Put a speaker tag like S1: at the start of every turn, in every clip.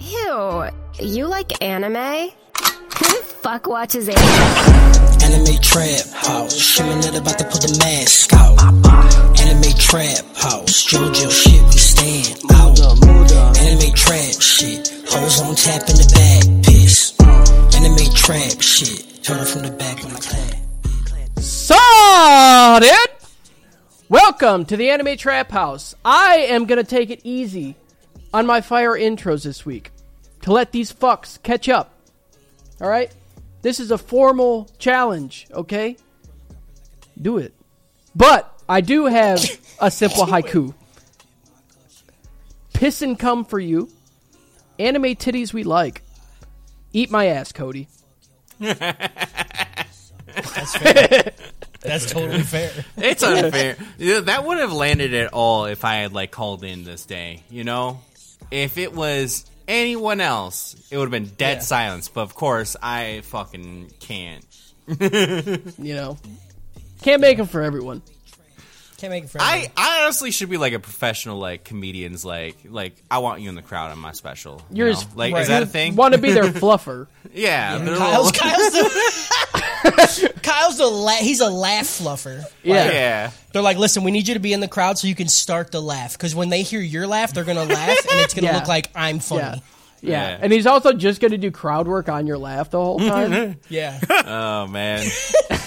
S1: Ew, you like anime? Who the fuck watches anime?
S2: Anime trap house, shimming it about to put the mask out. Anime trap house, JoJo shit, we stand out. Anime trap shit, hoes on tap in the back, piss. Anime trap shit, turn it from the back when I clap.
S3: Sod it! Welcome to the Anime Trap House. I am gonna take it easy on my fire intros this week to let these fucks catch up. Alright? This is a formal challenge, okay? Do it. But I do have a simple haiku. Piss and come for you. Anime titties we like. Eat my ass, Cody.
S4: That's totally fair.
S5: It's unfair. Yeah, that would have landed at all if I had like called in this day, you know? If it was anyone else, it would have been dead silence, but of course I fucking can't.
S3: You know? Can't make them for everyone.
S4: Can't make it for
S5: I, I honestly should be like a professional like comedians like like I want you in the crowd on my special. you
S3: You're
S5: know?
S3: just-
S5: like
S4: right.
S5: is that a thing?
S3: Want to be their fluffer.
S5: yeah. they're
S4: Kyle's,
S5: little-
S4: Kyle's the Kyle's the la- he's a laugh fluffer.
S3: Yeah.
S5: yeah.
S4: They're like, listen, we need you to be in the crowd so you can start the laugh because when they hear your laugh, they're gonna laugh and it's gonna
S3: Yeah.
S4: look like I'm
S3: Yeah.
S4: funny.
S3: Yeah.
S5: Yeah.
S3: And he's also just going to do crowd work on your laugh the whole
S5: Mm-hmm.
S3: time.
S4: Yeah,
S5: Oh man.
S4: man,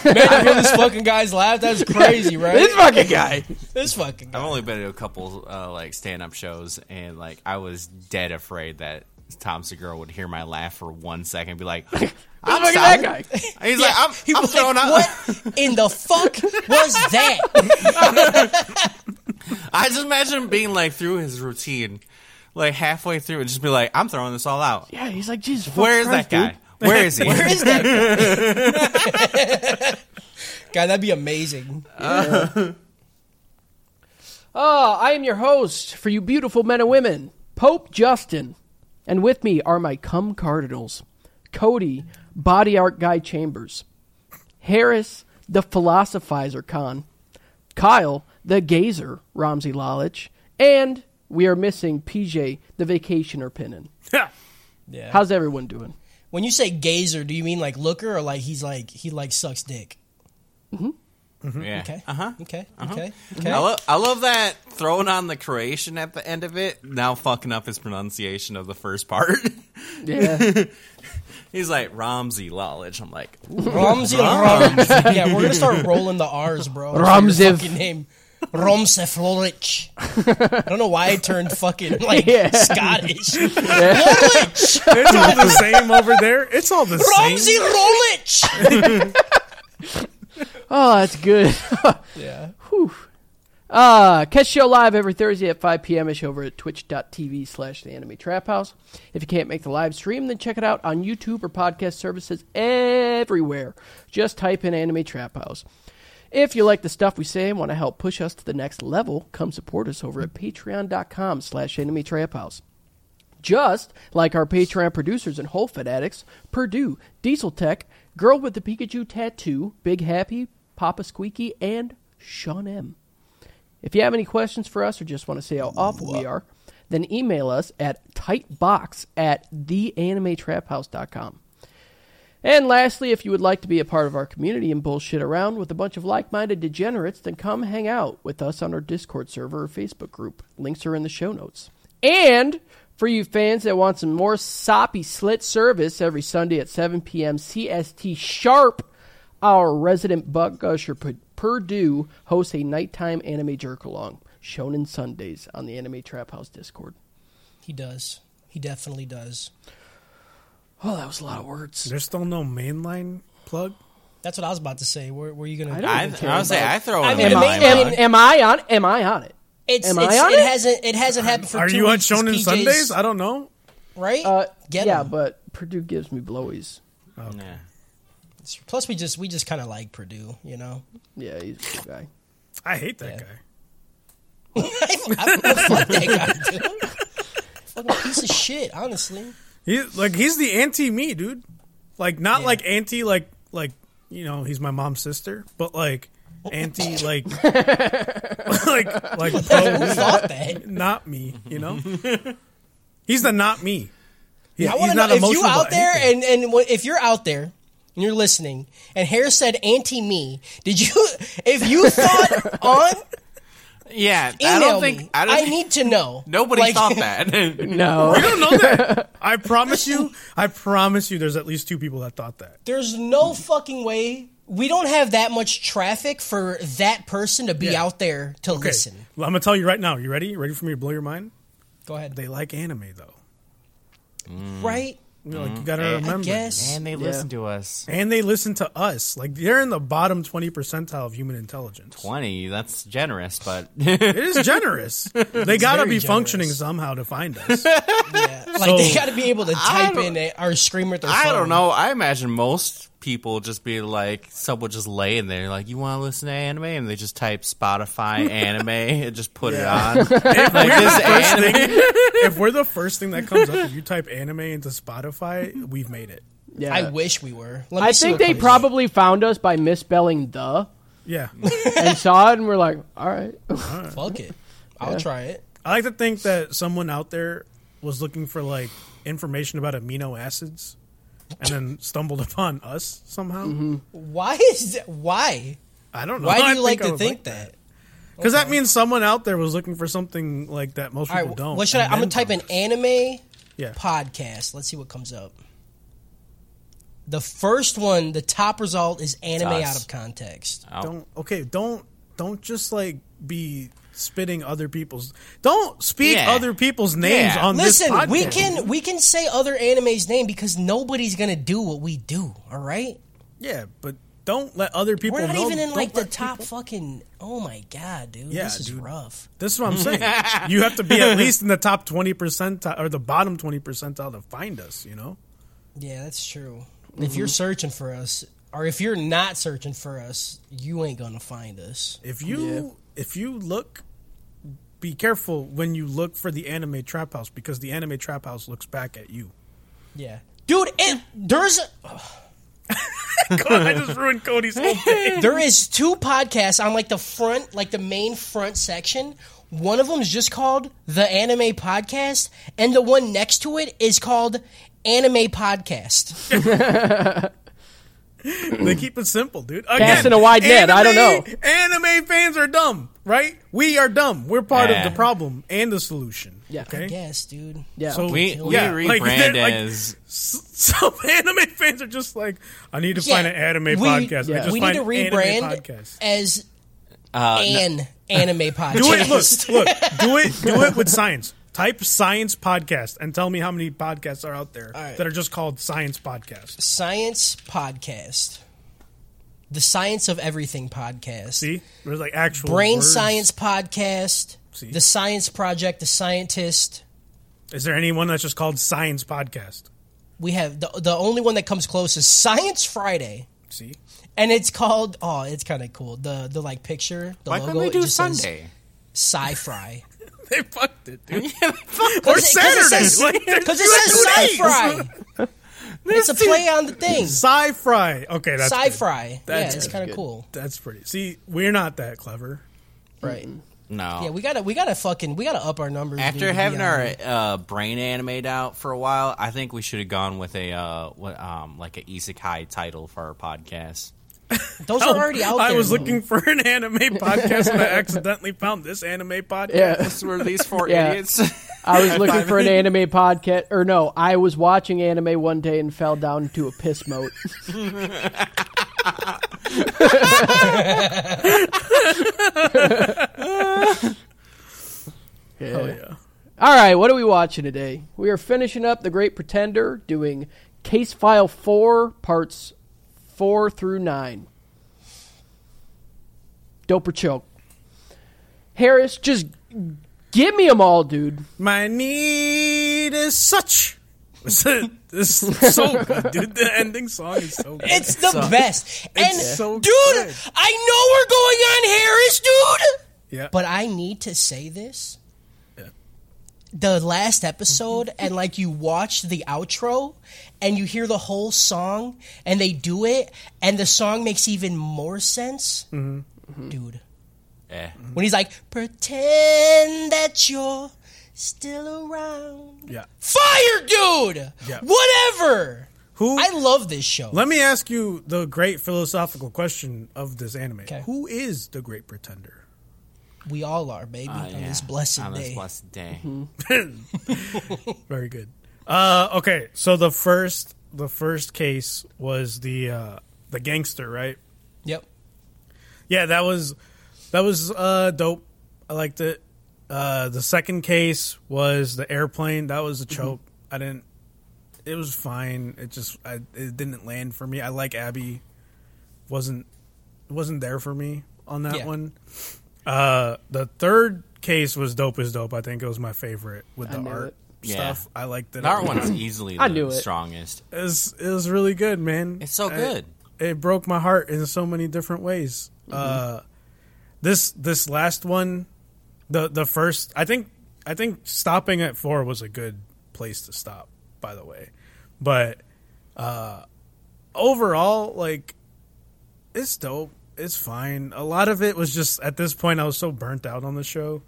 S4: I hear this fucking guy's laugh. That's crazy, right?
S3: this fucking guy.
S4: This fucking guy.
S5: I've only been to a couple uh, like stand up shows, and like I was dead afraid that Tom Segura would hear my laugh for one second, and be like, "I'm
S3: Look at that
S5: sorry."
S3: guy.
S5: And he's like, "I'm,
S4: He
S5: I'm
S4: was like,
S5: throwing up."
S4: what in the fuck was that?
S5: I just imagine him being like through his routine, like halfway through, and just be like, "I'm throwing this all out."
S3: Yeah, he's like, Jesus, fuck
S5: Where is
S3: Christ,
S5: that guy?
S3: dude.
S5: Where is he?
S4: Where is that guy? God, that'd be amazing.
S3: Oh, I am your host for you beautiful men and women, Pope Justin. And with me are my cum cardinals, Cody, body art guy Chambers, Harris, the philosophizer Khan, Kyle, the gazer Ramsey Lalich, and we are missing PJ, the vacationer Pinnin.
S4: Yeah.
S3: How's everyone doing?
S4: When you say gazer, do you mean like looker or like he's like he like sucks dick?
S5: Yeah.
S4: Okay.
S5: Uh huh.
S4: Okay. Okay. Okay.
S5: I, lo- I love that throwing on the Croatian at the end of it, now fucking up his pronunciation of the first part.
S3: Yeah.
S5: He's like, Ramsey Lalich. I'm like,
S4: Romsey Rums. yeah, we're gonna start rolling the R's, bro. That's your
S3: Romsev.
S4: fucking name. Romseflorich. I don't know why I turned fucking like
S3: Yeah.
S4: Scottish.
S6: It's all the same over there. It's all the same.
S4: Romsey Rolich.
S3: oh, that's good.
S4: Yeah.
S3: Uh, catch the show live every Thursday at 5 p.m. ish over at twitch.tv slash the anime trap house. If you can't make the live stream, then check it out on YouTube or podcast services everywhere. Just type in anime trap house. If you like the stuff we say and want to help push us to the next level, come support us over at patreon.com slash anime trap house. Just like our Patreon producers and Whole Fed addicts, Purdue, Diesel Tech, Girl with the Pikachu Tattoo, Big Happy, Papa Squeaky, and Sean M. If you have any questions for us or just want to say how awful we are, then email us at tightbox at theanimetraphouse.com. And lastly, if you would like to be a part of our community and bullshit around with a bunch of like minded degenerates, then come hang out with us on our Discord server or Facebook group. Links are in the show notes. And for you fans that want some more soppy slit service every Sunday at 7 p.m. CST sharp, our resident butt gusher P- Purdue hosts a nighttime anime jerk along, shown in Sundays on the Anime Trap House Discord.
S4: He does. He definitely does.
S3: Oh, that was a lot of words.
S6: There's still no mainline plug.
S4: That's what I was about to say. Where, where are you gonna?
S3: I don't
S5: I,
S3: even care
S5: I would say
S3: about-
S5: I throw
S4: I
S5: in
S4: mean,
S5: a
S4: the
S5: line
S4: main-
S5: plug.
S3: Am, am I on? Am I on it?
S4: It's,
S3: Am
S4: it's,
S3: I on
S4: it,
S3: it?
S4: hasn't. It hasn't happened for
S6: Are
S4: two
S6: you on
S4: weeks.
S6: Shonen
S4: PJ's
S6: Sundays? I don't know.
S4: right?
S3: Uh,
S4: Get
S3: yeah,
S4: him.
S3: but Purdue gives me blowies.
S5: Yeah.
S4: Plus, we just we just kind of like Purdue, you know.
S3: Yeah, he's a good guy.
S6: I hate that guy.
S4: I don't fuck that guy, dude. Fucking piece of shit, honestly.
S6: He like he's the anti me, dude. Like not like anti like like you know he's my mom's sister, but like anti like like like pro
S4: Who thought that?
S6: not me. You know, he's the not me. He's,
S4: I want
S6: he's
S4: to know
S6: not
S4: if you
S6: emotional
S4: out
S6: about
S4: there
S6: anything.
S4: and and wh- if you're out there and you're listening and Harris said anti me, did you? If you thought on,
S5: Yeah,
S4: email
S5: I don't think
S4: me.
S5: I
S4: I,
S5: don't. think,
S4: need to know.
S5: nobody
S4: Like,
S5: thought that.
S3: No.
S6: I don't know that. I promise you. I promise you. There's at least two people that thought that.
S4: There's no fucking way. We don't have that much traffic for that person to be
S6: Yeah.
S4: out there to
S6: Okay.
S4: listen.
S6: Well, I'm gonna tell you right now. You ready? Ready for me to blow your mind?
S4: Go ahead, Mm.
S6: They like anime though.
S4: right?
S6: You know, like you gotta remember.
S4: Yes.
S5: and they listen to us.
S6: And they listen to us. Like they're in the bottom twenty percentile of human intelligence.
S5: Twenty. That's generous, but
S6: It is generous. They gotta
S4: very
S6: be
S4: generous.
S6: functioning somehow to find us.
S4: Yeah. Like they got to be able to type
S5: don't-
S4: in it or scream with their
S5: I
S4: phone.
S5: don't know. I imagine most people just be like, someone just laying there, like, you want to listen to anime, and they just type Spotify anime and just put it on. like this anime.
S6: if we're the first thing that comes up, if you type anime into Spotify, we've made it.
S3: Yeah.
S4: I wish we were. Let me
S3: I
S4: see
S3: think
S4: what
S3: they
S4: comes
S3: probably found us by misspelling the
S6: Yeah.
S3: and saw it and were like, all right.
S4: up. Fuck it. I'll try it.
S6: I like to think that someone out there was looking for like information about amino acids and then stumbled upon us somehow.
S4: Why is that? Why?
S6: I don't know.
S4: Mm-hmm. Why
S6: I
S4: do you like
S6: I
S4: to
S6: would
S4: think that?
S6: Because that means someone out there was looking for something like that most
S4: All
S6: people
S4: right.
S6: don't.
S4: What should I?
S6: and
S4: I'm gonna
S6: then
S4: type in
S6: found us.
S4: anime
S6: Yeah.
S4: podcast. Let's see what comes up. The first one, the top result is anime
S5: Us.
S4: out of context.
S6: Don't okay. Don't don't just like be spitting other people's. Don't speak
S5: Yeah.
S6: other people's names
S5: Yeah.
S6: on this
S4: Listen,
S6: podcast.
S4: we can we can say other anime's name because nobody's gonna do what we do. All right,
S6: Yeah, but don't let other people.
S4: we're not
S6: know-
S4: even in
S6: don't
S4: like the
S6: let
S4: top fucking. Oh my god, dude,
S6: Yeah,
S4: this is
S6: dude.
S4: rough.
S6: This is what I'm saying. you have to be at least in the top twenty percentile or the bottom twenty percentile to find us. You know.
S4: Yeah, that's true. If
S6: Mm-hmm.
S4: you're searching for us, or if you're not searching for us, you ain't gonna find us.
S6: If you if you look, be careful when you look for the anime trap house because the anime trap house looks back at you.
S4: Yeah, dude, it, there's
S6: God, I just ruined Cody's whole day.
S4: there is two podcasts on like the front, like the main front section. One of them is just called the Anime Podcast, and the one next to it is called Anime Podcast.
S6: they keep it simple, dude.
S3: Casting a wide net, I don't know.
S6: Anime fans are dumb, right? We are dumb. We're part
S5: Yeah.
S6: of the problem and the solution.
S3: Yeah.
S6: Okay.
S4: Yes, dude.
S3: Yeah.
S6: So
S5: We, we
S6: yeah, like,
S5: rebrand
S6: they're, like,
S5: as.
S6: S- some anime fans are just like, I need to
S4: Yeah,
S6: find an anime
S4: we-
S6: podcast. I
S3: yeah.
S6: just
S4: we need
S6: find
S4: to
S6: anime
S4: rebrand
S6: podcast.
S4: as
S5: Uh, no,
S4: an anime podcast.
S6: Do it. Look, look. Do it. Do it with science. Type science podcast and tell me how many podcasts are out there
S4: right.
S6: that are just called science podcast.
S4: Science podcast. The Science of Everything podcast.
S6: See, there's like actual
S4: Brain
S6: words.
S4: Science podcast.
S6: See?
S4: The Science Project, The Scientist.
S6: Is there anyone that's just called science podcast?
S4: We have the, the only one that comes close is Science Friday.
S6: See,
S4: And it's called oh, it's kind of cool. The the like picture, the
S5: why
S4: logo.
S5: couldn't we
S4: it
S5: do
S4: just says
S5: Sunday?
S4: Sci-Fry.
S6: they fucked it, dude.
S4: Or
S6: Saturday, like, they're
S4: Because it
S6: doing
S4: says
S6: days.
S4: Sci-Fry. it's a play on the thing.
S6: Sci-fry. Okay, that's good.
S4: Sci-Fry.
S6: That's
S4: yeah, it's
S6: good.
S4: kind of cool.
S6: That's pretty. See, we're not that clever.
S4: Right.
S5: No.
S4: Yeah, we gotta we gotta fucking we gotta up our numbers. dude,
S5: After
S4: to be
S5: having
S4: honest.
S5: our uh, brain animated out for a while, I think we should have gone with a uh, what, um, like an isekai title for our podcast.
S4: those are already out
S6: I
S4: there.
S6: was looking for an anime podcast and I accidentally found this anime podcast.
S3: Yeah.
S5: Were these four
S3: Yeah.
S5: idiots?
S3: I was looking for an anime podcast. Or no, I was watching anime one day and fell down into a piss moat.
S6: Oh yeah.
S3: All right, what are we watching today? We are finishing up The Great Pretender, doing Case File 4, parts 4 through 9. Doper choke. Harris, just give me them all, dude.
S6: My need is such. This is this is so good, dude. The ending song is so good.
S4: It's the best. And
S6: so
S4: dude,
S6: good.
S4: I know we're going on Harris, dude.
S6: yeah.
S4: But I need to say this. The last episode, and like you watch the outro and you hear the whole song, and they do it, and the song makes even more sense. Dude,
S6: Mm-hmm.
S5: eh.
S4: Mm-hmm. when he's like, pretend that you're still around.
S6: Yeah.
S4: Fire, dude.
S6: Yeah.
S4: Whatever.
S6: Who?
S4: I love this show.
S6: let me ask you the great philosophical question of this anime.
S4: Okay.
S6: Who is the great pretender?
S4: we all are, baby,
S5: Oh,
S4: on
S5: yeah.
S4: this blessed
S5: on
S4: day.
S5: this blessed day.
S6: Very good. Uh, okay, so the first the first case was the uh, the gangster, right?
S4: Yep.
S6: Yeah, that was that was uh, dope. I liked it. Uh, the second case was the airplane. That was a choke. I didn't. It was fine. It just I, it didn't land for me. I like Abby. wasn't wasn't there for me on that
S4: Yeah.
S6: one. Uh, the third case was dope as dope. I think it was my favorite with
S3: I
S6: the
S3: knew
S6: art
S5: it.
S6: stuff. I liked it.
S5: That one's easily
S3: I
S5: the
S3: knew it.
S5: strongest.
S6: It was, it was really good, man.
S5: It's so
S6: I-
S5: good.
S6: it broke my heart in so many different ways. Uh, this this last one, the the first, I think I think stopping at four was a good place to stop. By the way, but uh, overall, like it's dope. It's fine. A lot of it was just at this point, I was so burnt out on the show.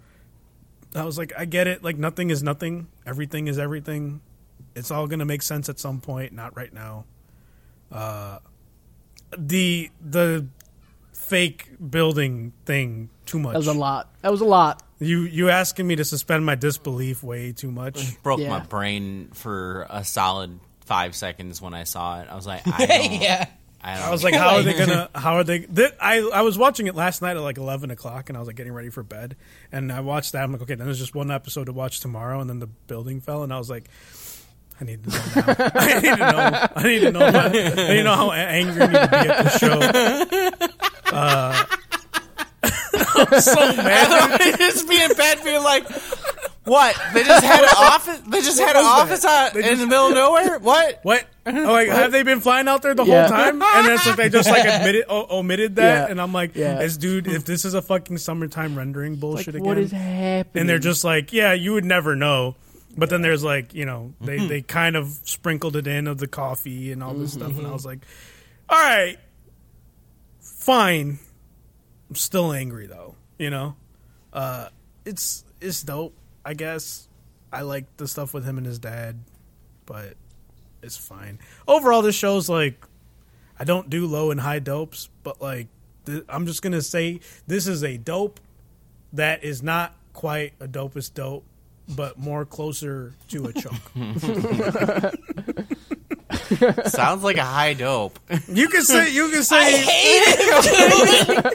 S6: I was like, I get it. Like nothing is nothing. Everything is everything. It's all gonna make sense at some point. Not right now Uh, the the fake building thing too much.
S3: That was a lot. That was a lot.
S6: You you asking me to suspend my disbelief way too much.
S5: Broke
S3: Yeah.
S5: my brain for a solid five seconds when I saw it. I was like, I don't.
S4: yeah.
S5: I, don't
S6: I was like, how are they gonna? How are they? Th- I I was watching it last night at like eleven o'clock, and I was like getting ready for bed, and I watched that. I'm like, okay, then there's just one episode to watch tomorrow, and then the building fell, and I was like. I need to know. Now. I need to know. I need to know. what- I need to know how a- angry I need to be at the show. Uh, I'm so mad.
S5: just be in bed being like, what? They just had an office. They just had an office out in the middle of nowhere. What?
S6: What? I'm like, have they been flying out there the
S3: Yeah.
S6: whole time? And that's if they just like admitted, o- omitted that.
S3: Yeah.
S6: And I'm like,
S3: Yeah.
S6: this dude, if this is a fucking summertime rendering
S3: Like,
S6: bullshit again,
S3: what is happening?
S6: and they're just like, yeah, you would never know. But then there's like, you know, they they kind of sprinkled it in of the coffee and all this stuff, and I was like, all right, fine. I'm still angry though, you know. Uh, it's it's dope, I guess. I like the stuff with him and his dad, but it's fine. Overall, this show's like I don't do low and high dopes, but like th- I'm just gonna say this is a dope that is not quite a dopest dope, but more closer to a chunk.
S5: Sounds like a high dope.
S6: you can say you can say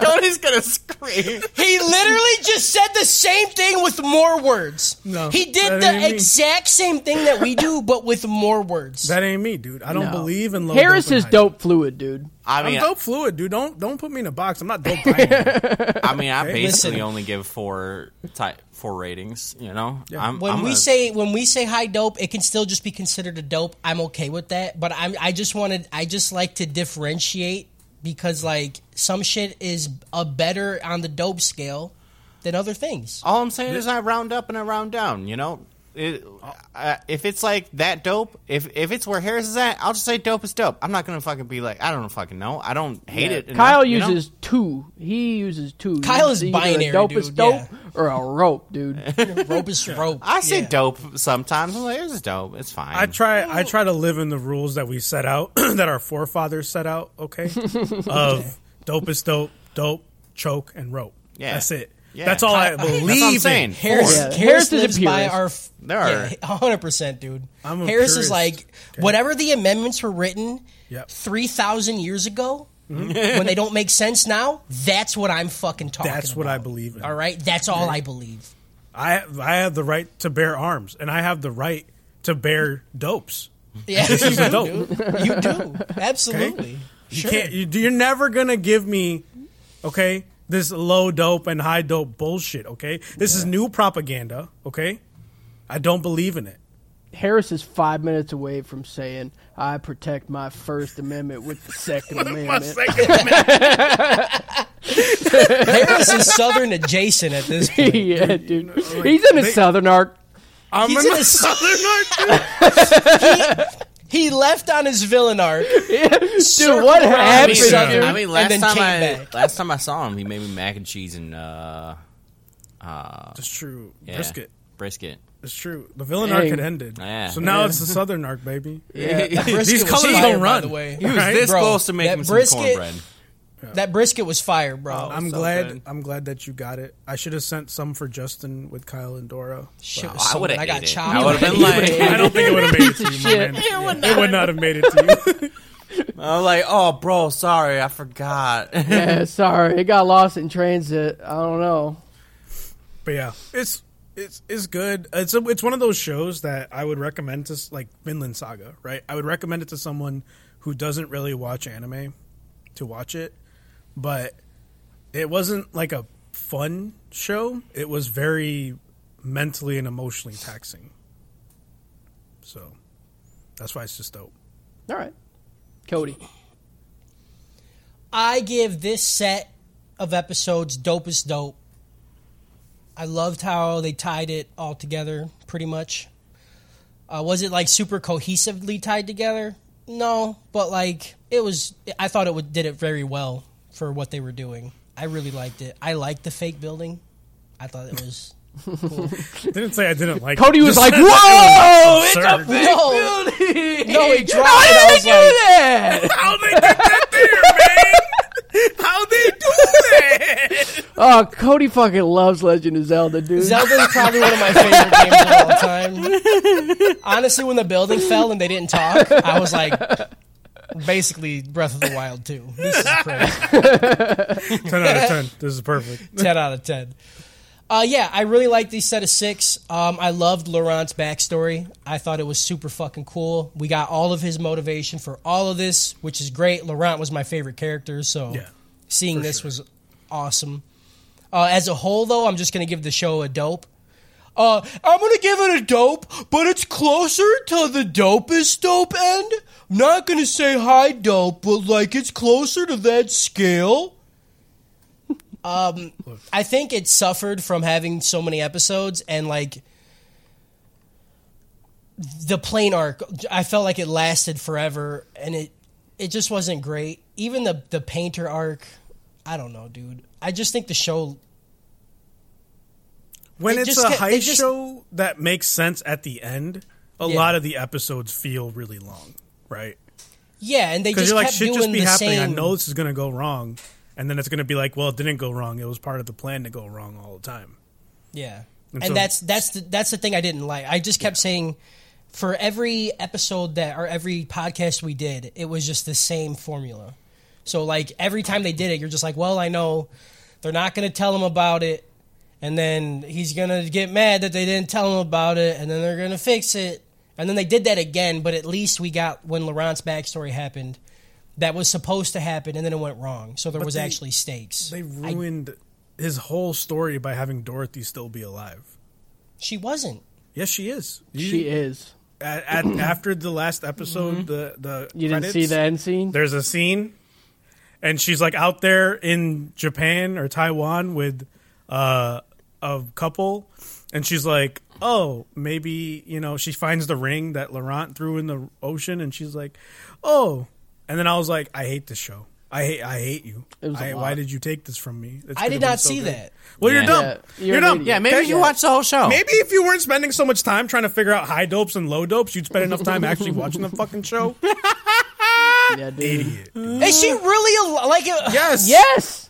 S5: Cody's gonna scream.
S4: He literally just said the same thing with more words.
S6: No,
S4: he did
S6: that ain't
S4: the
S6: me.
S4: exact same thing that we do, but with more words.
S6: that ain't me, dude. I don't believe in low.
S3: Harris
S6: dope and
S3: is
S6: high
S3: dope fluid, dude.
S5: I
S6: I'm
S5: mean,
S6: dope fluid, dude. Don't don't put me in a box. I'm not dope. by anyone.
S5: I mean, I basically
S4: listen.
S5: only give four type four ratings. You know, I'm,
S4: when
S5: I'm
S4: we
S5: a-
S4: say when we say high dope, it can still just be considered a dope. I'm okay with that, but I'm I just wanted I just like to differentiate because like some shit is a better on the dope scale than other things.
S5: all I'm saying is I round up and I round down. You know, it, uh, if it's like that dope, if if it's where Harris is at, I'll just say dope is dope. I'm not gonna fucking be like I don't fucking know. I don't hate it. enough,
S3: Kyle
S5: you know?
S3: uses two. He uses two.
S4: Kyle is
S3: He's either
S4: binary,
S3: A dopest
S4: dude,
S3: dope
S4: yeah.
S3: or a rope, dude.
S4: rope is rope.
S5: I say
S4: Yeah.
S5: dope sometimes. I'm like, it's dope. It's fine.
S6: I try I try to live in the rules that we set out that our forefathers set out. Okay, of dope is dope, dope, choke and rope.
S5: Yeah.
S6: that's it.
S5: Yeah.
S6: That's all I
S5: That's what
S6: believe.
S5: I'm
S6: in.
S5: saying.
S4: Harris,
S3: Yeah,
S4: Harris,
S3: Harris is a
S4: lives by
S3: purist.
S4: our. f-
S5: There are-
S4: yeah, 100%, dude.
S6: I'm a
S4: Harris is
S6: purist.
S4: like, whatever the amendments were written
S6: Yep. Mm-hmm.
S4: 3,000 years ago, when they don't make sense now, that's what I'm fucking talking
S6: That's what I believe in.
S4: All right? That's all I believe.
S6: I I have the right to bear arms, and I have the right to bear dopes.
S4: Yeah,
S6: This is a dope.
S4: you do. Absolutely.
S6: You can't. You, you're never gonna give me, okay, this low dope and high dope bullshit. Okay, this is new propaganda. Okay, I don't believe in it.
S3: Harris is five minutes away from saying, "I protect my First Amendment with the Second Amendment."
S4: Harris is Southern adjacent at this point.
S3: yeah, dude. He's in his
S6: they-
S3: southern arc.
S6: I'm
S4: He's
S6: in
S4: in
S6: the
S4: a-
S6: southern arc.
S4: He left on his villain arc.
S3: Dude, what
S5: I
S3: happened?
S5: mean,
S4: Happy Southern,
S3: dude?
S5: I mean,
S4: and
S5: last
S4: then
S5: time
S4: came
S5: I
S4: back.
S5: last time I saw him, he made me mac and cheese and uh,
S6: That's true.
S5: Yeah.
S6: Brisket.
S5: Brisket.
S6: It's true. The villain
S3: Dang.
S6: arc had ended.
S5: Yeah.
S6: so now it's the southern arc, baby.
S4: brisket
S6: These
S4: was
S6: colors
S4: fire,
S6: don't
S4: by
S6: run.
S4: the way.
S5: He was
S6: Right?
S5: this
S4: Bro,
S5: close to
S4: that
S5: making some
S4: brisket-
S5: cornbread.
S4: That brisket was fire, bro.
S6: Oh, I'm
S5: so
S6: glad.
S5: good.
S6: I'm glad that you got it. I should have sent some for Justin with Kyle and Dora.
S4: Shit was
S5: I
S4: so
S5: would
S4: good.
S5: have
S4: I got
S5: ate it.
S4: chopped.
S5: I would have been
S6: I
S5: like,
S6: don't think it would have made it to you, my
S3: Shit.
S6: man. It would not have made it to you.
S5: I'm like, oh, bro, sorry, I forgot.
S3: Yeah, Eh, sorry, it got lost in transit. I don't know.
S6: But yeah, it's it's it's good. It's a, it's one of those shows that I would recommend to s- like Vinland Saga, right? I would recommend it to someone who doesn't really watch anime to watch it, but it wasn't like a fun show. It was very mentally and emotionally taxing. So that's why it's just dope.
S3: All right, Cody.
S4: I give this set of episodes dope as dope. I loved how they tied it all together, pretty much. Uh, was it like super cohesively tied together? No, but like it was. I thought it would, did it very well for what they were doing. I really liked it. I liked the fake building. I thought it was.
S6: Didn't say I didn't like.
S3: Cody
S6: it.
S3: was
S6: Just
S3: like,
S6: said that
S3: "Whoa,
S6: it was
S3: it's a
S6: absurd."
S3: big
S4: No.
S3: Oh. building."
S4: No, he dropped
S3: How
S4: it.
S3: did
S4: I
S3: they
S4: was
S3: do
S4: like-
S3: that?
S6: How they get that there, man? How they do that?
S3: Oh, Cody fucking loves Legend of Zelda, dude.
S4: Zelda's probably one of my favorite games of all time. Honestly, when the building fell and they didn't talk, I was like, basically Breath of the Wild too. This is crazy.
S6: 10 out of 10. This is perfect.
S4: 10 out of 10. Uh, yeah, I really liked these set of six. Um, I loved Laurent's backstory. I thought it was super fucking cool. We got all of his motivation for all of this, which is great. Laurent was my favorite character, so
S6: Yeah,
S4: seeing
S6: for
S4: this
S6: sure.
S4: was awesome. Uh, as a whole, though, I'm just going to give the show a dope. Uh, I'm going to give it a dope, but it's closer to the dopest dope end. I'm not going to say high dope, but like it's closer to that scale. I think it suffered from having so many episodes and like the plane arc. I felt like it lasted forever and it it just wasn't great. Even the the painter arc, I don't know, dude. I just think the show
S6: When
S4: They
S6: it's
S4: just
S6: a
S4: get- they
S6: heist
S4: just-
S6: show that makes sense at the end, a
S4: Yeah.
S6: lot of the episodes feel really long, right?
S4: yeah, and they
S6: Because
S4: just
S6: you're like,
S4: kept
S6: shit
S4: doing
S6: just be
S4: the
S6: happening.
S4: same.
S6: I know this is going to go wrong. And then it's going to be like, well, it didn't go wrong. It was part of the plan to go wrong all the time.
S4: Yeah, and,
S6: And so-
S4: that's that's the, that's the thing I didn't like. I just kept saying for every episode that or every podcast we did, it was just the same formula. So like every time they did it, you're just like, well, I know they're not going to tell him about it, and then he's going to get mad that they didn't tell him about it, and then they're going to fix it, and then they did that again. But at least we got when Laurent's backstory happened. That was supposed to happen, and then it went wrong. So there was
S6: they-
S4: actually stakes.
S6: They ruined his whole story by having Dorothy still be alive.
S4: she wasn't.
S6: Yes, she is. You-
S3: she is. Mm-hmm.
S6: at, at, after the last episode, the the
S3: You didn't
S6: credits,
S3: see the end scene?
S6: There's a scene, and she's like out there in Japan or Taiwan with uh, a couple, and she's like, "Oh, maybe you know." She finds the ring that Laurent threw in the ocean, and she's like, "Oh." And then I was like, "I hate this show. I hate. I hate you.
S3: It was a
S6: I,
S3: lot.
S6: why did you take this from me? It's
S4: I
S6: gonna
S4: did
S6: be
S4: not
S6: so
S4: see
S6: good."
S4: that.
S6: Well,
S5: Yeah.
S6: you're dumb.
S3: Yeah, you're
S6: you're,
S3: an
S6: dumb.
S3: idiot.
S5: yeah, maybe
S6: Okay?
S5: if you watch the whole show.
S6: Maybe if you weren't spending so much time trying to figure out high dopes and low dopes, you'd spend enough time actually watching the fucking show.
S3: Yeah, dude.
S4: Is she really al- like? uh, It,
S6: Yes.
S3: Yes.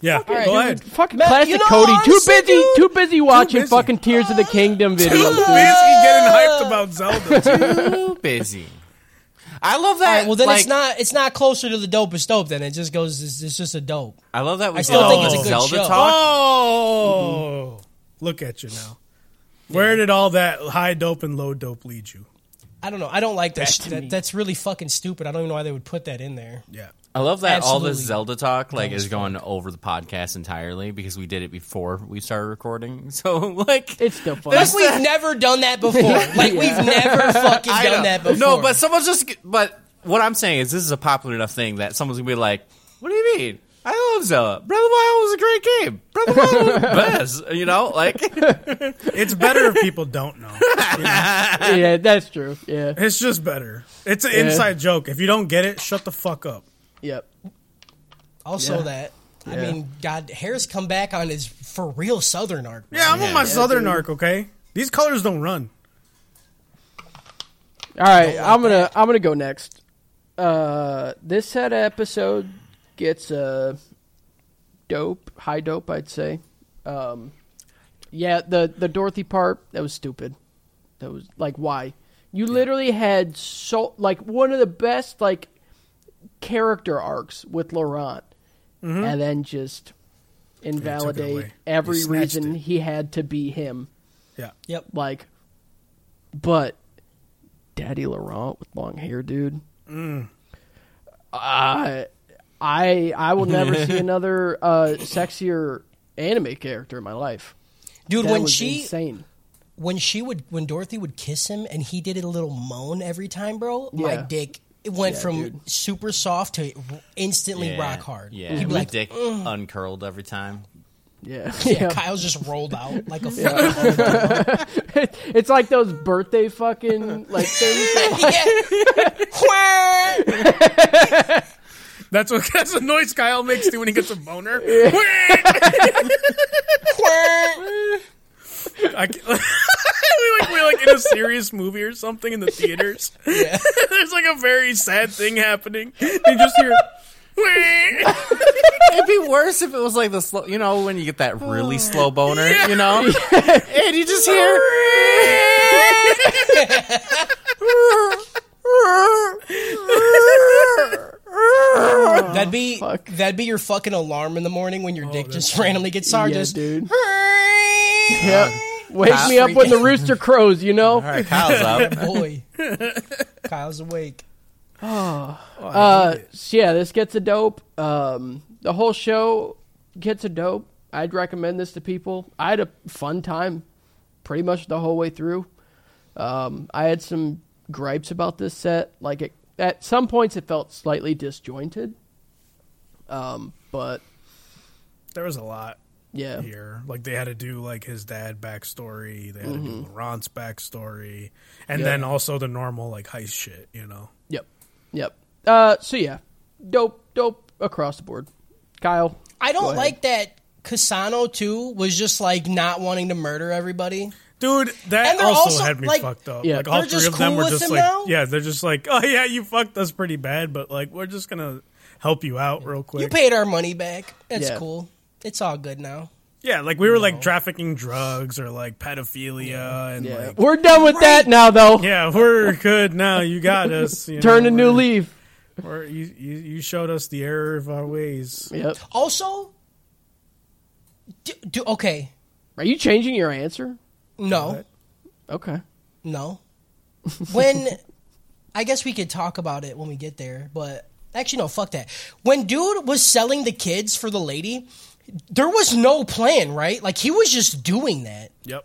S6: Yeah. Go ahead.
S3: Fucking
S4: Matt,
S3: classic
S4: you know,
S3: Cody. Too
S4: honestly,
S3: busy.
S4: dude-
S3: Too busy watching
S6: busy.
S3: fucking Tears of the Kingdom
S6: Too busy
S3: videos.
S6: getting
S3: dude.
S6: hyped about Zelda.
S5: Too busy. I love that.
S4: All right, well then
S5: like,
S4: it's not it's not closer to the dopest dope. Then it just goes. It's, it's just a dope.
S5: I love that we
S4: still
S5: did
S6: think it's
S5: the
S6: a
S4: good
S5: Zelda
S4: show.
S5: talk.
S6: Oh, look at you now. Where did all that high dope and low dope lead you?
S4: I don't know. I don't like that.
S3: Back
S4: sh-
S3: to me.
S4: that that's really fucking stupid. I don't even know why they would put that in there.
S6: Yeah.
S5: I love that all this
S4: Absolutely.
S5: Zelda talk like is going over the podcast entirely because we did it before we started recording. So like
S3: It's still fun.
S4: Like we've never done that before. Like we've never fucking
S5: I
S4: done
S5: know.
S4: that before.
S5: No, but someone's just. But what I'm saying is, this is a popular enough thing that someone's gonna be like, "What do you mean? I love Zelda. Breath of the Wild was a great game. Breath of the Wild was the best." You know, like
S6: It's better if people don't know.
S3: yeah, that's true. Yeah.
S6: It's just better. It's an inside joke. If you don't get it, shut the fuck up.
S3: Yep.
S4: also
S3: Yeah.
S4: that I mean, God, Harris come back on his for real Southern art.
S6: Yeah, I'm
S5: Yeah.
S6: on my
S5: Yeah,
S6: southern arc, okay? These colors don't run.
S3: All right, I'm gonna I'm gonna go next. Uh, this set of episode gets a dope, high dope, I'd say. Um, yeah, the the Dorothy part that was stupid. That was like why you literally had so like one of the best like character arcs with Laurent,
S6: Mm-hmm.
S3: and then just invalidate
S6: away. They
S3: every
S6: snatched
S3: reason
S6: it.
S3: he had to be him
S6: Yeah.
S4: Yep.
S3: like but daddy laurent with long hair dude I- i i will never see another uh sexier anime character in my life
S4: Dude,
S3: that
S4: when
S3: was
S4: she
S3: insane
S4: when she would when Dorothy would kiss him and he did a little moan every time, bro, my
S3: Yeah.
S4: dick it went
S3: Yeah,
S4: from
S3: dude.
S4: super soft to instantly
S5: Yeah.
S4: rock hard.
S5: Yeah,
S4: He'd be
S5: my
S4: like,
S5: dick uncurled every time.
S3: yeah,
S4: yeah,
S3: yeah.
S4: Kyle's just rolled out like a fucking
S3: it's like those birthday fucking like things that-
S4: Yeah.
S6: That's what that's the noise Kyle makes too when he gets a boner. I can't- we like we like in a serious movie or something in the theaters. There's like a very sad thing happening. You just hear.
S5: It'd be worse if it was like the slow, you know, when you get that really slow boner, you know, and you just hear.
S4: that'd be
S3: Oh, Fuck.
S4: that'd be your fucking alarm in the morning when your dick just randomly gets hard.
S3: yeah
S4: just
S3: dude yeah wake
S5: Kyle-
S3: me up when the rooster crows you know
S5: All right, Kyle's up.
S4: boy. Kyle's awake.
S3: Uh, so yeah, this gets a dope. Um, the whole show gets a dope. I'd recommend this to people. I had a fun time pretty much the whole way through. Um, I had some gripes about this set. Like it, at some points, it felt slightly disjointed. Um, but
S6: There was a lot
S3: yeah,
S6: here. Like they had to do like his dad backstory. They had to do Laurent's backstory, and
S3: Mm-hmm. Yeah.
S6: then also the normal like heist shit. You know.
S3: yep, yep. Uh, so yeah, dope, dope across the board. Kyle,
S4: I
S3: go
S4: don't
S3: ahead.
S4: like that Casano too was just like not wanting to murder everybody.
S6: Dude, that
S4: And they're
S6: also,
S4: also,
S6: had me
S4: like-
S6: fucked up.
S3: Yeah.
S6: like all
S4: They're
S6: three
S4: just
S6: of them
S4: cool
S6: were
S4: with
S6: just
S4: him
S6: like,
S4: now?
S6: yeah, they're just like, oh yeah, you fucked us pretty bad, but like we're just gonna help you out real quick.
S4: You paid our money back. That's
S3: Yeah.
S4: cool. It's all good now.
S6: yeah, like we were like trafficking drugs or like pedophilia and
S3: Yeah,
S6: like.
S3: we're done with that now, though.
S6: Yeah, we're good now. You got us. You
S3: Turn
S6: know,
S3: a new
S6: we're-
S3: leaf.
S6: we're- you, you, you showed us the error of our ways.
S3: Yep.
S4: Also, do, do okay.
S3: Are you changing your answer?
S4: No,
S3: Okay.
S4: no. When I guess we could talk about it when we get there, but actually, no. Fuck that. When dude was selling the kids for the lady, there was no plan, right? Like he was just doing that.
S6: Yep.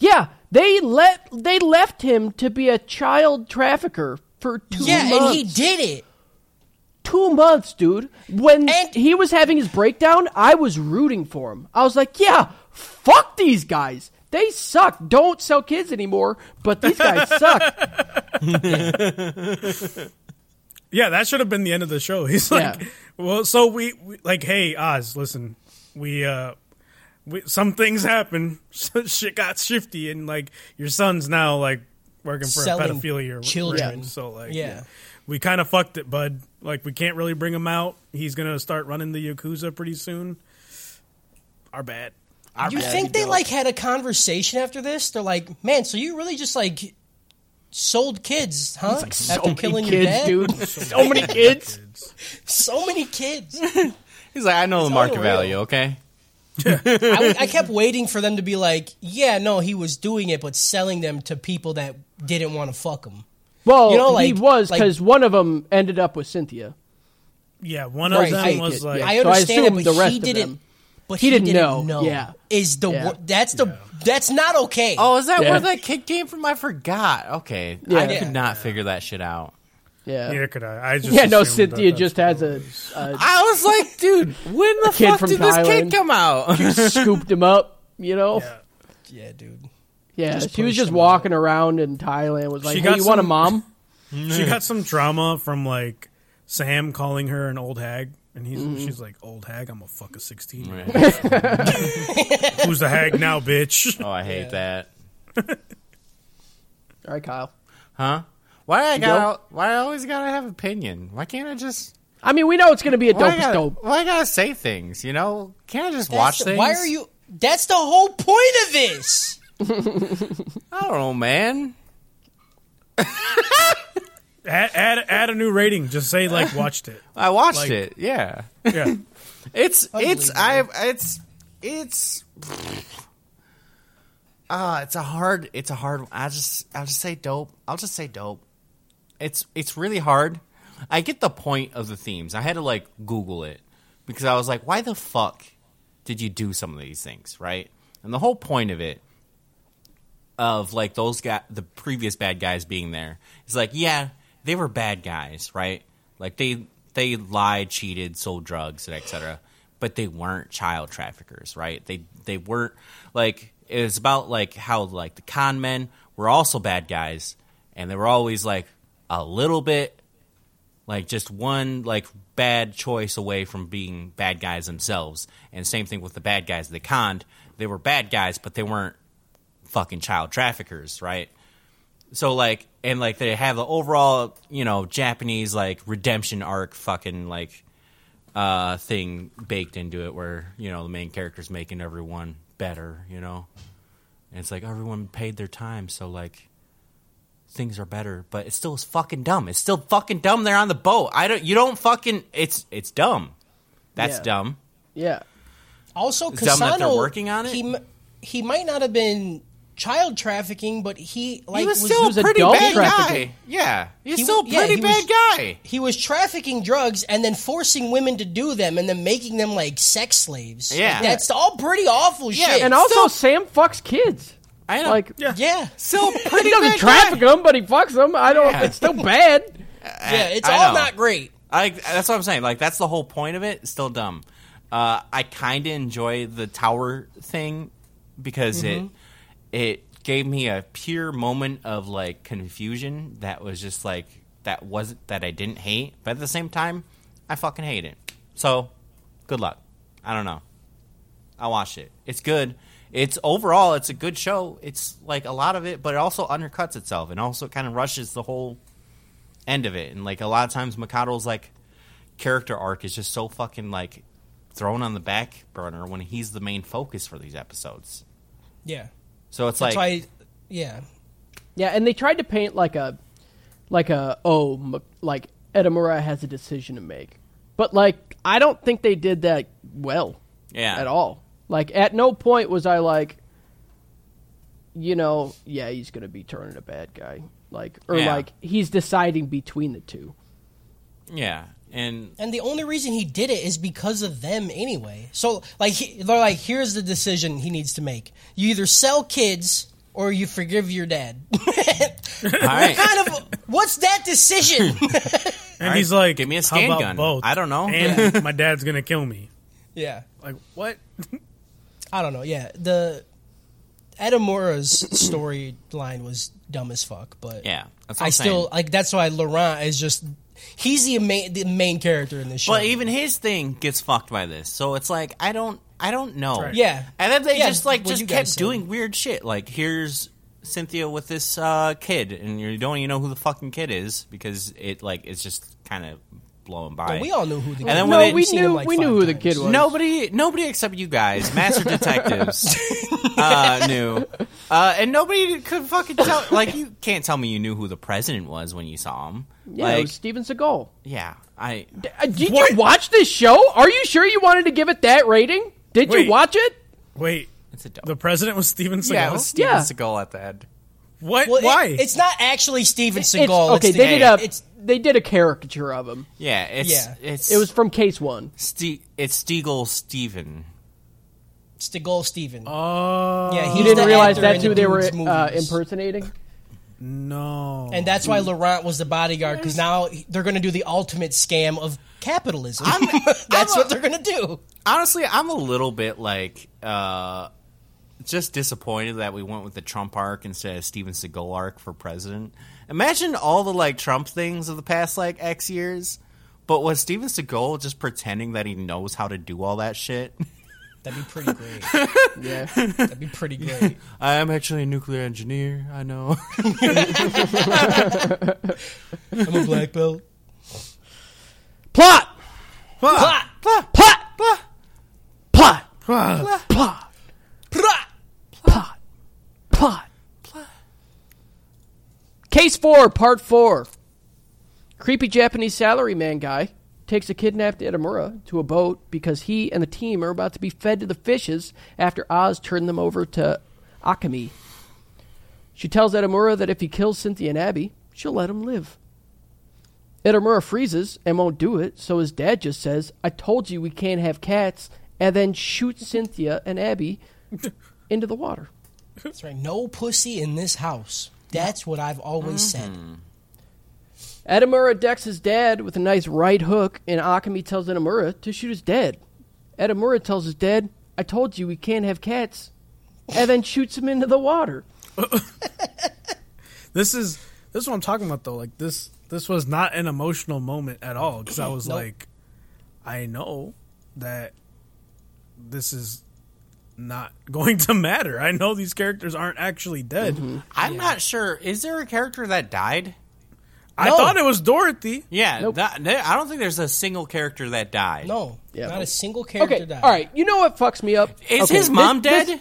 S3: Yeah, they let they left him to be a child trafficker for two
S4: Yeah,
S3: months.
S4: and he did it.
S3: two months, dude. When
S4: And-
S3: he was having his breakdown, I was rooting for him. I was like, yeah, fuck these guys. They suck. Don't sell kids anymore. But these guys suck.
S6: Yeah, that should have been the end of the show. He's like,
S3: Yeah.
S6: well, so we, we like, hey Oz, listen, we uh, we, some things happen. Shit got shifty, and like your son's now like working for a
S4: Selling
S6: pedophilia
S4: children.
S6: ring, So like,
S4: Yeah.
S6: we kind of fucked it, bud. Like we can't really bring him out. He's gonna start running the yakuza pretty soon. Our bad.
S4: You think they like had a conversation after this? They're like, man, so you really just like sold kids, huh? after killing your
S3: kids,
S4: dad?
S3: dude. So many kids.
S4: So many kids.
S5: He's like, I know the market
S4: unreal.
S5: value, okay?
S4: I, was- I kept waiting for them to be like, yeah, no, he was doing it, but selling them to people that didn't want to fuck him.
S3: Well,
S4: You know,
S3: he
S4: like-
S3: was
S4: like-
S3: because one of them ended up with Cynthia.
S6: Yeah, one
S4: Right,
S6: of them
S4: I-
S6: was
S3: yeah.
S6: like,
S4: I
S3: So I
S4: understand
S3: assumed
S4: it,
S3: the
S4: but
S3: rest
S4: he
S3: of
S4: didn't.
S3: them.
S4: But
S3: He
S4: he,
S3: didn't
S4: didn't,
S3: know,
S4: know.
S3: yeah.
S4: Is the
S3: Yeah.
S4: wor- that's the that's not okay.
S5: Oh, is that
S3: Yeah.
S5: where that kid came from? I forgot. Okay, I
S3: Yeah.
S5: could not figure that shit out.
S3: Yeah.
S6: yeah, could I? I just
S3: Yeah, no,
S6: assumed that
S3: Cynthia
S6: that's
S3: just
S6: what
S3: has
S6: it
S3: a, a
S5: I was like, dude, when the
S3: kid
S5: fuck
S3: from
S5: did this kid
S3: Thailand.
S5: come out?
S3: scooped him up, you know?
S6: Yeah.
S4: Yeah, dude.
S3: Yeah,
S4: Just
S3: she was
S4: pushed
S3: just
S4: him
S3: walking around in Thailand. Was like,
S6: She
S3: "Hey,
S6: got
S3: you want a
S6: some-
S3: mom?"
S6: She got some drama from like Sam calling her an old hag. And he's,
S4: Mm-hmm.
S6: she's like, old hag, I'm a fuck a 16.
S5: Right.
S6: Who's the hag now, bitch?
S5: Oh, I hate that.
S3: All right, Kyle.
S5: Huh? Why I
S3: go?
S5: got? to Why I always gotta have opinion? Why can't I just?
S3: I mean, we know it's going to be a
S5: Why I
S3: dope
S5: gotta,
S3: dope.
S5: why I gotta say things? You know? Can't I just
S4: That's
S5: watch
S4: the-
S5: things?
S4: Why are you? That's the whole point of this.
S5: I don't know, man.
S6: add, add, add a new rating. Just say, like, watched it.
S5: I watched
S6: Like-
S5: it. Yeah.
S6: Yeah.
S5: It's it's I it's it's uh it's a hard it's a hard I just I'll just say dope. I'll just say dope. It's it's really hard. I get the point of the themes. I had to like Google it because I was like, why the fuck did you do some of these things, right? And the whole point of it of like those guy the previous bad guys being there is like yeah they were bad guys right like they they lied cheated sold drugs and etc but they weren't child traffickers right they they weren't like it was about like how like the con men were also bad guys and they were always like a little bit like just one like bad choice away from being bad guys themselves and same thing with the bad guys they conned they were bad guys but they weren't fucking child traffickers, right? So like and like they have the overall, you know, Japanese like redemption arc fucking like uh thing baked into it where, you know, the main character's making everyone better, you know. And it's like everyone paid their time, so like things are better, but it still is fucking dumb. It's still fucking dumb they're on the boat. I don't you don't fucking it's it's dumb. That's
S3: Yeah.
S5: dumb.
S3: Yeah.
S4: Also,
S5: dumb that they're
S4: Cassano,
S5: working on it?
S4: He m- he might not have been child trafficking, but he like
S5: he was still
S3: was
S5: a pretty
S3: adult
S5: bad
S3: trafficking.
S5: guy. Yeah. He's
S4: He
S5: still a
S4: w- yeah,
S5: pretty
S4: he
S5: bad
S4: was-
S5: guy.
S4: he was trafficking drugs and then forcing women to do them and then making them like sex slaves. Like,
S5: Yeah.
S4: that's all pretty awful
S5: Yeah,
S4: shit.
S3: And also, Sam fucks kids.
S5: I know.
S3: Like,
S4: yeah,
S5: still pretty
S3: he doesn't
S5: bad
S3: traffic
S5: guy.
S3: them, but he fucks them. I don't.
S5: Yeah.
S3: It's still bad.
S4: yeah, it's
S5: I
S4: all
S5: know.
S4: not great.
S5: I, that's what I'm saying. Like that's the whole point of it. Still dumb. Uh, I kind of enjoy the tower thing because it it gave me a pure moment of like confusion that was just like that wasn't that I didn't hate, but at the same time, I fucking hate it. So, good luck. I don't know. I watched it. It's good. It's overall, it's a good show. It's like a lot of it, but it also undercuts itself and also kind of rushes the whole end of it. And like a lot of times, Mikado's like character arc is just so fucking like thrown on the back burner when he's the main focus for these episodes.
S4: Yeah,
S5: So it's
S4: that's
S5: like
S4: why. Yeah,
S3: Yeah, and they tried to paint like a, like a oh, m- like Edamura has a decision to make, but like I don't think they did that well
S5: yeah,
S3: at all. Like at no point was I like, you know, yeah, he's gonna be turning a bad guy, like or
S5: Yeah.
S3: like he's deciding between the two.
S5: Yeah, and
S4: and the only reason he did it is because of them anyway. So like, he, they're like, here's the decision he needs to make: you either sell kids or you forgive your dad.
S5: all right,
S4: kind of, what's that decision?
S6: And he's like,
S5: give me a
S6: How
S5: scan
S6: about
S5: gun."
S6: both?
S5: I don't know.
S6: And my dad's gonna kill me.
S4: yeah,
S6: Like what?
S4: I don't know. Yeah, the Edamura's storyline was dumb as fuck, but
S5: yeah, that's what
S4: I
S5: I'm saying.
S4: still like that's why Laurent is just he's the main the main character in this show.
S5: But even his thing gets fucked by this, so it's like I don't, I don't know.
S6: right.
S4: Yeah.
S5: and then they
S4: Yeah,
S5: just like
S4: what
S5: just
S4: you guys
S5: kept
S4: said.
S5: doing weird shit. Like here's Cynthia with this uh, kid, and you don't even know who the fucking kid is because it like it's just kind of blowing by.
S4: But we all knew who the
S5: And then
S4: kid
S5: when
S3: no,
S5: they-
S3: we
S4: Seen him,
S3: knew
S4: like,
S3: we
S4: five
S3: knew who the
S4: times.
S3: kid was.
S5: Nobody, nobody except you guys, master detectives, uh, knew, uh, and nobody could fucking tell. Like, you can't tell me you knew who the president was when you saw him.
S3: yeah, it
S5: like,
S3: was Steven Seagal.
S5: yeah, I
S3: Uh, did you watch this show? Are you sure you wanted to give it that rating? Did
S6: Wait.
S3: you watch it?
S6: Wait,
S5: it's a dope.
S6: the president was Steven Seagal.
S5: yeah, it was Steven
S3: Yeah.
S5: Seagal at the end.
S6: what?
S4: Well, it-
S6: Why?
S4: it's not actually Steven
S3: It's-
S4: Seagal.
S3: okay,
S4: it's the-
S3: they did a
S4: It's
S3: they did a caricature of him.
S5: Yeah, it's
S4: Yeah.
S5: it's
S3: It was from Case One.
S5: Ste- it's Steagle Steven.
S4: Seagal Steven.
S6: oh
S4: yeah, he's
S3: You didn't
S4: the
S3: realize
S4: actor
S3: that's
S4: in
S3: who
S4: the
S3: they were
S4: dude's
S3: uh,
S4: movies.
S3: impersonating.
S6: no.
S4: And that's why Laurent was the bodyguard because now they're going to do the ultimate scam of capitalism. that's what they're going to do.
S5: honestly, I'm a little bit like uh, just disappointed that we went with the Trump arc instead of Steven Seagal arc for president. Imagine all the like Trump things of the past like X years But was Steven Seagal just pretending that he knows how to do all that shit?
S4: That'd be pretty great.
S3: Yeah.
S4: That'd be pretty great.
S5: I am actually a nuclear engineer. I know.
S4: I'm a black belt.
S3: Plot!
S5: Plot! Plot!
S3: Plot! Plot!
S6: Ah,
S3: Plot! Plot! Plot! Case 4, Part 4. Creepy Japanese salaryman guy takes a kidnapped Itamura to a boat because he and the team are about to be fed to the fishes after Oz turned them over to Akami. She tells Itamura that if he kills Cynthia and Abby, she'll let him live. Itamura freezes and won't do it, so his dad just says, I told you we can't have cats, and then shoots Cynthia and Abby into the water.
S4: That's right. No pussy in this house. That's what I've always said.
S3: Edamura decks his dad with a nice right hook, and Akami tells Edamura to shoot his dad. Edamura tells his dad, I told you we can't have cats, and then shoots him into the water.
S6: this is this is what I'm talking about though. Like this this was not an emotional moment at all because I was
S4: Nope.
S6: like, I know that this is not going to matter. I know these characters aren't actually dead.
S4: Mm-hmm.
S5: I'm not sure. Is there a character that died?
S6: I
S4: No.
S6: thought it was Dorothy.
S5: Yeah, that- there- I don't think there's a single character that died.
S4: No,
S3: Yeah.
S4: not a single character
S3: Okay,
S4: died.
S3: all right. You know what fucks me up?
S5: Is
S3: Okay,
S5: his mom
S3: this-
S5: dead?
S3: this-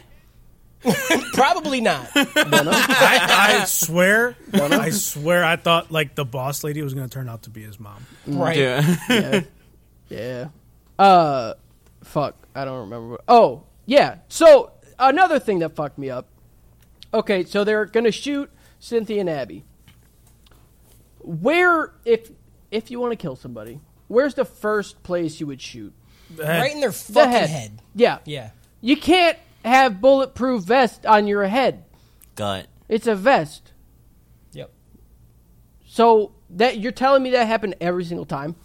S4: Probably not.
S6: I, I swear, I swear, I thought like the boss lady was going to turn out to be his mom.
S4: Right.
S5: Yeah.
S3: Yeah. Uh, fuck. I don't remember. What, oh, yeah. So another thing that fucked me up. Okay, so they're gonna shoot Cynthia and Abby. Where, if if you want to kill somebody, where's the first place you would shoot?
S4: Right in their fucking
S3: The
S4: head.
S3: Yeah.
S4: Yeah.
S3: You can't have bulletproof vest on your head.
S5: Gut.
S3: It's a vest.
S4: Yep.
S3: So that you're telling me that happened every single time.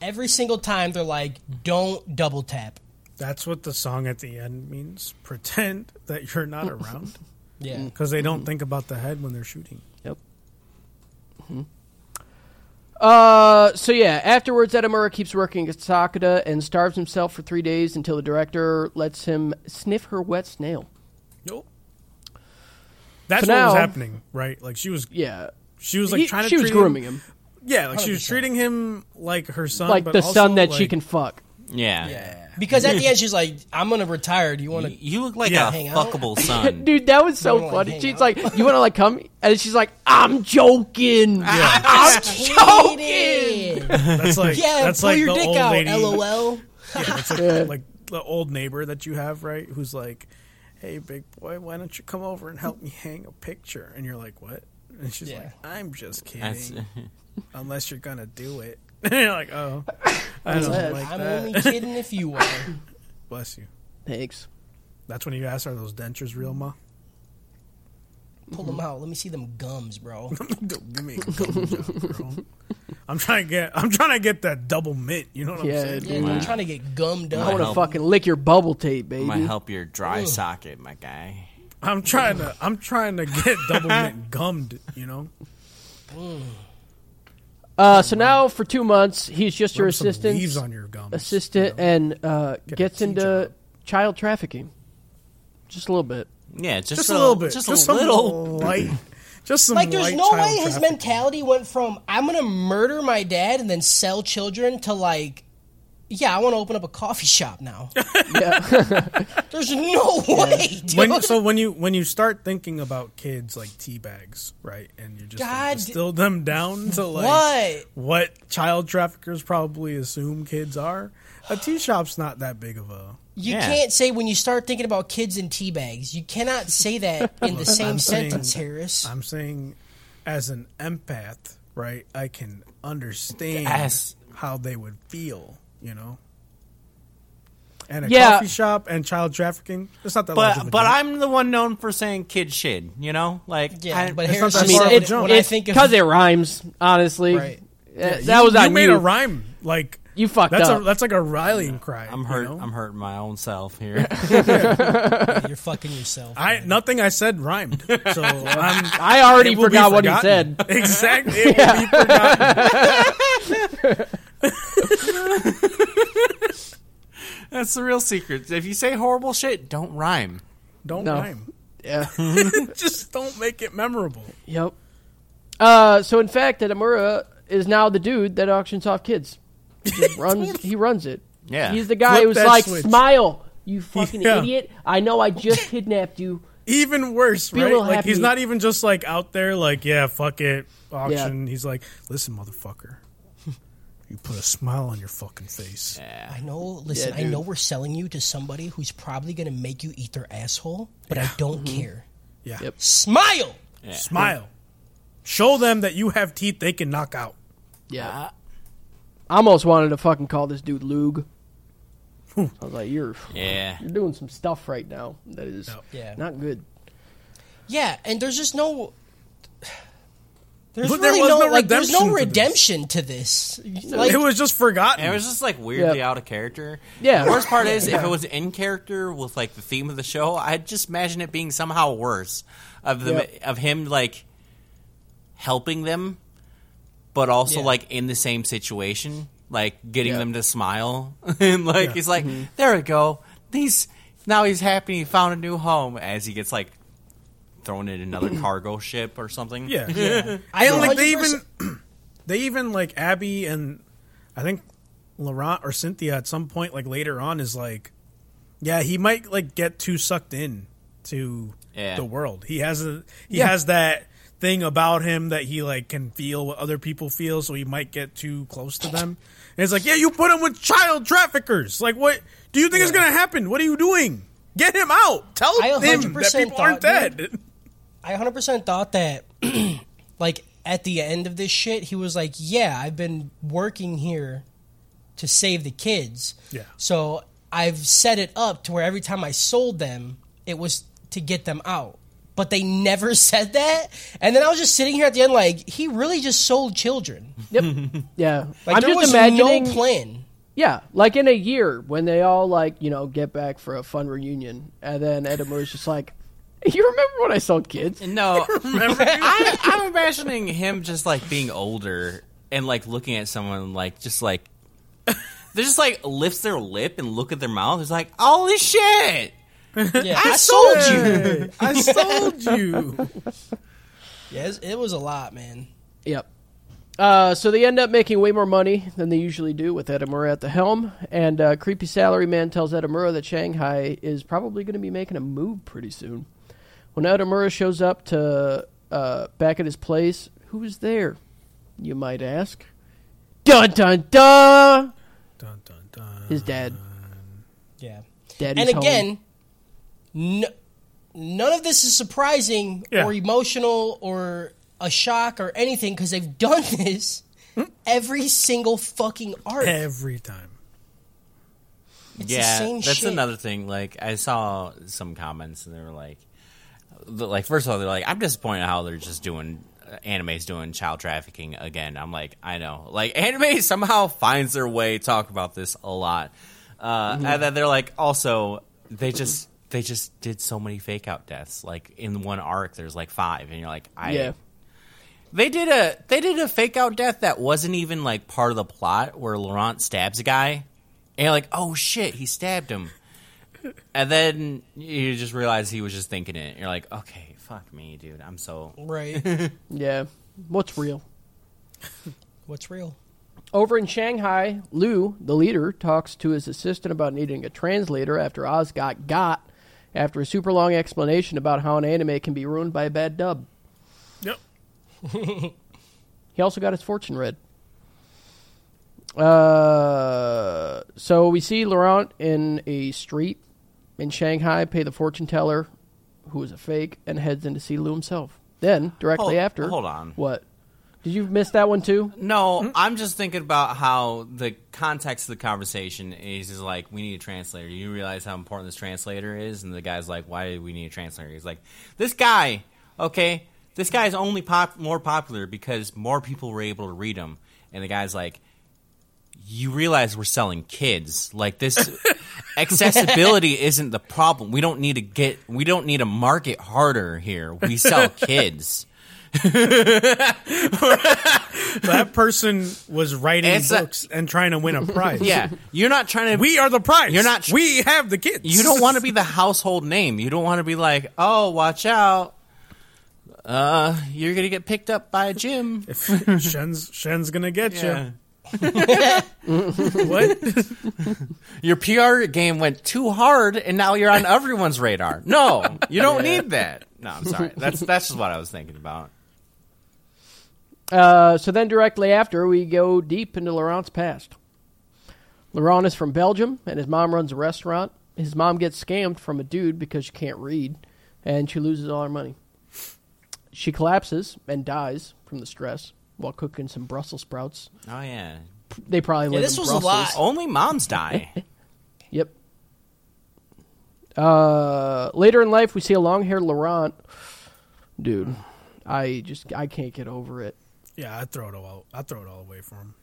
S4: Every single time they're like, "Don't double tap."
S6: That's what the song at the end means. Pretend that you're not around
S4: Yeah.
S6: because they
S4: Mm-hmm.
S6: don't think about the head when they're shooting.
S3: Yep. Mm-hmm. Uh, so yeah, afterwards, Edamura keeps working at Sakata and starves himself for three days until the director lets him sniff her wet snail.
S6: Nope. That's
S3: So
S6: what was
S3: now-
S6: happening, right? Like she was,
S3: Yeah.
S6: she was like
S3: He-
S6: trying to.
S3: she was
S6: treat
S3: grooming him,
S6: Yeah, like she was
S4: 100%.
S6: treating him like her son,
S3: like
S6: um, but
S3: the
S6: also,
S3: son that she
S6: like-
S3: can fuck.
S5: Yeah.
S4: Because at the end she's like, "I'm gonna retire. Do you want to?"
S5: You look like
S6: Yeah.
S5: a
S4: Hang out.
S5: fuckable son.
S3: Dude, that was so
S4: Wanna, like,
S3: funny.
S4: hang
S3: she's
S4: out?
S3: like, "You want to like come?" And she's like, "I'm joking."
S5: I'm just
S4: Joking.
S6: That's like
S4: Yeah.
S6: that's
S4: pull
S6: like
S4: your
S6: the
S4: dick
S6: old
S4: out.
S6: lady.
S4: LOL.
S6: Yeah, that's like, like the old neighbor that you have, right? Who's like, "Hey, big boy, why don't you come over and help me hang a picture?" And you're like, "What?" And she's
S4: Yeah.
S6: like, "I'm just
S5: That's-
S6: kidding. Unless you're gonna do it." and you're like, "Oh, I don't like
S4: I'm
S6: that."
S4: only kidding if you are.
S6: Bless you.
S3: Thanks.
S6: That's when you ask, "Are those dentures real, ma?"
S4: Pull them out. Let me see them gums, bro.
S6: Give me a gum job, bro. I'm trying to get. I'm trying to get that double mint. You know what
S3: Yeah,
S6: I'm saying?
S3: dude.
S4: Yeah,
S5: Wow.
S4: I'm trying to get gummed
S3: I
S4: up.
S3: want to
S5: help.
S3: fucking lick your bubble tape,
S5: I'm gonna
S3: baby.
S5: help your dry socket, my guy.
S6: I'm trying to. I'm trying to get double mint gummed. You know.
S3: Uh, so now for two months, he's just your
S6: Rub some
S3: assistant.
S6: Leaves on your gums.
S3: assistant and uh,
S6: a
S3: gets
S6: tea
S3: into
S6: job.
S3: child trafficking. Just a little bit.
S5: Yeah, just,
S6: just a little bit.
S5: Just,
S6: Just,
S5: a
S6: some
S5: little.
S6: light. Just some
S4: Like, there's
S6: light
S4: no
S6: child
S4: way his
S6: trafficking.
S4: mentality went from I'm gonna murder my dad and then sell children to like, yeah, I want to open up a coffee shop now. there's no way, dude.
S6: When, so when you when you start thinking about kids like tea bags, right, and you just
S4: God.
S6: distill them down to like
S4: What?
S6: what child traffickers probably assume kids are, a tea shop's not that big of a.
S4: you
S5: Yeah.
S4: can't say when you start thinking about kids in tea bags. You cannot say that in the same
S6: I'm saying-
S4: sentence, Harris.
S6: I'm saying, as an empath, right, I can understand
S5: Yes.
S6: how they would feel, you know. And a
S3: Yeah.
S6: coffee shop and child trafficking. It's not that. large of
S5: But but
S6: a deal.
S5: I'm the one known for saying kid shit. You know, like
S4: yeah,
S5: I-
S4: but
S6: it's
S4: Harris,
S6: not
S4: I
S6: that
S4: mean,
S6: far of a
S4: it,
S6: jump.
S4: when I think of
S3: because it rhymes. Honestly,
S4: Right.
S3: Uh, that was
S6: you
S3: on you.
S6: made a rhyme like
S3: You fucked
S6: that's
S3: up.
S6: A, that's like a rallying cry.
S5: I'm hurt.
S6: You know?
S5: I'm hurting my own self here.
S4: you're fucking yourself.
S6: I nothing I said rhymed. So I'm,
S3: I already
S6: it will be
S3: forgot what he
S6: forgotten.
S3: said.
S6: Exactly. It will be forgotten.
S5: That's the real secret. If you say horrible shit, don't rhyme.
S6: Don't
S3: No.
S6: rhyme.
S3: Yeah.
S6: Just don't make it memorable.
S3: yep. Uh, so in fact, that Amura is now the dude that auctions off kids. He runs. he runs it.
S5: Yeah.
S3: He's the guy
S6: Flip
S3: who was
S6: that
S3: like,
S6: switch.
S3: "Smile, you fucking
S6: Yeah.
S3: idiot! I know I just kidnapped you."
S6: Even worse,
S3: a
S6: right?
S3: little
S6: Like he's
S3: happy.
S6: not even just like out there, like yeah, fuck it, auction. He's like, listen, motherfucker, you put a smile on your fucking face.
S4: I know. Listen, I
S3: dude.
S4: know we're selling you to somebody who's probably gonna make you eat their asshole, but I don't
S6: Mm-hmm.
S4: care.
S6: Yeah,
S3: Yep.
S4: Smile.
S6: smile. Show them that you have teeth they can knock out.
S3: Yeah. I almost wanted to fucking call this dude Lug.
S4: Hmm.
S3: I was like, "You're
S5: Yeah.
S3: you're doing some stuff right now that is
S4: Yeah.
S3: not good."
S4: Yeah, and there's just no. There's
S6: But there
S4: really
S6: was
S4: no,
S6: no
S4: like. There's no
S6: redemption
S4: redemption to this.
S6: It
S4: Like,
S6: was just forgotten.
S5: It was just like weirdly
S3: Yeah.
S5: out of character.
S3: Yeah.
S5: The worst part is if it was in character with like the theme of the show, I'd just imagine it being somehow worse of the
S3: Yep.
S5: of him like helping them, but also
S4: Yeah.
S5: like in the same situation, like getting
S3: Yep.
S5: them to smile and like he's like,
S3: Mm-hmm.
S5: there we go. These now he's happy he found a new home as he gets like thrown in another cargo ship or something.
S6: yeah.
S4: I don't
S6: like they even they even like Abby and I think Laurent or Cynthia at some point like later on is like, yeah, he might like get too sucked in to
S5: Yeah.
S6: the world. He has a he has that thing about him that he like can feel what other people feel, so he might get too close to them. And it's like, yeah, you put him with child traffickers. Like, what do you think is going to happen? What are you doing? Get him out. Tell
S4: I
S6: him that
S4: 100%
S6: people aren't
S4: thought-
S6: dead.
S4: I 100% thought that, like, at the end of this shit, he was like, yeah, I've been working here to save the kids.
S6: Yeah.
S4: So I've set it up to where every time I sold them, it was to get them out. But they never said that. And then I was just sitting here at the end, like, he really just sold children.
S3: Yep. yeah.
S4: Like,
S3: I'm
S4: there
S3: just
S4: was
S3: imagining
S4: no plan.
S3: Yeah, like in a year when they all like you know get back for a fun reunion, and then Edamura's just like, "You remember when I sold kids?"
S5: No, I, I'm imagining him just like being older and like looking at someone like just like they just like lifts their lip and look at their mouth. It's like, holy shit!
S4: Yeah, I, sold you.
S6: Hey, I sold you.
S4: Yeah, it's- it was a lot, man.
S3: Yep. Uh, so they end up making way more money than they usually do with Edamura at the helm, and uh, creepy salary man tells Edamura that Shanghai is probably going to be making a move pretty soon. When Edamura shows up to uh, back at his place, who is there? You might ask. Dun dun dun!
S6: Dun, dun, dun.
S3: His dad.
S4: Yeah.
S3: Daddy's
S4: and
S3: home.
S4: again, n- none of this is surprising
S6: Yeah.
S4: or emotional or a shock or anything because they've done this every single fucking arc.
S6: every time.
S4: It's
S5: yeah,
S4: the same
S5: that's
S4: shit.
S5: another thing. Like I saw some comments and they were like, the- like first of all, they're like, I'm disappointed how they're just doing uh, anime's doing child trafficking again. I'm like, I know, like anime somehow finds their way to talk about this a lot, uh,
S4: Mm-hmm.
S5: and then they're like, also they just. They just did so many fake out deaths. Like in one arc, there's like five, and you're like, I
S3: Yeah.
S5: they did a they did a fake out death that wasn't even like part of the plot where Laurent stabs a guy and you're like, oh shit, he stabbed him. And then you just realize he was just thinking it. You're like, okay, fuck me, dude. I'm so
S4: Right.
S3: Yeah. What's real?
S4: What's real?
S3: Over in Shanghai, Liu, the leader, talks to his assistant about needing a translator after Oz got got after a super long explanation about how an anime can be ruined by a bad dub.
S6: Yep.
S3: He also got his fortune read. Uh, so we see Laurent in a street in Shanghai pay the fortune teller, who is a fake, and heads in to see Liu himself. Then, directly
S5: Hold-
S3: after.
S5: hold on.
S3: What? Did you miss that one too?
S5: No, I'm just thinking about how the context of the conversation is is like, we need a translator. You realize how important this translator is? And the guy's like, why do we need a translator? He's like, this guy, okay, this guy's only pop- more popular because more people were able to read him. And the guy's like, you realize we're selling kids. Like this accessibility isn't the problem. We don't need to get we don't need to market harder here. We sell kids.
S6: That person was writing
S5: It's a-
S6: books and trying to win a prize.
S5: Yeah, you're not trying to.
S6: We are the prize.
S5: You're not-
S6: we have the kids.
S5: You don't want to be the household name. You don't want to be like, oh, watch out. Uh, you're gonna get picked up by a gym.
S6: Shen's Shen's gonna get
S5: Yeah.
S6: you. What?
S5: Your PR game went too hard, and now you're on everyone's radar. No, you don't need that. No, I'm sorry. That's that's just what I was thinking about.
S3: Uh, so then directly after, we go deep into Laurent's past. Laurent is from Belgium, and his mom runs a restaurant. His mom gets scammed from a dude because she can't read, and she loses all her money. She collapses and dies from the stress while cooking some Brussels sprouts.
S5: Oh yeah.
S3: They probably live
S4: this
S3: in
S4: was a
S3: Brussels.
S4: lot.
S5: Only moms die.
S3: Yep. Uh, later in life, we see a long-haired Laurent. Dude, I just I can't get over it.
S6: yeah, I throw it all. I throw it all away for him.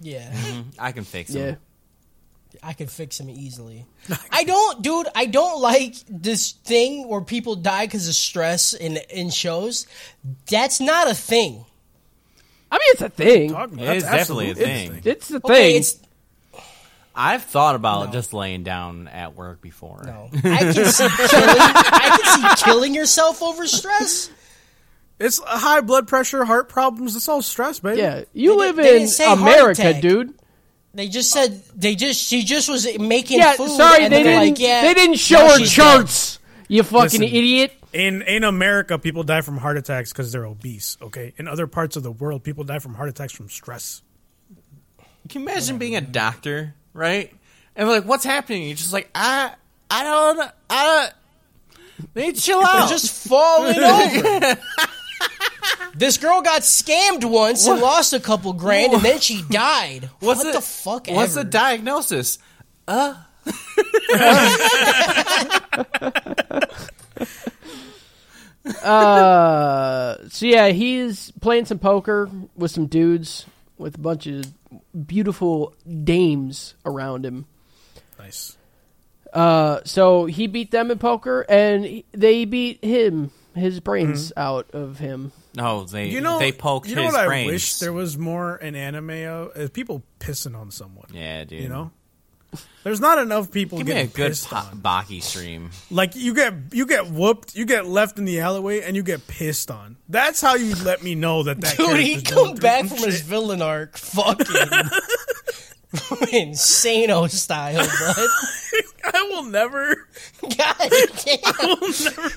S4: Yeah.
S5: I can fix
S3: Yeah.
S5: them.
S4: I could fix him easily. I don't, dude. I don't like this thing where people die because of stress in in shows. That's not a thing.
S3: I mean, it's a thing.
S6: Talking
S5: It
S6: about-
S5: is
S6: that's
S5: definitely a
S6: absolutely
S5: thing.
S3: It's a thing.
S4: Okay, it's
S5: I've thought about just laying down at work before.
S4: no. I can see killing. I can see killing yourself over stress.
S6: It's high blood pressure, heart problems. It's all stress, baby.
S3: Yeah, you
S4: They
S3: live
S4: didn't- they
S3: in
S4: didn't say heart
S3: America,
S4: attack.
S3: dude.
S4: They just said they just. She just was making
S3: Yeah,
S4: food.
S3: sorry,
S4: and
S3: they
S4: they're
S3: didn't.
S4: Like, yeah,
S3: they didn't show
S4: now
S3: her
S4: she's dead.
S3: charts. You fucking
S6: Listen.
S3: idiot.
S6: In in America, people die from heart attacks because they're obese. Okay. In other parts of the world, people die from heart attacks from stress.
S5: Can you imagine being a doctor, right? And like, what's happening? You're just like, I, I don't, I don't. They need to chill out.
S4: Just falling over. This girl got scammed once and lost a couple grand, and then she died.
S5: what's
S4: what
S5: it-
S4: the fuck?
S5: What's
S4: ever?
S5: the diagnosis?
S3: Uh, So yeah, he's playing some poker with some dudes with a bunch of beautiful dames around him.
S6: Nice.
S3: Uh, so he beat them in poker, and he- they beat him. His brains
S4: Mm-hmm.
S3: out of him.
S5: No, they
S6: You know,
S5: they poked
S6: you know
S5: his
S6: what
S5: brains.
S6: I wish there was more an anime of is people pissing on someone.
S5: yeah, dude.
S6: You know, there's not enough people
S5: give me
S6: getting
S5: a good
S6: pissed
S5: po-
S6: on.
S5: Baki stream.
S6: Like you get you get whooped, you get left in the alleyway, and you get pissed on. That's how you let me know that that
S4: Dude, he
S6: character's going
S4: come
S6: through
S4: back
S6: some
S4: from his
S6: shit.
S4: villain arc, fucking insano style, bud.
S6: I will never.
S4: God damn,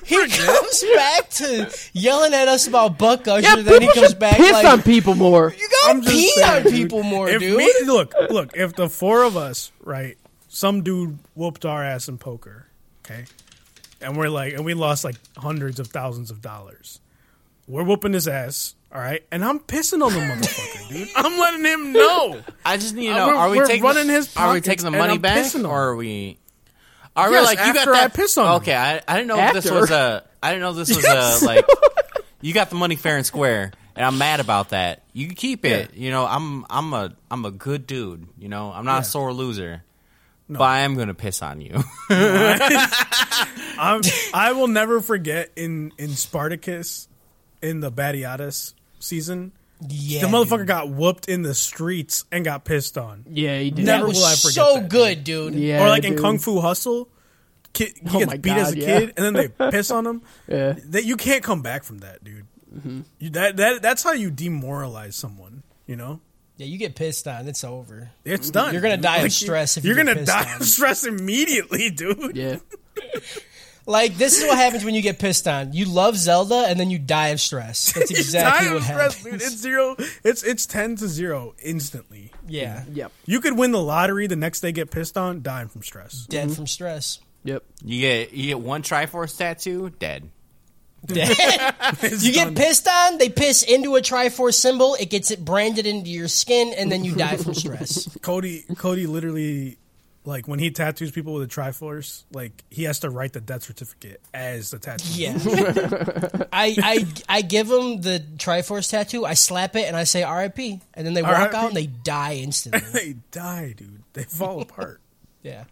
S4: he comes back to yelling at us about Buck Usher.
S3: Yeah,
S4: then he
S3: people
S4: comes
S3: should
S4: back
S3: piss
S4: like
S3: on people more.
S4: you gotta
S6: I'm just
S4: pee
S6: saying,
S4: on
S6: dude.
S4: people more,
S6: if
S4: dude.
S6: me- look, look. If the four of us, right, some dude whooped our ass in poker, okay, and we're like, and we lost like hundreds of thousands of dollars. We're whooping his ass, all right, and I'm pissing on the motherfucker, dude. I'm letting him know.
S5: I just need to
S6: Uh,
S5: know:
S6: we're-
S5: Are we
S6: we're
S5: taking
S6: running his
S5: Are we
S6: pockets
S5: taking the
S6: and
S5: money
S6: I'm
S5: back,
S6: pissing on
S5: or are we? Are we
S6: Yes,
S5: like you got
S6: after I
S5: that?
S6: piss on him.
S5: okay, I, I didn't know this
S3: After.
S5: was a. I didn't know this was a like. You got the money fair and square, and I'm mad about that. You can keep it. You know, I'm I'm a I'm a good dude. You know, I'm not a sore loser, but I am gonna piss on you.
S6: I'm, I will never forget in in Spartacus, in the Batiatus season,
S4: yeah,
S6: the motherfucker
S4: dude.
S6: got whooped in the streets and got pissed on.
S3: Yeah, he did.
S4: that
S6: never
S4: was
S6: will I forget
S4: so
S6: that,
S4: good, dude.
S3: Yeah,
S6: or like in
S3: dude.
S6: Kung Fu Hustle, kid he
S3: Oh
S6: gets
S3: my
S6: beat as a
S3: God, yeah.
S6: kid, and then they piss on him.
S3: Yeah. Mm-hmm.
S6: That you can't come back from that, dude. You, that that that's how you demoralize someone. You know,
S4: Yeah, you get pissed on, it's over.
S3: Mm-hmm.
S6: it's done.
S4: You're gonna
S6: dude.
S4: die of
S6: Like,
S4: stress if you
S6: you're
S4: get
S6: gonna
S4: pissed
S6: die
S4: on.
S6: of stress immediately, dude.
S3: Yeah.
S4: Like this is what happens when you get pissed on. You love Zelda and then you die of stress. That's
S6: You
S4: exactly
S6: die
S4: what
S6: of stress, dude.
S4: happens.
S6: It's zero. It's it's ten to zero instantly.
S4: yeah,
S3: Yep.
S6: You could win the lottery the next day, get pissed on, dying from stress.
S4: dead from stress.
S3: Yep.
S5: you get you get one Triforce tattoo, dead.
S4: You get pissed on, they piss into a Triforce symbol, it gets it branded into your skin, and then you die from stress.
S6: Cody. Cody literally, like when he tattoos people with a Triforce, like he has to write the death certificate as the tattoo.
S4: Yeah. I, I I give them the Triforce tattoo, I slap it, and I say RIP. And then they walk
S6: R.I.P..
S4: out and they die instantly.
S6: they die, dude. They fall apart.
S4: yeah.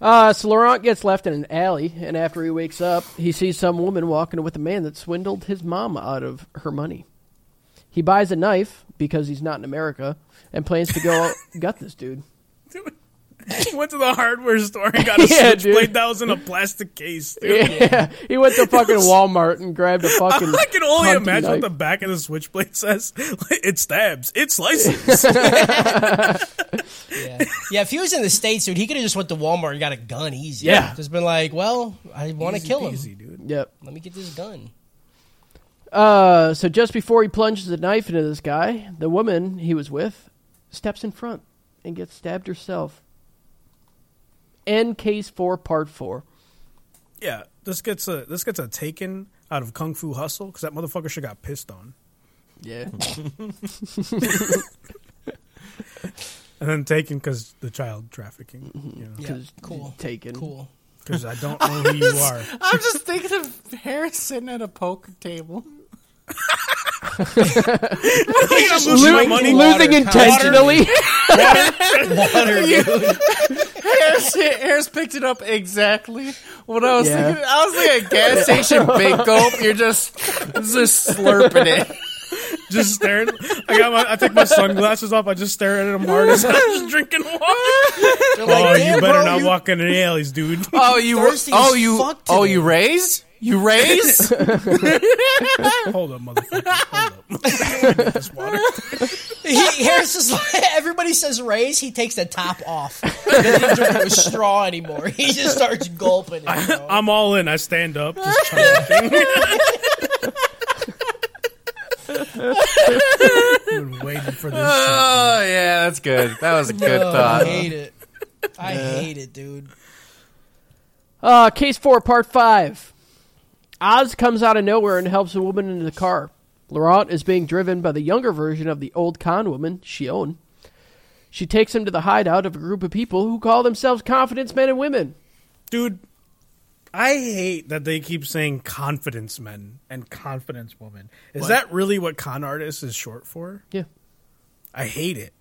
S3: Uh, so Laurent gets left in an alley, and after he wakes up, he sees some woman walking with a man that swindled his mom out of her money. He buys a knife because he's not in America and plans to go gut this dude.
S6: Went to the hardware store and got a
S3: Yeah, dude.
S6: switchblade that was in a plastic case. Dude.
S3: Yeah, he went to fucking Walmart and grabbed a fucking.
S6: I can only
S3: hunting
S6: imagine
S3: knife.
S6: what the back of the switchblade says. It stabs. It slices.
S4: Yeah. yeah, if he was in the States, dude, he could have just went to Walmart and got a gun easy.
S3: Yeah.
S4: Just been like, well, I want to kill him.
S6: Easy, dude.
S3: Yep.
S4: Let me get this gun.
S3: Uh, so just before he plunges the knife into this guy, the woman he was with steps in front and gets stabbed herself. End case four, part four.
S6: Yeah, this gets a this gets a taken out of Kung Fu Hustle because that motherfucker should got pissed on,
S3: Yeah.
S6: and then taken because the child trafficking. You know,
S4: Yeah,
S3: Because
S4: cool.
S3: taken.
S4: Cool.
S6: because I don't know who you are.
S5: I'm just thinking of Harrison at a poker table.
S6: Just losing my money.
S3: losing intentionally.
S4: Water, dude.
S5: Harris, Harris picked it up exactly what I was
S3: Yeah.
S5: thinking. I was like a gas station big gulp. You're just just slurping it.
S6: Just staring. I got my. I took my sunglasses off. I just stare at him hard as I'm just drinking water. oh,
S4: "Damn,
S6: you better
S4: bro,
S6: not
S4: you-
S6: walk into the alleys, dude.
S5: Oh, you
S4: Thirsty
S5: oh
S4: as
S5: you
S4: fuck
S5: oh
S4: today.
S5: you raise you raise.
S6: Hold up, motherfucker. Hold up. Get this water.
S4: He, Harris is like, everybody says raise, he takes the top off. Doesn't even drink with straw anymore. He just starts gulping it. bro.
S6: I'm all in. I stand up. Just trying to Been waiting for this. shit.
S5: oh yeah, that's good. That was a good
S4: Oh, I
S5: thought.
S4: hate it. I hate it, dude.
S3: Uh, case four, part five. Oz comes out of nowhere and helps a woman into the car. Laurent is being driven by the younger version of the old con woman, Shion. She takes him to the hideout of a group of people who call themselves confidence men and women.
S6: Dude, I hate that they keep saying confidence men and confidence women. Is that really what con artist is short for?
S3: Yeah.
S6: I hate it.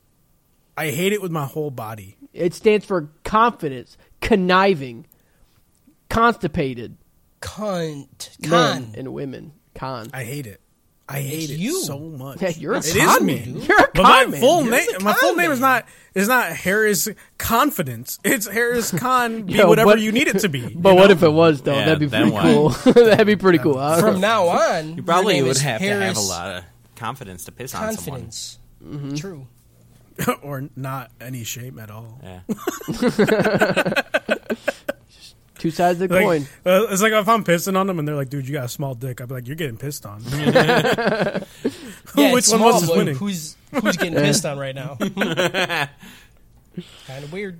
S6: I hate it with my whole body.
S3: It stands for confidence, conniving, constipated
S4: Cunt.
S3: men
S4: Con.
S3: and women. Con.
S6: I hate it. I hate
S4: It's
S6: it
S4: you.
S6: so much.
S3: Yeah, you're a
S6: It
S3: con
S6: is
S3: man.
S6: me.
S3: You're a
S6: But
S3: con
S6: my
S3: man.
S6: full
S3: You're
S6: name,
S4: a
S6: my full
S4: con
S6: name is
S4: man.
S6: not is not Harris Confidence. It's Harris Con. Be
S3: Yo,
S6: whatever
S3: but-
S6: you need it to be.
S3: But what if it was though?
S5: Yeah,
S3: That'd be
S5: that
S3: pretty
S5: one.
S3: cool. That'd be pretty cool. huh?
S4: From now on,
S5: You
S4: your
S5: probably
S4: name
S5: would
S4: is
S5: have to have
S4: Harris
S5: a lot of confidence to piss on someone. Mm-hmm.
S4: Confidence. True.
S6: or not any shame at all.
S5: Yeah.
S3: Two sides of the
S6: Like,
S3: coin.
S6: uh, it's like if I'm pissing on them and they're like, "Dude, you got a small dick," I'd be like, "You're getting pissed on."
S4: Yeah,
S6: Which
S4: it's
S6: one was
S4: small,
S6: is
S4: but
S6: winning?
S4: Who's who's getting pissed on right now? kind of weird.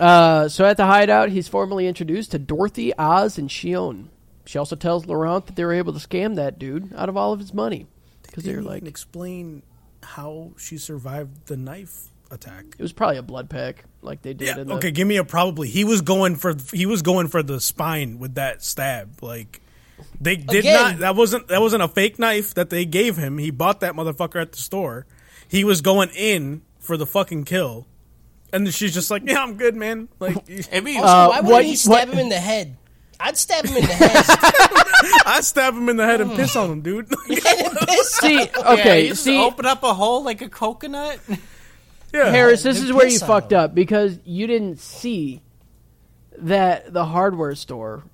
S3: Uh, so at the hideout, he's formally introduced to Dorothy, Oz, and Shion. She also tells Laurent that they were able to scam that dude out of all of his money because they were
S6: Didn't
S3: like
S6: even explain how she survived the knife attack.
S3: it was probably a blood pack, like they did.
S6: Yeah.
S3: in the,
S6: Okay, give me a probably. He was going for he was going for the spine with that stab. Like they did
S4: Again.
S6: not. That wasn't that wasn't a fake knife that they gave him. He bought that motherfucker at the store. He was going in for the fucking kill, and then she's just like, "Yeah, I'm good, man." Like
S5: It'd be-
S4: Also, why wouldn't
S3: Uh, what-
S4: he stab
S3: what-
S4: him in the head? I'd stab him in the head
S6: I stab him in the head and piss on him, dude.
S4: and piss.
S3: See,
S5: yeah,
S3: okay,
S5: you just
S3: see,
S5: open up a hole like a coconut.
S6: yeah.
S3: Harris, this
S4: Then
S3: is where you
S4: piss on
S3: fucked
S4: him.
S3: up because you didn't see that the hardware store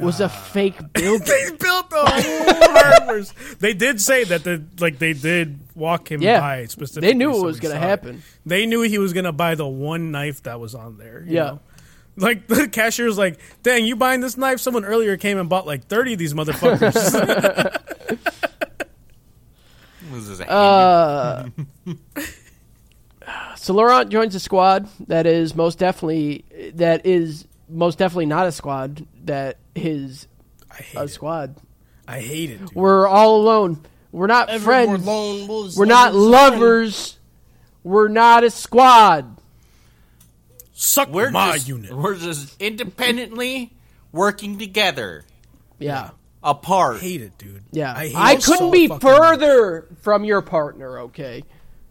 S3: was
S6: Ah.
S3: a fake building.
S6: they built the whole hardwares. They did say that the like they did walk him
S3: Yeah.
S6: by specifically.
S3: They knew
S6: so
S3: it was
S6: we
S3: gonna
S6: saw it.
S3: happen.
S6: They knew he was gonna buy the one knife that was on there. you
S3: Yeah.
S6: know? Like the cashier's like, dang, you buying this knife? Someone earlier came and bought like thirty of these motherfuckers.
S5: This is a
S4: Uh,
S3: So Laurent joins a squad that is most definitely that is most definitely not a squad that is
S6: I hate
S3: a
S6: it.
S3: squad.
S6: I hate it. Dude.
S3: We're all alone. We're not
S4: Everyone
S3: friends.
S4: lone wolves.
S3: We're not
S4: Lone
S3: lovers. We're not a squad.
S6: Suck
S5: We're
S6: my
S5: just,
S6: unit.
S5: We're just independently working together,
S3: Yeah.
S5: apart.
S6: I hate it, dude.
S3: Yeah.
S6: I hate
S3: I,
S6: it so
S3: couldn't be
S6: fucking much.
S3: further from your partner, okay?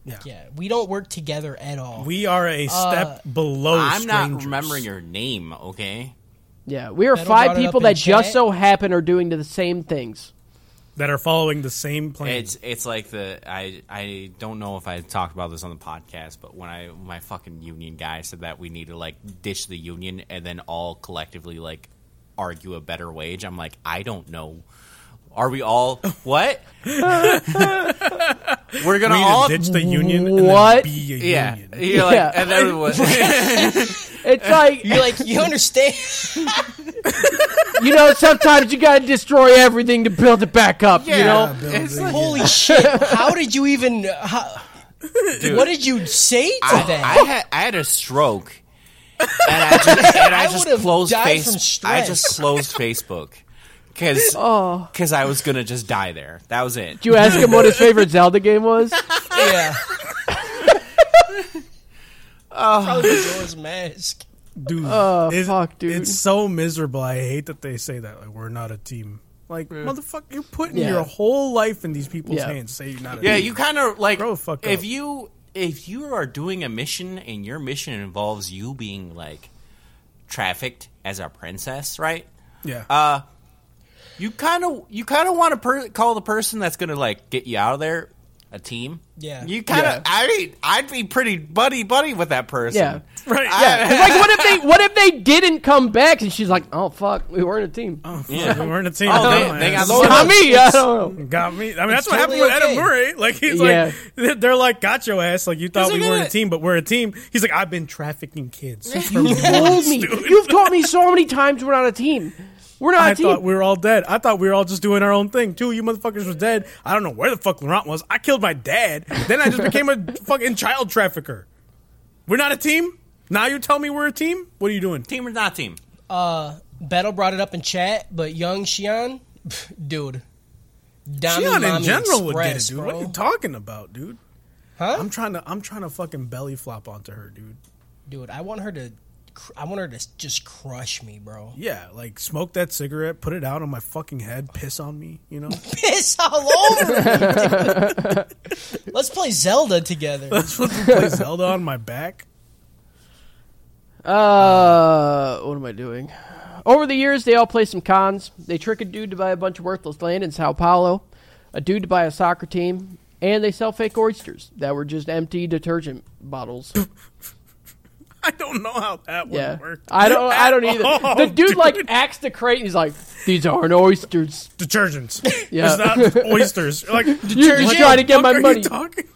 S6: Yeah.
S4: Yeah, we don't work together at all.
S6: We are a step below.
S5: Uh, I'm not
S6: strangers.
S5: remembering your name, okay?
S3: Yeah, we are
S4: Metal
S3: five
S4: brought it
S3: people
S4: up in
S3: that just
S4: chat.
S3: so happen are doing the same things.
S6: that are following the same plan.
S5: It's it's like the I I don't know if I talked about this on the podcast, but when I my fucking union guy said that we need to like ditch the union and then all collectively like argue a better wage, I'm like I don't know. Are we all what? We're gonna
S6: we need
S5: all
S6: to ditch the union and then
S3: What?
S6: be a
S5: yeah.
S6: union.
S5: You're like,
S3: Yeah.
S5: and then what-
S3: It's like
S4: You're like, you understand?
S3: you know, sometimes you gotta destroy everything to build it back up. You know,
S5: it's like,
S4: Holy shit! How did you even? How, what did you say to
S5: I,
S4: them?
S5: I had I had a stroke, and I just, and I
S4: I
S5: just
S4: would've
S5: closed
S4: died from
S5: face.
S4: stress. Oh.
S5: I just closed Facebook because I was gonna just die there. That was it.
S3: did you ask him what his favorite Zelda game was?
S4: yeah. Probably Majora's Mask.
S6: dude. it's,
S3: Oh, fuck, dude.
S6: It's so miserable. I hate that they say that. Like we're not a team. Like motherfucker, you're putting
S3: Yeah.
S6: your whole life in these people's
S3: Yeah.
S6: hands. Say you're not. A
S5: Yeah,
S6: team.
S5: you kind of like
S6: Grow the fuck
S5: if
S6: up.
S5: you if you are doing a mission and your mission involves you being like trafficked as a princess, right?
S6: Yeah.
S5: Uh, You kind of you kind of want to per- call the person that's gonna like get you out of there a team.
S4: Yeah.
S5: you kind of.
S3: Yeah.
S5: I mean, I'd be pretty buddy buddy with that person.
S3: Yeah.
S6: right.
S5: I-
S3: It's like what if they what if they didn't come back and she's like, oh fuck, we weren't a team.
S6: we weren't a team.
S5: Oh,
S6: Come
S5: they- they got
S6: on.
S5: loaded.
S3: Not me. I don't know.
S6: Got me. I mean,
S4: It's
S6: that's what happened
S4: totally
S6: with
S4: okay.
S6: Adam Murray. Like he's
S3: Yeah.
S6: like, they're like, "Got your ass!" Like you thought
S5: He's
S6: we
S5: like,
S6: weren't
S5: "Uh."
S6: a team, but we're a team. He's like, "I've been trafficking kids. for
S3: You told
S6: months,
S3: me.
S6: dude.
S3: You've told me so many times we're not a team. We're not a
S6: I
S3: team.
S6: thought we were all dead. I thought we were all just doing our own thing. Two of you motherfuckers was dead. I don't know where the fuck Laurent was. I killed my dad. Then I just became a fucking child trafficker. We're not a team. Now you tell me we're a team. What are you doing?
S5: team or not team.
S4: Battle brought it up in chat, but young Xian, pff, dude. Diamond
S6: Dion in
S4: Mommy
S6: general would get it,
S4: Express,
S6: dude. What
S4: bro.
S6: are you talking about, dude?
S4: Huh?
S6: I'm trying to. I'm trying to fucking belly flop onto her, dude.
S4: dude, I want her to. cr- I want her to just crush me, bro.
S6: Yeah, like smoke that cigarette, put it out on my fucking head, piss on me, you know?
S4: Piss all over me. dude. Let's play Zelda together.
S6: That's what they play Zelda on my back.
S3: Uh, what am I doing? Over the years, they all play some cons. They trick a dude to buy a bunch of worthless land in Sao Paulo, a dude to buy a soccer team, and they sell fake oysters that were just empty detergent bottles.
S6: I don't know how that one
S3: Yeah,
S6: worked.
S3: I don't, I don't
S6: At
S3: either.
S6: all,
S3: the dude, like acts the crate. And he's like, "These aren't oysters."
S6: detergents.
S3: Yeah.
S6: It's not oysters. You're Like
S3: just
S6: "What
S3: trying to
S6: the
S3: get
S6: fuck
S3: my
S6: are you
S3: money."
S6: talking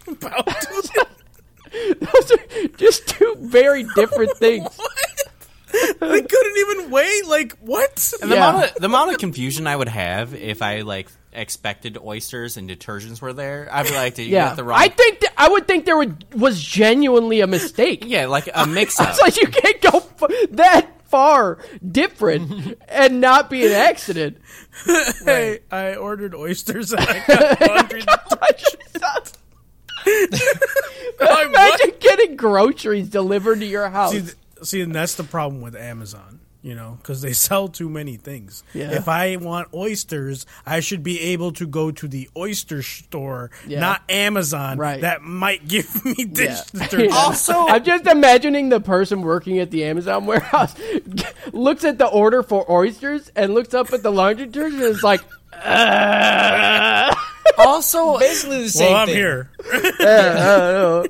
S6: about?
S3: Those are just two very different things.
S6: they couldn't even wait. Like what?
S5: The,
S3: Yeah.
S5: amount of, the amount of confusion I would have if I like expected oysters and detergents were there, I'd be like, "Did you
S3: Yeah,
S5: get the wrong?"
S3: I think th- I would think there would, was genuinely a mistake.
S5: yeah, like a mix-up.
S3: It's like you can't go f- that far different and not be an accident.
S6: Hey, I ordered oysters and I got laundry
S3: Imagine getting groceries delivered to your house.
S6: See, th- see, and that's the problem with Amazon, you know, because they sell too many things.
S3: Yeah.
S6: If I want oysters, I should be able to go to the oyster store,
S3: Yeah.
S6: not Amazon.
S3: Right.
S6: That might give me dish
S3: Yeah.
S6: detergent.
S3: Yeah.
S5: also,
S3: I'm just imagining the person working at the Amazon warehouse looks at the order for oysters and looks up at the laundry detergent and is like,
S5: also,
S4: Basically the same
S6: Well, I'm
S4: thing.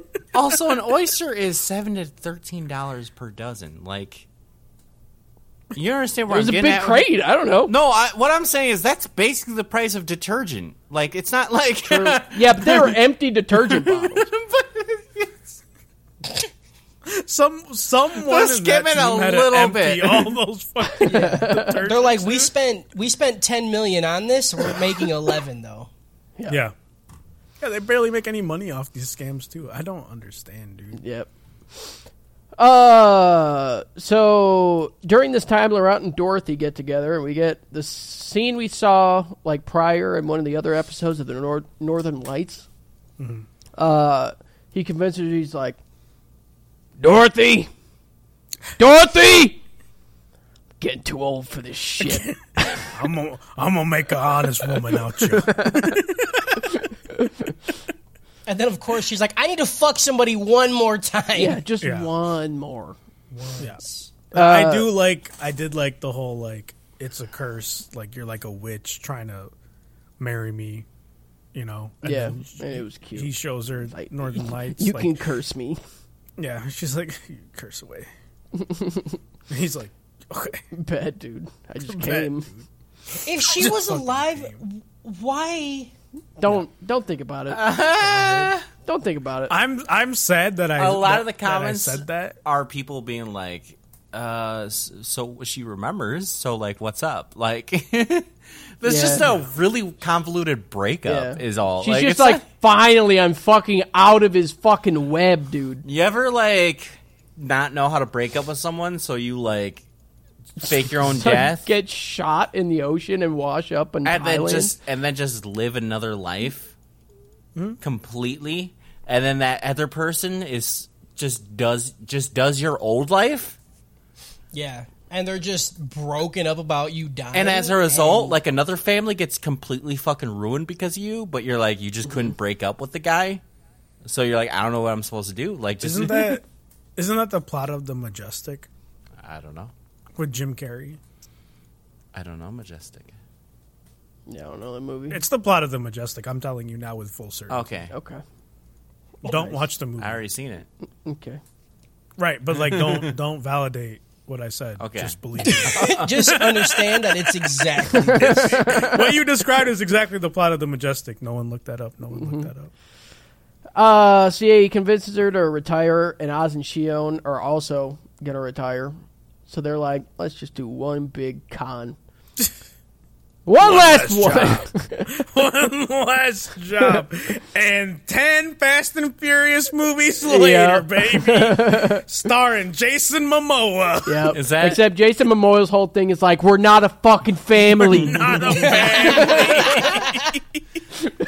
S6: here.
S5: also, an oyster is seven to thirteen dollars per dozen. Like, you understand where
S3: "There's a
S5: I'm
S3: big
S5: getting at?
S3: crate. I don't know."
S5: No, I, what I'm saying is that's basically the price of detergent. Like, it's not like
S3: Yeah, but they were empty detergent bottles.
S6: Some someone
S5: Let's
S6: in
S5: give
S6: that
S5: it a
S6: team had to
S5: little
S6: empty
S5: bit.
S6: All those fucking detergents.
S4: They're like, we spent we spent ten million on this. We're making eleven though.
S6: yeah. Yeah, they barely make any money off these scams too. I don't understand, dude.
S3: Yep. Uh, so during this time, Laurent and Dorothy get together, and we get the scene we saw like prior in one of the other episodes of the Nor- Northern Lights.
S6: Mm-hmm.
S3: Uh, he convinces her, he's like, Dorothy, Dorothy, getting too old for this shit.
S6: I'm gonna, I'm gonna make an honest woman out you.
S4: And then, of course, she's like, I need to fuck somebody one more time.
S3: Yeah, just
S6: Yeah.
S3: one more.
S6: Yeah.
S3: Uh,
S6: I do like I did like the whole like it's a curse, like you're like a witch trying to marry me, you know. And
S3: Yeah,
S6: then
S3: and it was cute.
S6: He shows her Northern Lights.
S3: you
S6: like,
S3: can curse me.
S6: Yeah, she's like curse away. He's like okay.
S3: Bad dude. I just
S6: Bad
S3: came.
S4: If she was alive, w- why?
S3: Don't don't think about it. don't think about it.
S6: I'm I'm sad that I
S5: A lot
S6: that-
S5: of the
S6: that I
S5: comments-
S6: said that.
S5: Are people being like, uh, s- so she remembers? So like, what's up? Like, there's just a really convoluted breakup.
S3: Yeah.
S5: Is all.
S3: She's
S5: it's
S3: just like, finally, I'm fucking out of his fucking web, dude.
S5: You ever like not know how to break up with someone, so you like fake your own
S3: So
S5: death
S3: Get shot in the ocean and wash up in
S5: and then
S3: Thailand.
S5: just and then just live another life
S3: Hmm?
S5: completely, and then that other person is just does just does your old life,
S4: Yeah. And they're just broken up about you dying.
S5: and as a result, like another family gets completely fucking ruined because of you. But you're like you just couldn't break up with the guy, so you're like I don't know what I'm supposed to do. Like just
S6: Isn't that isn't that the plot of the Majestic
S5: I don't know,
S6: with Jim Carrey?
S5: I don't know, majestic.
S3: yeah, I don't know that movie.
S6: It's the plot of the Majestic. I'm telling you now with full certainty.
S5: Okay,
S3: Okay,
S6: Don't watch the movie.
S5: I already seen it.
S3: okay.
S6: Right, but like don't don't validate what I said.
S5: Okay.
S6: Just believe it.
S4: just understand that it's exactly
S6: what you described is exactly the plot of the Majestic. No one looked that up. No one
S5: Mm-hmm.
S6: looked that up.
S3: Uh, so yeah, he convinces her to retire, and Oz and Shion are also gonna retire. So they're like, let's just do one big con. One, last, one.
S6: One last job and ten Fast and Furious movies later, baby, starring Jason Momoa.
S3: yep.
S5: Is that-
S3: Except Jason Momoa's whole thing is like, we're not a fucking family.
S6: Not a bad.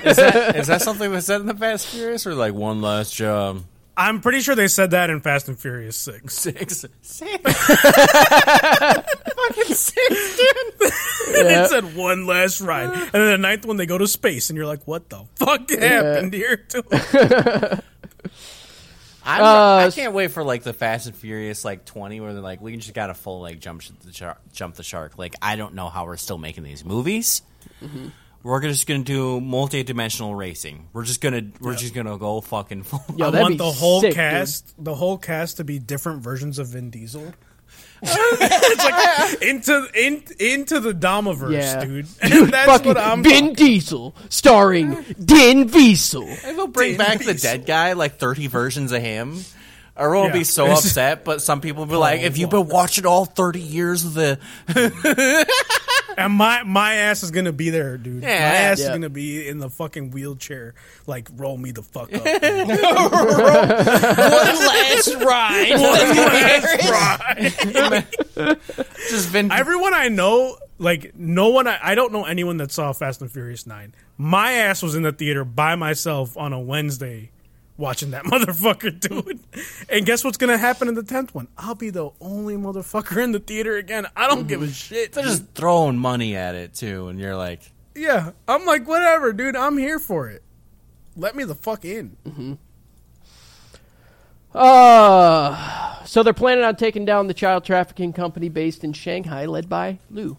S5: Is that, is that something that's said in the Fast Furious or like one last job?
S6: I'm pretty sure they said that in Fast and Furious Six.
S5: Six.
S6: it said one last ride, and then the ninth one they go to space, and you're like, "What the fuck happened here?" To
S5: I'm, I can't wait for like the Fast and Furious like 20 where they're like, we just got a full like jump sh- the char- jump the shark. Like I don't know how we're still making these movies. We're just gonna do multi-dimensional racing. We're just gonna we're just gonna go fucking full.
S3: Yo,
S6: I
S3: that'd
S6: want
S3: be
S6: the whole
S3: sick, dude.
S6: cast, the whole cast to be different versions of Vin Diesel. it's like into in, into the Domiverse,
S3: Yeah.
S6: dude.
S3: Dude,
S6: that's
S3: fucking
S6: what I'm.
S3: Vin Diesel, starring Din Diesel.
S5: They'll bring back the dead guy like 30 versions of him. Everyone will
S6: Yeah.
S5: be so upset, but some people will be like, if you've been watching all 30 years of the
S6: and my my ass is gonna be there, dude. my
S5: Yeah.
S6: ass is
S3: Yeah.
S6: gonna be in the fucking wheelchair. Like, roll me the fuck up. dude.
S4: one last ride.
S5: just Vin
S6: Everyone I know, like no one, I, I don't know anyone that saw Fast and Furious Nine. My ass was in the theater by myself on a Wednesday. Watching that motherfucker, dude. And guess what's gonna happen in the tenth one? I'll be the only motherfucker in the theater again. I don't give a shit.
S5: Mm-hmm. They're just throwing money at it too, and you're like,
S6: Yeah, I'm like, whatever, dude. I'm here for it. Let me the fuck in.
S3: Uh, so they're planning on taking down the child trafficking company based in Shanghai, led by Lou.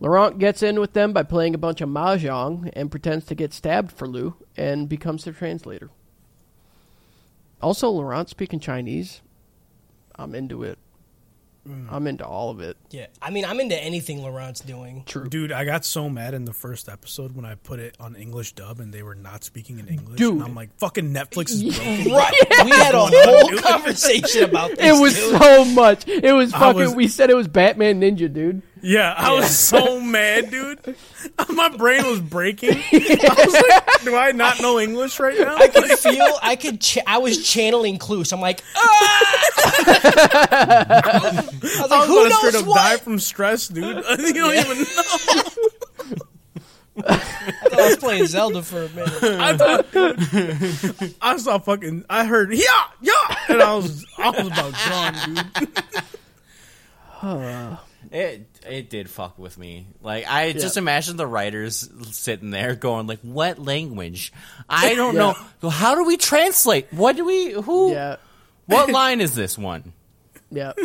S3: Laurent gets in with them by playing a bunch of mahjong and pretends to get stabbed for Lou and becomes their translator. Also, Laurent speaking Chinese. I'm into it.
S6: Mm.
S3: I'm into all of it.
S4: Yeah, I mean, I'm into anything Laurent's doing.
S6: Dude, I got so mad in the first episode when I put it on English dub and they were not speaking in English.
S3: Dude.
S6: And I'm like, fucking Netflix is broken.
S4: Right. We had a whole conversation about this.
S3: It was
S4: dude.
S3: so much. It was
S6: I
S3: fucking.
S6: was-
S3: we said it was Batman Ninja, dude.
S6: Yeah, I was so mad, dude. My brain was breaking. I was like, do I not know English right now?
S4: I could feel. I could. Ch- I was channeling Clues. I'm like, ah! I was like,
S6: I'm gonna
S4: who knows
S6: straight up die
S4: what?
S6: from stress, dude. you don't even know.
S4: I thought I was playing Zelda for a minute.
S6: I thought I saw fucking I heard yeah, yeah and I was I was about drunk, dude.
S5: It it did fuck with me. Like I just imagine the writers sitting there going like, "What language? I don't
S3: Yeah.
S5: know. How do we translate? What do we? Who?
S3: Yeah.
S5: What line is this one?
S3: Yeah.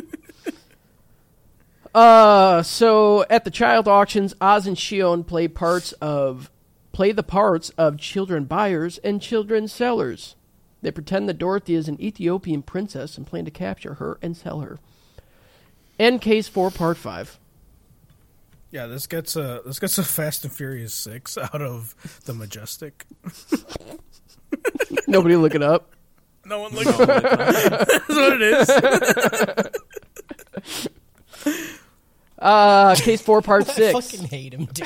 S3: Uh, so at the child auctions, Oz and Shion play parts of play the parts of children buyers and children sellers. They pretend that Dorothy is an Ethiopian princess and plan to capture her and sell her. End case four, part five.
S6: Yeah, this gets a this gets a Fast and Furious six out of the Majestic.
S3: Nobody look it up.
S6: No one looks. That's what it is.
S3: Uh, case four, part
S4: I
S3: six.
S4: fucking hate him, dude.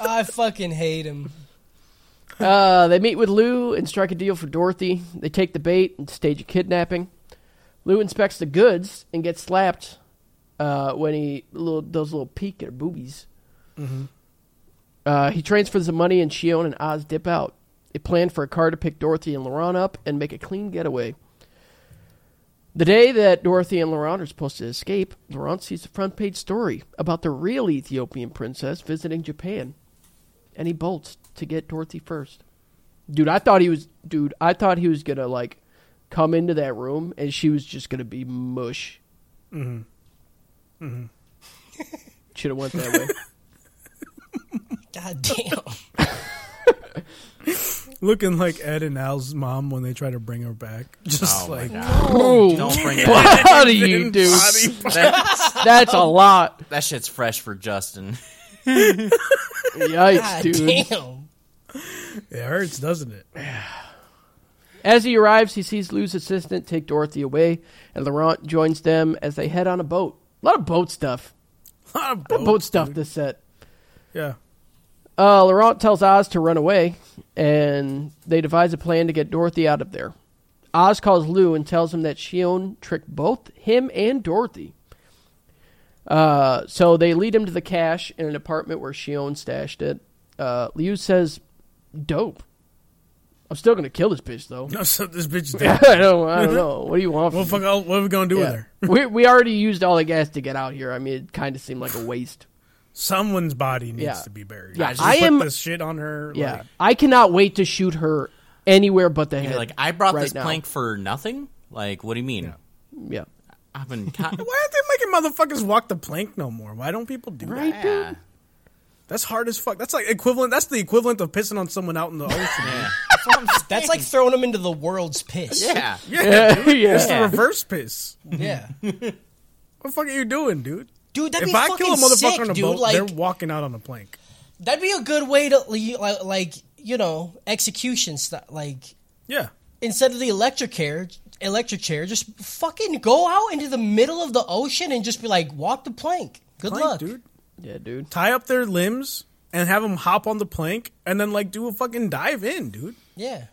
S4: I fucking hate him.
S3: Uh, they meet with Lou and strike a deal for Dorothy. They take the bait and stage a kidnapping. Lou inspects the goods and gets slapped uh, when he little, does a little peek at her boobies. Uh, he transfers the money, and Shion and Oz dip out. They plan for a car to pick Dorothy and Laurent up and make a clean getaway. The day that Dorothy and Laurent are supposed to escape, Laurent sees the front page story about the real Ethiopian princess visiting Japan, and he bolts to get Dorothy first. Dude, I thought he was. Dude, I thought he was gonna like come into that room, and she was just gonna be mush. Mm-hmm. Mm-hmm. Should have went that way.
S4: God damn.
S6: Looking like Ed and Al's mom when they try to bring her back. Just
S5: Oh my
S6: like
S5: god!
S3: Oh,
S5: Don't bring that.
S3: How do you do?
S5: that.
S3: That's a lot.
S5: That shit's fresh for Justin.
S3: Yikes,
S6: Ah,
S4: God
S3: dude.
S4: damn.
S6: it hurts, doesn't it?
S3: As he arrives, he sees Lou's assistant take Dorothy away, and Laurent joins them as they head on a boat. A lot of boat stuff.
S6: boat,
S3: Boat stuff this set.
S6: Ah, Yeah.
S3: Uh, Laurent tells Oz to run away, and they devise a plan to get Dorothy out of there. Oz calls Lou and tells him that Shion tricked both him and Dorothy. Uh, so they lead him to the cache in an apartment where Shion stashed it. Uh, Liu says, "Dope. I'm still gonna kill this bitch, though.
S6: No, so this bitch.
S3: I don't. I don't know. What do you want?
S6: What,
S3: From me?
S6: the fuck, el- what are we gonna do with
S3: Yeah.
S6: her?
S3: we we already used all the gas to get out here. I mean, it kind of seemed like a waste.
S6: Someone's body needs
S3: Yeah.
S6: to be buried.
S3: Yeah,
S6: just
S3: I
S6: put
S3: am-
S6: this shit on her.
S3: Yeah,
S6: like,
S3: I cannot wait to shoot her anywhere but the head.
S5: You're like I brought
S3: right
S5: this
S3: now.
S5: plank for nothing. Like what do you mean?
S3: Yeah.
S5: I've been. Con-
S6: why aren't they making motherfuckers walk the plank no more? Why don't people do that?
S3: Right, dude.
S6: That's hard as fuck. That's like equivalent. That's the equivalent of pissing on someone out in the ocean. yeah.
S4: That's like throwing him into the world's piss.
S5: yeah.
S3: yeah.
S6: It's the reverse piss.
S4: Yeah.
S6: What the fuck are you doing, dude?
S4: Dude, that'd
S6: If
S4: be
S6: I
S4: fucking
S6: kill a motherfucker
S4: sick,
S6: on a
S4: dude.
S6: boat,
S4: like,
S6: they're walking out on a plank.
S4: that'd be a good way to, li- li- like, you know, execution stuff. Like,
S6: Yeah.
S4: instead of the electric chair, electric chair, just fucking go out into the middle of the ocean and just be like, walk the plank. Good
S6: Plank,
S4: luck.
S6: dude.
S3: Yeah, dude.
S6: Tie up their limbs and have them hop on the plank and then like do a fucking dive in, dude.
S4: Yeah.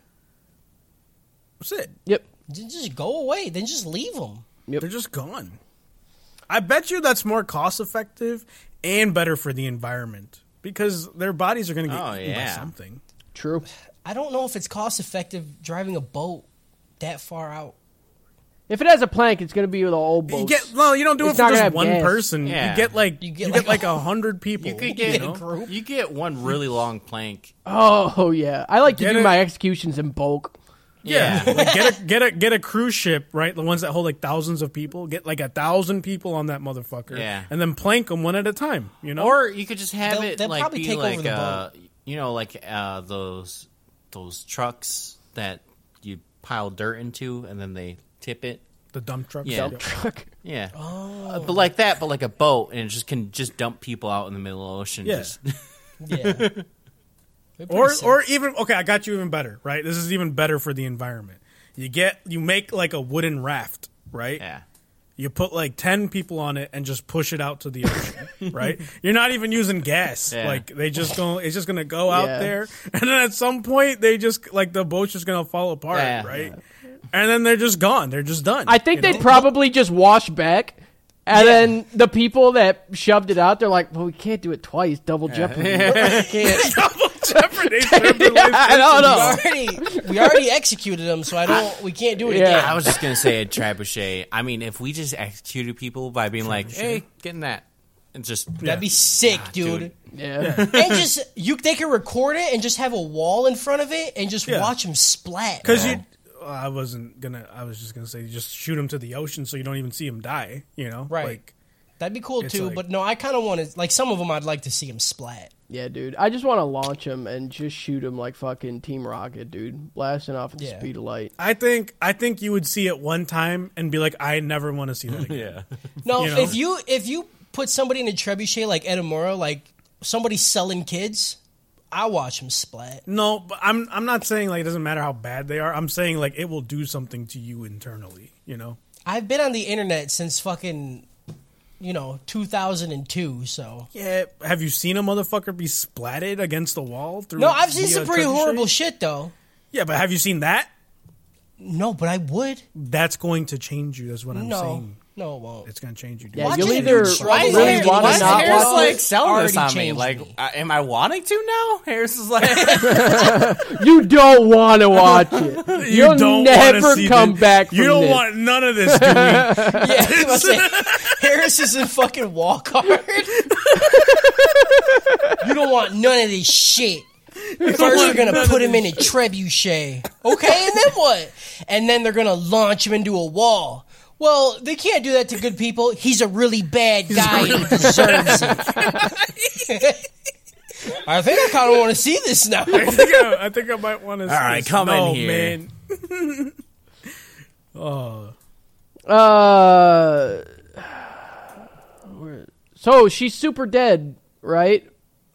S6: That's it.
S3: Yep.
S4: Then just go away. Then just leave them.
S3: Yep.
S6: They're just gone. I bet you that's more cost effective and better for the environment because their bodies are going to get
S5: Oh,
S6: eaten by
S5: yeah.
S6: something.
S3: True.
S4: I don't know if it's cost effective driving a boat that far out.
S3: If it has a plank, it's gonna be with all old boats.
S6: You get no, you don't do
S3: It's
S6: it
S3: not gonna
S6: for just
S3: have
S6: one
S3: gas.
S6: person.
S5: Yeah.
S6: You get like
S4: You
S6: you
S4: get
S6: get,
S4: like
S6: like, a hundred people.
S5: You could get
S6: know?
S5: you get one really long plank.
S3: oh yeah, I like to
S6: Get
S3: do
S6: it?
S3: my executions in bulk.
S5: Yeah.
S6: Like, get a get a get a cruise ship, right? The ones that hold like thousands of people. Get like a thousand people on that motherfucker,
S5: Yeah.
S6: and then plank them one at a time. You know,
S5: Or you could just have
S4: They'll-
S5: it
S4: they'll
S5: like
S4: probably
S5: be
S4: take over
S5: like
S4: the
S5: uh, you know like uh, those those trucks that you pile dirt into and then they tip it.
S6: the dump truck.
S5: Yeah.
S3: Dump truck.
S5: Yeah. Oh. but like that, but like a boat, and it just can just dump people out in the middle of the ocean.
S6: Yeah.
S5: Just,
S4: Yeah. They're pretty
S6: or
S4: simple.
S6: or even okay, I got you even better, right? This is even better for the environment. You get you make like a wooden raft, right?
S5: yeah.
S6: You put like ten people on it and just push it out to the ocean, right? You're not even using gas.
S5: Yeah.
S6: Like they just go, it's just gonna go out
S3: Yeah.
S6: there, and then at some point they just like the boat's just gonna fall apart,
S5: Yeah.
S6: right? And then they're just gone. They're just done.
S3: I think
S6: you
S3: they'd
S6: know?
S3: probably just wash back, and then the people that shoved it out, they're like, "Well, we can't do it twice. Double jeopardy. We can't.
S6: jeopardize their life.
S3: I don't
S6: Oh.
S3: know.
S4: already, we already executed them, so I don't. We can't do it
S3: Yeah.
S4: again.
S5: I was just gonna say at trebuchet. I mean, if we just executed people by being like, "Hey, getting that," and just
S4: That'd be sick, dude.
S5: dude.
S3: Yeah.
S4: and just you, they can record it and just have a wall in front of it and just
S6: Yeah.
S4: watch them splat.
S6: Because
S4: bro.
S6: you, well, I wasn't gonna. I was just gonna say, just shoot him to the ocean so you don't even see him die. You know,
S4: Right.
S6: Like,
S4: that'd be cool
S6: it's
S4: too.
S6: like-
S4: but no, I kind of want to like some of them. I'd like to see them splat.
S3: Yeah, dude. I just want to launch him and just shoot him like fucking Team Rocket, dude. Blasting off at the
S4: Yeah.
S3: speed of light.
S6: I think I think you would see it one time and be like, I never want to see that again.
S5: yeah.
S4: No,
S6: You know?
S4: if you if you put somebody in a trebuchet like Edamura, like somebody selling kids, I watch them splat.
S6: No, but I'm I'm not saying like it doesn't matter how bad they are. I'm saying like it will do something to you internally. You know.
S4: I've been on the internet since fucking, you know, 2002. So
S6: Yeah. Have you seen a motherfucker be splatted against the wall? Through
S4: no, I've seen
S6: via
S4: some pretty
S6: trebuchet?
S4: horrible shit though.
S6: Yeah, but have you seen that?
S4: No, but I would.
S6: That's going to change you. That's what I'm
S4: no,
S6: saying.
S4: no, it won't.
S6: It's going to change you. dude.
S3: Yeah,
S4: Watch
S3: you'll
S4: it,
S3: either
S4: dude. Why is
S3: really
S4: there-
S3: want
S4: why
S3: to
S4: is
S3: not
S4: there,
S5: Harris
S3: watch
S5: like
S4: like,
S5: selling
S4: already
S5: this on me?
S4: changed
S5: Like,
S4: me.
S5: I- am I wanting to now? Harris is like,
S3: it. You don't want to watch it. You'll
S6: wanna
S3: never
S6: see
S3: come
S6: this.
S3: back. From
S6: You don't
S3: this.
S6: want none of this, do we?
S4: Yeah, I was about to say, Harris is in fucking wall card. you don't want none of this shit. First, you're gonna put him in a trebuchet, okay? And then what? And then they're gonna launch him into a wall. Well, they can't do that to good people. He's a really bad guy. and He deserves it. I think I kind of want to see this now.
S6: I think I, I think I might want to. All
S5: right, come in
S6: no,
S5: here.
S6: man.
S3: Uh, where- Uh, so she's super dead, right?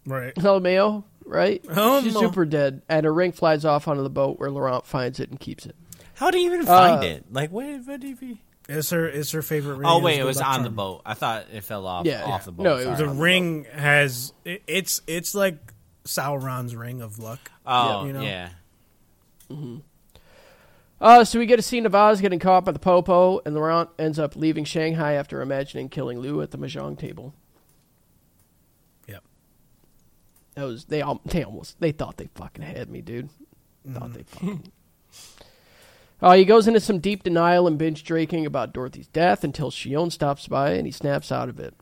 S6: Right.
S3: Salomeo, right?
S6: Oh,
S3: she's
S6: no.
S3: super dead, and her ring flies off onto the boat where Laurent finds it and keeps it.
S5: how do you even find it? Like, what, what did he?
S6: It's her. It's her favorite. Ring
S5: Oh wait, it
S6: the
S5: was
S6: left
S5: on the
S6: arm.
S5: boat. I thought it fell off
S3: Yeah,
S5: off
S3: yeah.
S5: the boat.
S3: No, it was
S5: Sorry.
S6: The ring has. It, it's it's like Sauron's ring of luck.
S5: Oh
S6: you know?
S5: yeah.
S3: Uh, so we get a scene of Oz getting caught by the Popo, and Laurent ends up leaving Shanghai after imagining killing Lou at the mahjong table.
S6: Yep.
S3: That was they all they almost they thought they fucking had me, dude. Thought they fucking. Uh, he goes into some deep denial and binge drinking about Dorothy's death until Shion stops by and he snaps out of it.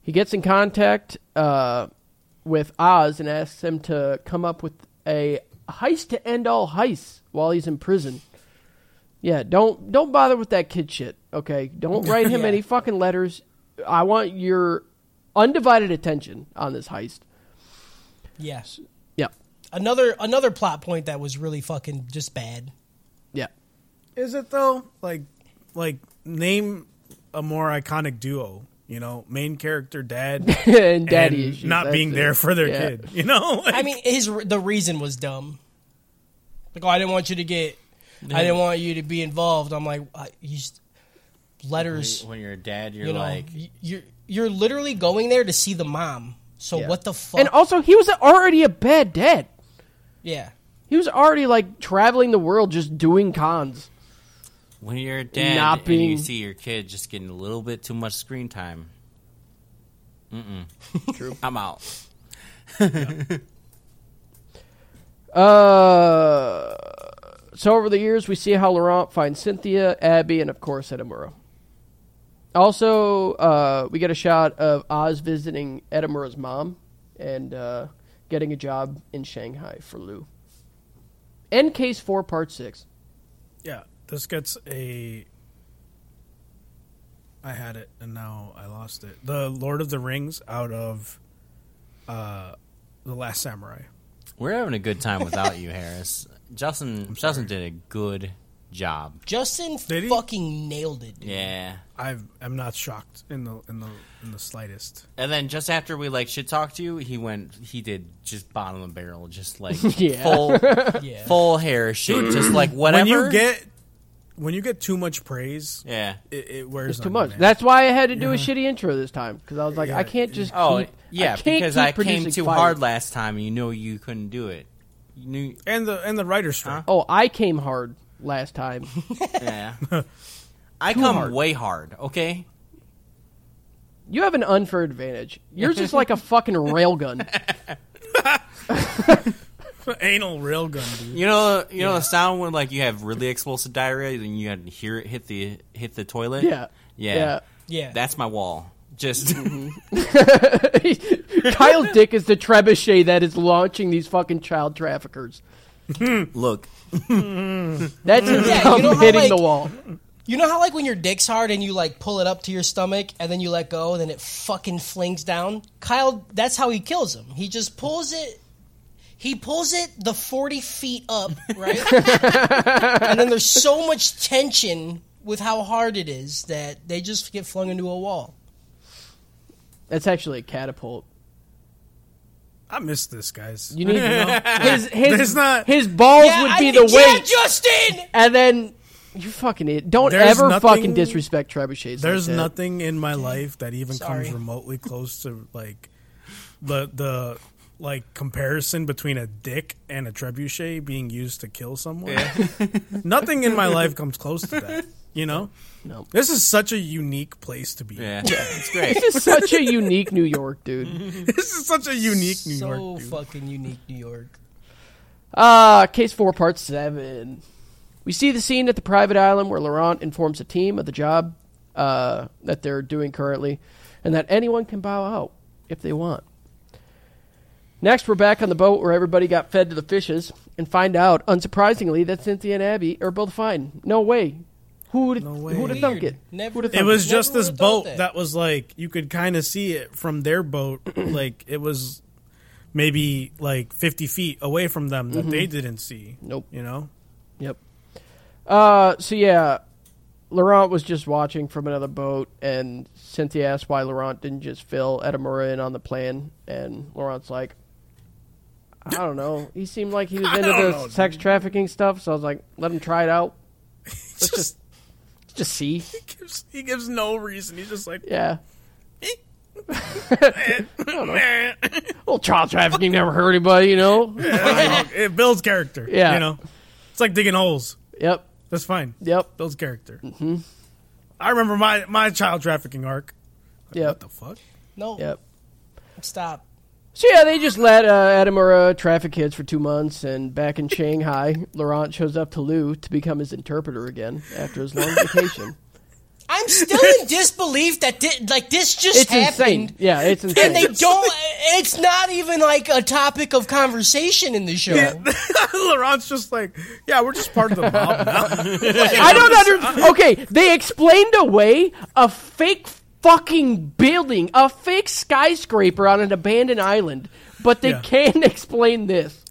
S3: He gets in contact uh, with Oz and asks him to come up with a heist to end all heists while he's in prison. Yeah, don't don't bother with that kid shit. Okay, don't write him
S4: Yeah.
S3: any fucking letters. I want your undivided attention on this heist.
S4: Yes.
S3: Yeah,
S4: Another another plot point that was really fucking just bad.
S3: yeah.
S6: Is it though? Like, like name a more iconic duo. You know, main character dad
S3: and daddy
S6: and
S3: issues.
S6: not
S3: that's
S6: being
S3: it.
S6: there for their
S3: Yeah.
S6: kid. You know,
S4: I mean, his the reason was dumb. Like, oh, I didn't want you to get, I didn't want you to be involved. I'm like, uh, you just, letters,
S5: When you're a dad, you're
S4: you know,
S5: like,
S4: y- you're you're literally going there to see the mom. So
S5: Yeah.
S4: what the fuck?
S3: And also, he was already a bad dad.
S4: yeah,
S3: He was already like traveling the world just doing cons.
S5: when you're a dad,
S3: Not
S5: and
S3: being-
S5: you see your kid just getting a little bit too much screen time. Mm-mm. True. I'm out.
S3: Uh, so over the years, we see how Laurent finds Cynthia, Abby, and of course Edamura. Also, uh, we get a shot of Oz visiting Edamura's mom and uh, getting a job in Shanghai for Lou. End case four, part six.
S6: yeah. This gets a. I had it and now I lost it. The Lord of the Rings out of, uh, the Last Samurai.
S5: We're having a good time without you, Harris. Justin, Justin did a good job.
S4: Justin
S6: Did he?
S4: fucking nailed it. Dude.
S5: Yeah.
S6: I've, I'm not shocked in the in the in the slightest.
S5: And then just after we like shit talked to you, he went. He did just bottom of the barrel, just like
S3: Yeah.
S5: full,
S4: Yeah.
S5: full hair shit, just like whatever.
S6: When you get when you get too much praise,
S5: yeah.
S6: it, it wears
S3: It's
S6: on
S3: too
S6: you,
S3: much.
S6: Oh, man.
S3: That's why I had to do a shitty intro this time because I was like, I can't just.
S5: Oh
S3: keep,
S5: yeah,
S3: I can't
S5: because
S3: keep
S5: I came
S3: producing
S5: too
S3: fire.
S5: hard last time, and you know you couldn't do it. You knew.
S6: and the and the writer's strike.
S3: Oh, I came hard last time.
S5: Yeah. I come
S3: hard.
S5: way hard. Okay.
S3: you have an unfair advantage. You're just like a fucking railgun.
S6: anal railgun, dude.
S5: You know, you know the sound when like you have really explosive diarrhea, then you had to hear it hit the hit the toilet.
S3: Yeah.
S5: yeah, Mm-hmm.
S3: Yeah.
S4: Yeah.
S5: That's my wall. Just
S3: Kyle Dick is the trebuchet that is launching these fucking child traffickers.
S5: look.
S3: That's his
S4: Yeah, you
S3: thumb
S4: know how,
S3: hitting the
S4: like-
S3: wall.
S4: You know how like when your dick's hard and you like pull it up to your stomach and then you let go and then it fucking flings down? Kyle, that's how he kills him. He just pulls it he pulls it the 40 feet up, right? and then there's so much tension with how hard it is that they just get flung into a wall.
S3: That's actually a catapult.
S6: I miss this, guys.
S3: You need to know his his,
S6: There's not-
S3: his balls
S4: Yeah,
S3: would
S4: I-
S3: be the
S4: yeah,
S3: weight,
S4: Justin!
S3: and then you fucking idiot. Don't
S6: There's
S3: ever
S6: nothing-
S3: fucking disrespect trebuchets.
S6: There's
S3: like that.
S6: nothing in my life that even
S4: Sorry.
S6: comes remotely close to like the the like comparison between a dick and a trebuchet being used to kill someone. nothing in my life comes close to that. You know?
S3: No.
S6: This is such a unique place to be.
S5: Yeah, it's great.
S3: This is such a unique New York, dude.
S6: This is such a unique New
S4: so
S6: York. Dude.
S4: fucking unique New York.
S3: Uh, case four, part seven. We see the scene at the private island where Laurent informs the team of the job uh, that they're doing currently, and that anyone can bow out if they want. Next, we're back on the boat where everybody got fed to the fishes, and find out, unsurprisingly, that Cynthia and Abby are both fine. No way. Who would
S6: way.
S3: who would have thunk it?
S4: Never-
S3: Who'd have
S6: It
S3: thunk
S6: was
S4: Never
S6: just this
S4: would've thought
S6: boat
S4: that.
S6: that was like you could kind of see it from their boat, like it was maybe like fifty feet away from them that
S4: Mm-hmm.
S6: they didn't see.
S3: Nope.
S6: You know?
S3: Yep. Uh, so yeah, Laurent was just watching from another boat, and Cynthia asked why Laurent didn't just fill Edamura in on the plan, and Laurent's like, I don't know. He seemed like he was into
S6: don't
S3: the
S6: know,
S3: sex trafficking stuff, so I was like, let him try it out.
S6: It's just
S3: Let's Just see.
S6: gives- he gives no reason. He's just like,
S3: Yeah.
S6: "Meh."
S3: Well, child trafficking never hurt anybody, you know?
S6: it builds character.
S3: Yeah.
S6: you know, it's like digging holes.
S3: Yep.
S6: That's fine.
S3: Yep.
S6: builds character. Mm-hmm. I remember my my child trafficking arc.
S3: Yep.
S6: The fuck?
S4: No,
S3: Yep.
S4: stop.
S3: So yeah, they just let uh, Adamura traffic kids for two months, and back in Shanghai, Laurent shows up to Lou to become his interpreter again after his long vacation.
S4: I'm still in disbelief that thi- like this just
S3: It's
S4: happened.
S3: insane. Yeah, it's insane.
S4: And they don't. It's not even like a topic of conversation in the show.
S6: Laurent's just like, yeah, we're just part of the mob now.
S3: I don't under. Okay, they explained away a fake fucking building, a fake skyscraper on an abandoned island, but they
S6: Yeah.
S3: can't explain this.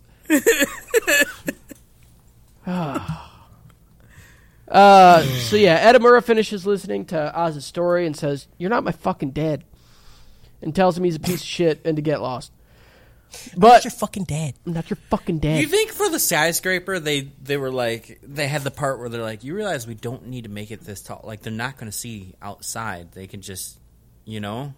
S3: uh, so yeah, Edamura finishes listening to Oz's story and says, "You're not my fucking dad," and tells him he's a piece of shit and to get lost. But
S4: You're fucking dead.
S3: I'm not your fucking dad.
S5: You think for the skyscraper, they they were like they had the part where they're like, you realize we don't need to make it this tall. Like they're not going to see outside. They can just, you know,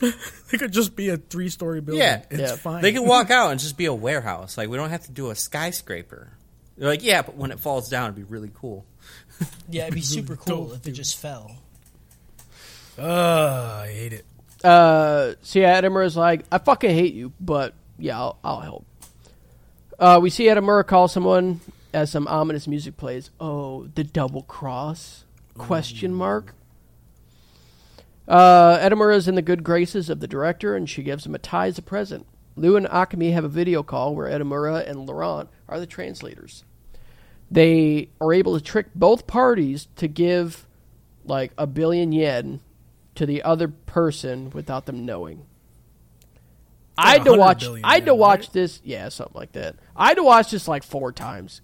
S6: it could just be a three story building.
S5: Yeah.
S6: it's
S3: Yeah.
S6: fine.
S5: they can walk out and just be a warehouse. Like we don't have to do a skyscraper. They're like, yeah, but when it falls down, it'd be really cool.
S4: Yeah, it'd be super cool if it just fell.
S6: Ugh, I hate it.
S3: Uh, so yeah, Edamura's like, I fucking hate you, but yeah, I'll, I'll help. Uh, we see Edamura call someone as some ominous music plays. Oh, the double cross? Question mark. Uh, Edamura is in the good graces of the director, and she gives him a tie as a present. Lou and Akemi have a video call where Edamura and Laurent are the translators. They are able to trick both parties to give like a billion yen to the other person without them knowing. I had to
S6: 100
S3: watch.
S6: billion
S3: I had to
S6: yen,
S3: watch this. Yeah, something like that. I had to watch this like four times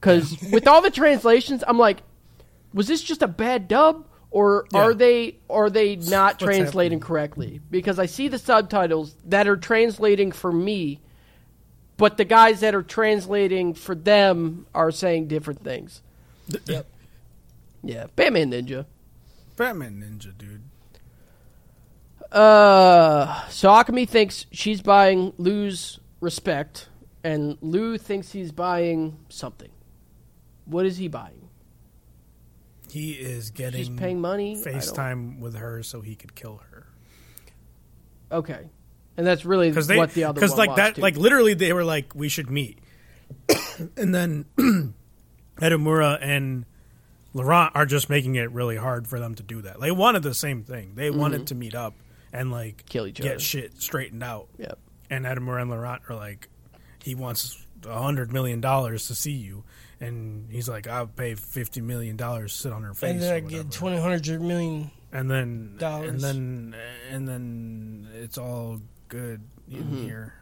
S3: because with all the translations, I'm like, was this just a bad dub or
S6: Yeah.
S3: are they are they not
S6: What's
S3: translating correctly? Because I see the subtitles that are translating for me, but the guys that are translating for them are saying different things.
S4: Yep.
S3: Yeah, Batman Ninja.
S6: Batman Ninja, dude.
S3: Uh, so Akami thinks she's buying Lou's respect, and Lou thinks he's buying something. What is he buying?
S6: He is getting
S3: She's paying money. I don't-
S6: FaceTime with her so he could kill her.
S3: Okay. and that's really
S6: because they
S3: what the other
S6: because
S3: one
S6: like
S3: was,
S6: that
S3: too.
S6: like literally they were like we should meet, and then Edamura and Laurent are just making it really hard for them to do that. They wanted the same thing. They wanted to meet up and like
S3: Mm-hmm. Kill each
S6: get
S3: other.
S6: shit straightened out.
S3: Yep.
S6: And Edamura and Laurent are like, he wants a hundred million dollars to see you. And he's like, I'll pay fifty million dollars to sit on her face.
S4: and
S6: or
S4: then I
S6: whatever
S4: get twenty hundred million.
S6: and then and
S4: Dollars.
S6: then and then it's all good in
S3: Mm-hmm.
S6: here.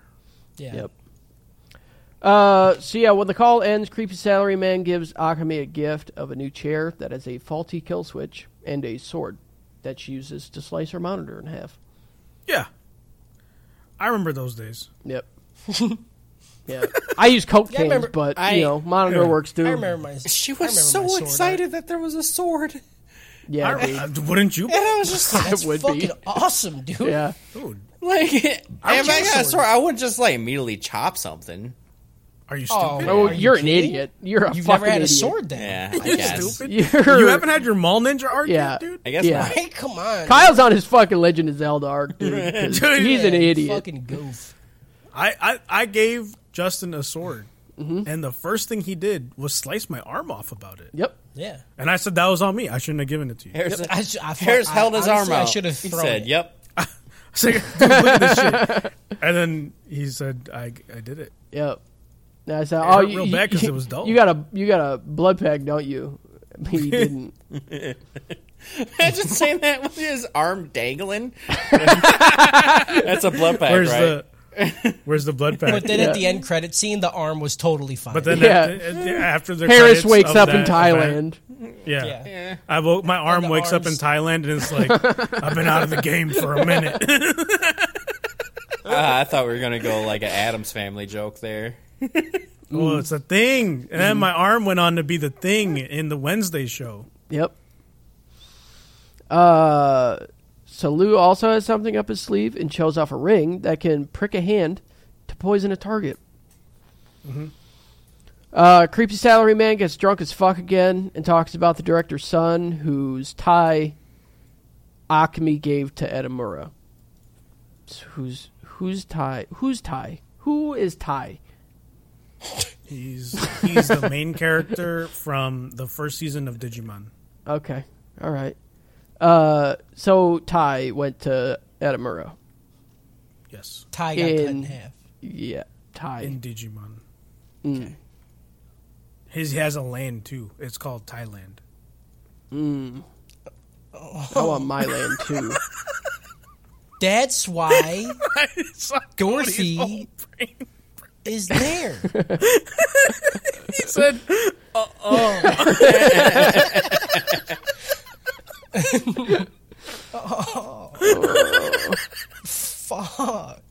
S4: Yeah.
S3: Yep. Uh, so yeah, when the call ends, creepy salary man gives Akame a gift of a new chair that has a faulty kill switch and a sword that she uses to slice her monitor in half.
S6: Yeah, I remember those days.
S3: Yep. yeah, I use coke
S4: I
S3: cans,
S4: remember-
S3: but
S4: I-
S3: you know, monitor works too.
S4: I remember my.
S5: She
S4: I remember
S5: was so
S4: my sword
S5: excited that there was a sword.
S3: Yeah,
S6: I,
S3: dude.
S6: I- uh, wouldn't you?
S4: art. And I was just like,
S3: I
S4: that's
S3: would be.
S4: fucking awesome, dude.
S3: yeah.
S6: Dude,
S5: Like, if I
S6: would use a
S5: got a
S6: sword.
S5: sword, I would just like immediately chop something.
S6: are you
S4: Oh,
S6: stupid?
S3: Oh,
S4: Are you
S3: you're an
S4: kidding?
S3: idiot. You're a
S4: You've
S3: fucking
S4: never had a
S3: idiot.
S4: sword then.
S5: Yeah, I guess.
S6: Stupid.
S3: You're-
S6: You haven't had your mall ninja arc
S3: Yeah.
S6: yet, dude.
S5: I guess
S3: Yeah.
S5: not.
S4: Hey, come on.
S3: Kyle's on his fucking Legend of Zelda arc, dude. 'cause
S6: Dude,
S3: he's
S4: Yeah,
S3: an
S4: you
S3: idiot.
S4: Fucking goof.
S6: I, I I gave Justin a sword, and the first thing he did was slice my arm off about it.
S3: Mm-hmm. Yep.
S4: Yeah.
S6: And I said that was on me. I shouldn't have given it to you.
S5: Harris,
S4: I sh- I fu-
S5: Harris
S4: I-
S5: held his
S4: honestly,
S5: arm
S4: I
S5: out.
S4: should've
S5: He
S4: thrown
S5: said,
S4: it.
S5: "Yep."
S6: I was like, dude, look at this shit. And then he said, I I did it.
S3: Yep. And I said,
S6: It
S3: "Oh,
S6: hurt
S3: you,
S6: real
S3: you-
S6: bad 'cause it was dull.
S3: You got a you got a blood pack, don't you?" He didn't.
S5: Imagine saying that with his arm dangling. That's a blood pack,
S6: Where's
S5: right?
S6: the Where's the blood pack?
S4: But then
S3: Yeah.
S4: at the end credit scene, the arm was totally fine.
S6: But then
S3: Yeah.
S6: after, after the
S3: Harris
S6: credits
S3: wakes
S6: of
S3: up in
S6: that
S3: Thailand.
S6: event- yeah.
S4: yeah.
S6: I woke, my arm
S4: the
S6: wakes up in
S4: arms.
S6: Thailand and it's like I've been out of the game for a minute.
S5: Ah, I thought we were gonna go like an Adams Family joke there.
S6: well, it's a thing, and then my arm went on to be the thing in the Wednesday show.
S3: Yep. Uh, so Lou also has something up his sleeve and shows off a ring that can prick a hand to poison a target. Uh, creepy salary man gets drunk as fuck again and talks about the director's son, whose tie Akme gave to Edamura. So who's who's tie? Who's tie? Who is tie?
S6: He's he's the main character from the first season of Digimon.
S3: Okay. All right. Uh, so Ty went to Edamura.
S6: Yes,
S4: Ty got cut
S3: In-
S4: in half.
S3: Yeah, Ty.
S6: in Digimon. His he has a land too. It's called Thailand.
S3: I want my land too.
S4: That's why
S6: It's like
S4: Dorothy-
S6: Cody's whole brain.
S4: is there.
S5: Said
S4: Fuck.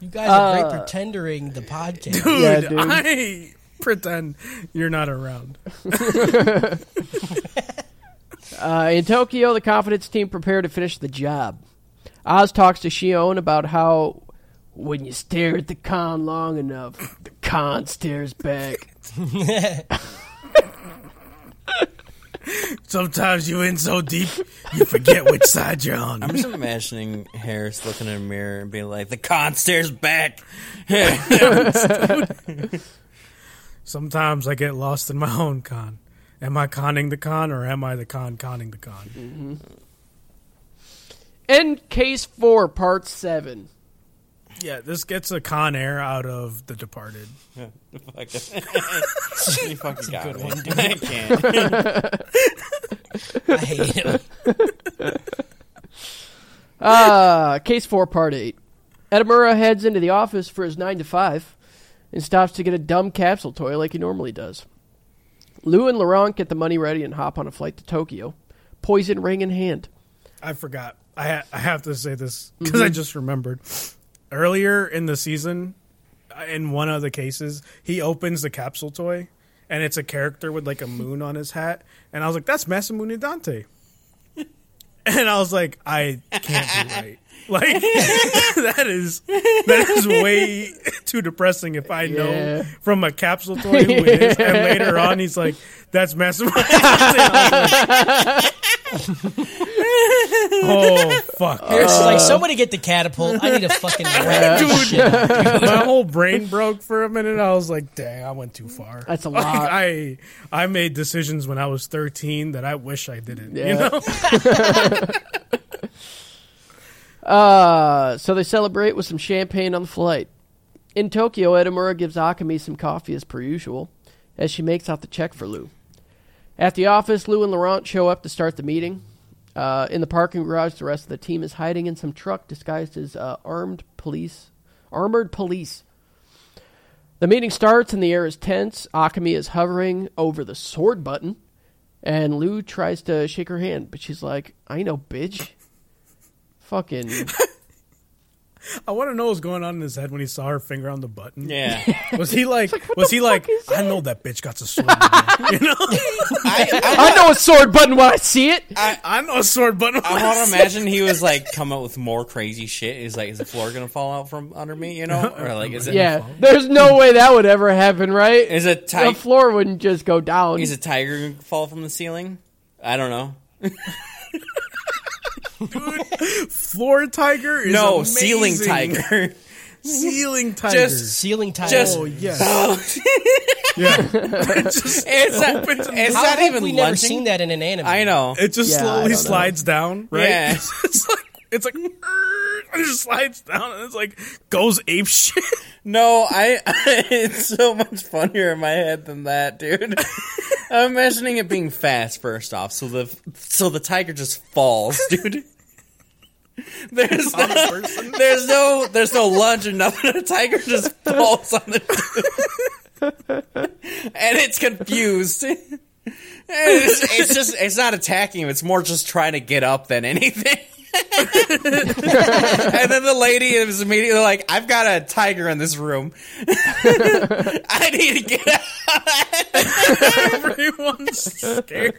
S4: You guys are great pretendering the podcast.
S6: Dude,
S3: Yeah, dude.
S6: I pretend you're not around.
S3: Uh, in Tokyo, the confidence team prepare to finish the job. Oz talks to Shion about how when you stare at the con long enough, the con stares back.
S6: Sometimes you in so deep, you forget which side you're on.
S5: I'm just imagining Harris looking in a mirror and being like, "The con stares back."
S6: Sometimes I get lost in my own con. Am I conning the con or am I the con conning the con?
S3: End case four, part seven.
S6: Yeah, this gets a con air out of The Departed.
S5: Fuck. you fucking got me. I can't.
S4: I hate him.
S3: Uh, case four, part eight. Edamura heads into the office for his nine to five and stops to get a dumb capsule toy like he normally does. Lou and Laurent get the money ready and hop on a flight to Tokyo, poison ring in hand.
S6: I forgot. I ha- I have to say this because I just remembered earlier in the season. uh, In one of the cases, he opens the capsule toy, and it's a character with like a moon on his hat, and I was like, "That's Masamune Dante," and I was like, "I can't be right. Like that is that is way too depressing if I
S3: Yeah.
S6: know from a capsule toy who it is." And later on, he's like, "That's Masamune." Dante. I was like, Oh fuck!
S4: It's like somebody get the catapult. I need a fucking rat.
S6: My whole brain broke for a minute. I was like, "Dang, I went too far."
S3: That's a
S6: Like,
S3: lot.
S6: I I made decisions when I was 13 that I wish I didn't.
S3: Yeah.
S6: You know?
S3: Uh, so they celebrate with some champagne on the flight. In Tokyo, Edamura gives Akami some coffee as per usual, as she makes out the check for Lou. At the office, Lou and Laurent show up to start the meeting. Uh, in the parking garage, the rest of the team is hiding in some truck disguised as uh, armed police, armored police. The meeting starts and the air is tense. Akami is hovering over the sword button, and Lou tries to shake her hand, but she's like, "I know, bitch." Fucking
S6: I want to know what's going on in his head when he saw her finger on the button.
S5: Yeah.
S6: Was he like? was he like? I know that bitch got a sword. in her." you know?
S3: I know a sword button when I see it.
S6: I know a sword button.
S5: I want to imagine he was like come up with more crazy shit. He's like, is the floor gonna fall out from under me? You know, or like, is it?
S3: Yeah, there's no way that would ever happen, right?
S5: Is a
S3: the
S5: tiger?
S3: floor wouldn't just go down.
S5: Is a tiger gonna fall from the ceiling? I don't know.
S6: Floor tiger is
S5: No,
S6: amazing.
S5: ceiling tiger.
S6: Ceiling tiger.
S5: Just,
S4: Ceiling tile.
S5: just.
S6: oh yes.
S5: yeah. it's not, it's
S4: How have
S5: not even
S4: we
S5: lunging.
S4: never seen that in an anime?
S5: I know.
S6: It just
S3: Yeah, I don't
S6: slowly
S3: know.
S6: slides down, right?
S5: Yeah.
S6: it's like it's like "Err," it just slides down and it's like goes ape shit.
S5: No, I. It's so much funnier in my head than that, dude. I'm imagining it being fast first off, so the so the tiger just falls, dude. There's no, there's no there's no lunge or nothing. The tiger just falls on the and it's confused. And It's, it's just it's not attacking him. It's more just trying to get up than anything. and then the lady is immediately like, "I've got a tiger in this room. I need to get out."
S6: Everyone's scared.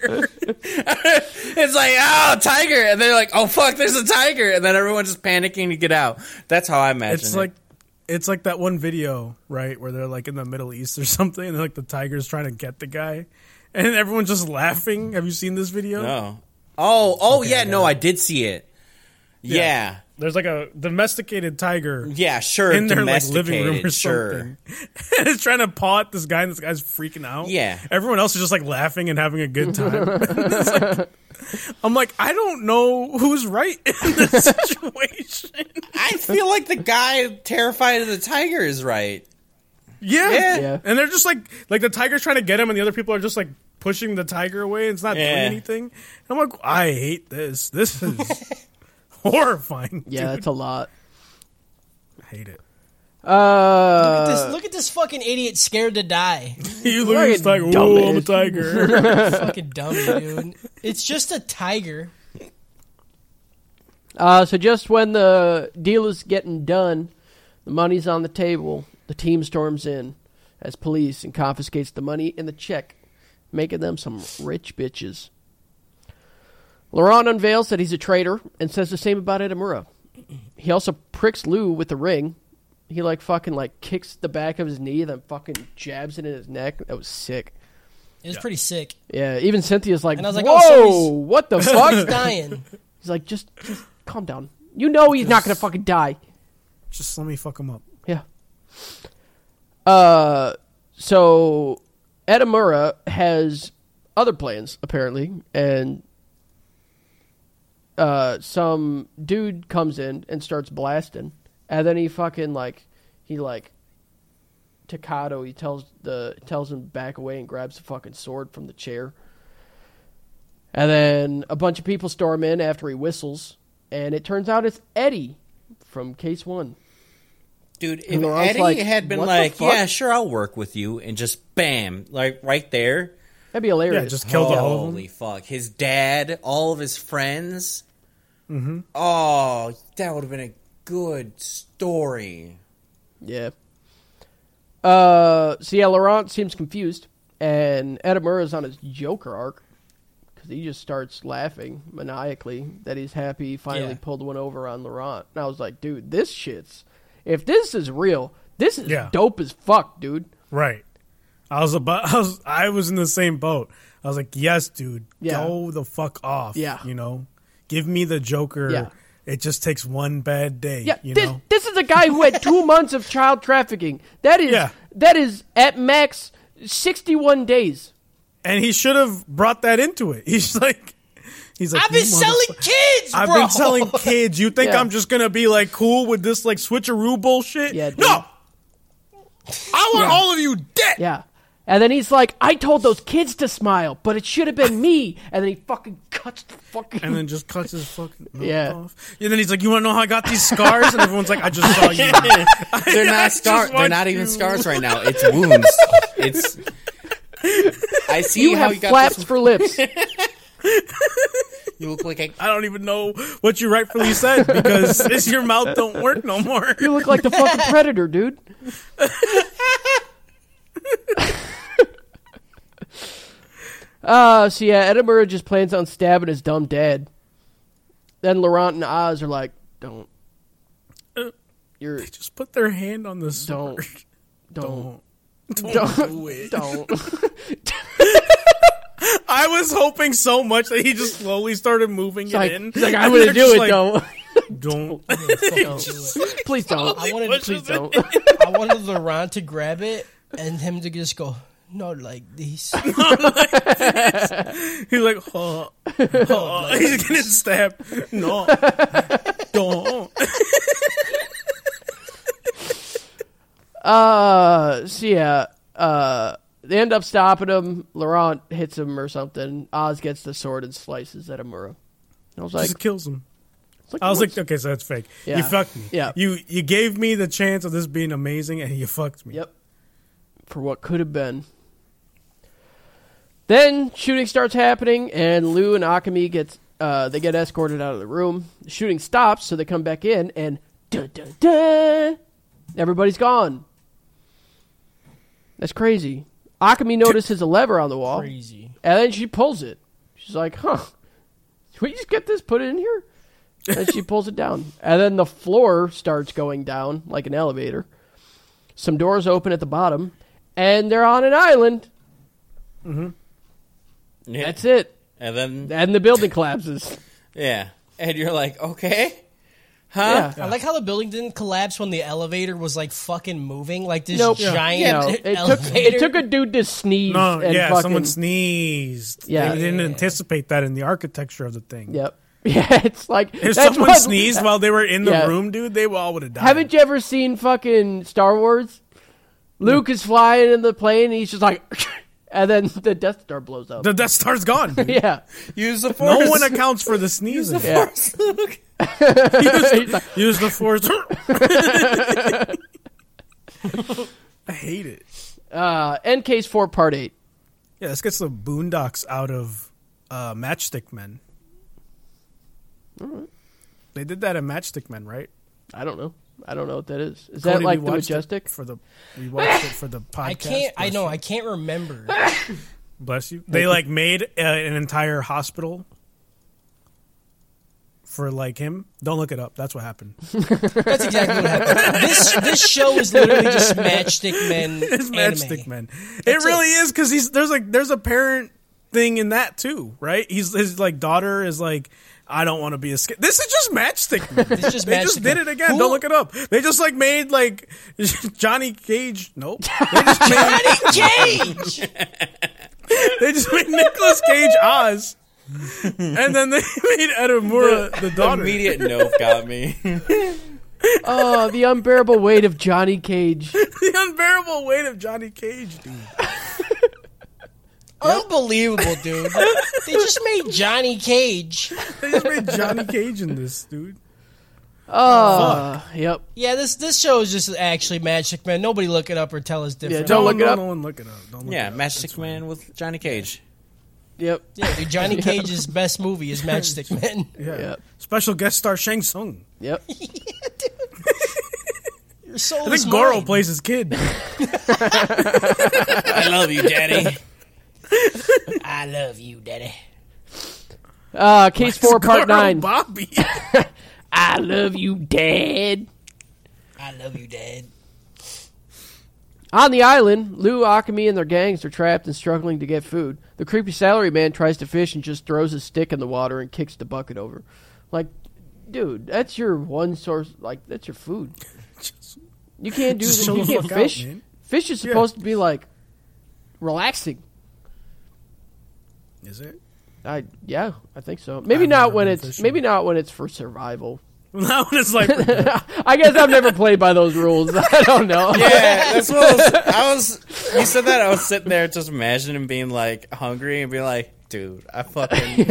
S5: It's like, "Oh, tiger!" And they're like, "Oh fuck, there's a tiger!" And then everyone's just panicking to get out. That's how I imagine.
S6: It's
S5: it.
S6: like it's like that one video, right, where they're like in the Middle East or something, and like the tiger's trying to get the guy, and everyone's just laughing. Have you seen this video?
S5: oh, oh, oh yeah, no, I did see it. Yeah, yeah,
S6: There's like a domesticated tiger
S5: sure.
S6: in their like living room or
S5: domesticated, sure.
S6: something. And it's trying to paw at this guy, and this guy's freaking out.
S5: Yeah.
S6: Everyone else is just like laughing and having a good time. It's like- I'm like, I don't know who's right in this situation.
S5: I feel like the guy terrified of the tiger is right.
S6: Yeah.
S5: Yeah.
S6: And they're just like, like the tiger's trying to get him, and the other people are just like pushing the tiger away, and it's not
S5: Yeah.
S6: doing anything. And I'm like, I hate this. This is horrifying.
S3: yeah, that's a lot.
S6: I hate it.
S3: Uh,
S4: Look at this, look at this fucking idiot scared to die.
S6: You lose, like,
S3: dumbass.
S6: ooh, I'm a tiger.
S4: fucking dummy, dude. It's just a tiger.
S3: uh, so just when the deal is getting done, the money's on the table. The team storms in as police and confiscates the money and the check, making them some rich bitches. Laurent unveils that he's a traitor and says the same about Edamura. He also pricks Lou with the ring. He like fucking like kicks the back of his knee, then fucking jabs it in his neck. That was sick.
S4: It was pretty sick.
S3: Yeah, even Cynthia's like,
S4: And I was like,
S3: "Whoa,
S4: oh, somebody's-
S3: what the
S4: He's
S3: fuck?"
S4: dying.
S3: he's like, "Just, just calm down. You know he's not gonna fucking die."
S6: just let me fuck him up.
S3: Yeah. Uh, so Edamura has other plans apparently, and uh, some dude comes in and starts blasting, and then he fucking like he like Takato. He tells the tells him back away and grabs the fucking sword from the chair. And then a bunch of people storm in after he whistles, and it turns out it's Eddie from Case One.
S5: Dude, if
S3: And Laurent's
S5: Eddie
S3: like,
S5: had been
S3: "What the
S5: like,
S3: fuck?"
S5: "Yeah, sure, I'll work with you," and just bam, like right there,
S3: That'd be hilarious.
S6: Yeah, just killed all of them.
S5: Holy fuck! His dad, all of his friends. Mm-hmm. Oh, that would have been a good story.
S3: Yeah. Uh, so yeah, Laurent seems confused, and Edamura's on his Joker arc because he just starts laughing maniacally that he's happy he finally
S4: Yeah.
S3: pulled one over on Laurent. And I was like, dude, this shit's if this is real, this is
S6: Yeah.
S3: dope as fuck, dude.
S6: Right. I was about. I was. I was in the same boat. I was like, "Yes, dude,
S3: Yeah.
S6: go the fuck off."
S3: Yeah.
S6: You know, Give me the Joker.
S3: Yeah.
S6: It just takes one bad day.
S3: Yeah,
S6: you
S3: this,
S6: know.
S3: this is a guy who had two months of child trafficking. That is
S6: Yeah.
S3: that is at max sixty one days.
S6: And he should have brought that into it. He's like, he's like,
S4: I've been
S6: "You
S4: selling
S6: motherfucker."
S4: kids, bro.
S6: I've been selling kids. You think
S3: Yeah.
S6: I'm just gonna be like cool with this like switcheroo bullshit?
S3: Yeah, dude.
S6: no. I want
S3: Yeah.
S6: all of you dead.
S3: Yeah. And then he's like, I told those kids to smile, but it should have been me. And then he fucking cuts the fucking
S6: And then just cuts his fucking mouth
S3: Yeah.
S6: off. And then he's like, "You want to know how I got these scars?" And everyone's like, "I just saw you."
S5: They're
S6: I
S5: not
S6: just
S5: scars. They're
S6: want
S5: not even
S6: you.
S5: scars right now. It's wounds. It's. I see
S3: You
S5: how
S3: have
S5: you got
S3: flaps
S5: this.
S3: for lips.
S5: You look like a
S6: I don't even know what you rightfully said because it's- your mouth don't work no more.
S3: You look like the fucking predator, dude. uh, so yeah, Edinburgh just plans on stabbing his dumb dad. Then Laurent and Oz are like, don't.
S6: Uh,
S3: You're.
S6: Just put their hand on the sword.
S3: Don't.
S6: Don't, do it.
S3: Don't.
S6: I was hoping so much that he just slowly started moving it
S3: like,
S6: in.
S3: he's like, I'm
S6: And
S3: going to
S6: they're
S3: do
S6: just
S3: it,
S6: like,
S3: though.
S6: Don't.
S3: please don't.
S4: I wanted,
S3: Please
S6: pushes
S3: don't.
S4: I wanted Laurent to grab it and him to just go, not like this.
S6: He's like, huh.
S3: Oh,
S6: huh. He's getting stabbed. No. Don't.
S3: Uh, so yeah, uh, they end up stopping him. Laurent hits him or something. Oz gets the sword and slices at Amura. I was like,
S6: Just kills him.
S3: like,
S6: I was
S3: what's-
S6: like, okay, so that's fake.
S3: Yeah.
S6: You fucked me.
S3: Yeah.
S6: You you gave me the chance of this being amazing, and you fucked me.
S3: Yep. For what could have been. Then shooting starts happening, and Lou and Akami gets uh, they get escorted out of the room. The shooting stops, so they come back in, and dun, dun, dun, everybody's gone. That's crazy. Akami notices a lever on the wall,
S4: Crazy.
S3: and then she pulls it. She's like, "Huh? Did we just get this put in here?" And she pulls it down, and then the floor starts going down like an elevator some doors open at the bottom, and they're on an island.
S5: yeah.
S3: That's it.
S5: And then
S3: And the building collapses.
S5: yeah, and you're like, okay,
S3: Yeah.
S4: I like how the building didn't collapse when the elevator was like fucking moving, like this
S3: Nope.
S4: giant
S3: You know, it took
S4: elevator.
S3: it took a dude to sneeze
S6: No,
S3: and
S6: Oh, yeah,
S3: fucking
S6: someone sneezed.
S3: Yeah.
S6: Yeah, they didn't anticipate that in the architecture of the thing.
S3: Yep. Yeah, it's like
S6: If
S3: that's
S6: someone
S3: what-
S6: sneezed while they were in the
S3: Yeah.
S6: room, dude, they all would have died.
S3: Haven't you ever seen fucking Star Wars? Luke is flying in the plane and he's just like and then the Death Star blows up.
S6: the Death Star's gone. dude.
S3: yeah.
S5: use the force.
S6: No one accounts for the sneezing.
S3: Yeah.
S6: Use, use the force. I hate it.
S3: Uh end case four part eight.
S6: Yeah, this gets the Boondocks out of uh, Matchstick Men. They did that in Matchstick Men, right?
S3: I don't know. I don't know what that is. Is
S6: Cody,
S3: that
S6: we
S3: like the
S6: watched it
S3: majestic?
S6: for the we watched it for the podcast?
S4: I can't. I
S6: bless
S4: know.
S6: you.
S4: I can't remember.
S6: Bless you. They like made uh, an entire hospital for like him. Don't look it up. That's what happened.
S4: That's exactly what happened. This this show is literally just Matchstick Men.
S6: It's Matchstick
S4: anime.
S6: Men.
S4: That's
S6: it really
S4: it.
S6: is because he's there's like there's a parent thing in that too, right? He's his like daughter is like. I don't want to be a skit. This is just Matchstick Men.
S4: It's just
S6: they
S4: Matchstick
S6: just
S4: Men.
S6: did it again.
S4: Who-
S6: Don't look it up. They just like made like Johnny Cage. Nope. They just made,
S4: Cage.
S6: they just made Nicolas Cage Oz, and then they made Edamura the daughter.
S5: Immediate no got me.
S3: Oh, the unbearable weight of Johnny Cage.
S6: the unbearable weight of Johnny Cage, dude.
S4: Unbelievable, dude. They just made Johnny Cage.
S6: They just made Johnny Cage in this, dude.
S3: Uh, yep.
S4: Yeah, this this show is just actually Magic Man. Nobody look it up or tell us
S3: Yeah,
S4: different.
S3: don't
S6: No,
S3: look it
S6: no,
S3: up.
S6: No one look it up. Don't look
S5: Yeah,
S6: it up.
S5: Matchstick Man with Johnny Cage.
S3: Yep.
S4: Yeah, dude, Johnny Cage's best movie is Matchstick Men.
S6: Yeah.
S3: Yep.
S6: Special guest star Shang Tsung.
S3: Yep.
S4: Your soul
S6: I
S4: is
S6: think Goro
S4: mine.
S6: plays his kid.
S5: I love you, Daddy.
S4: I love you, Daddy.
S3: Uh, case four, part
S6: Goro
S3: nine.
S6: Bobby.
S3: I love you, Dad.
S4: I love you, Dad.
S3: On the island, Lou, Akami, and their gangs are trapped and struggling to get food. The creepy salary man tries to fish and just throws his stick in the water and kicks the bucket over. Like, dude, that's your one source. Like, that's your food. You can't do
S6: Just
S3: that.
S6: chill
S3: You
S6: the
S3: can't
S6: fuck out,
S3: fish.
S6: man.
S3: fish is
S6: Yeah.
S3: supposed to be like relaxing.
S6: Is it?
S3: I yeah, I think so. Maybe
S6: I've
S3: not
S6: never
S3: when
S6: been
S3: it's
S6: fishing.
S3: maybe not when it's for survival.
S6: That one is like
S3: I guess I've never played by those rules. I don't know.
S5: Yeah, that's what I was, I was. You said that I was sitting there just imagining being like hungry and being like, dude, I fucking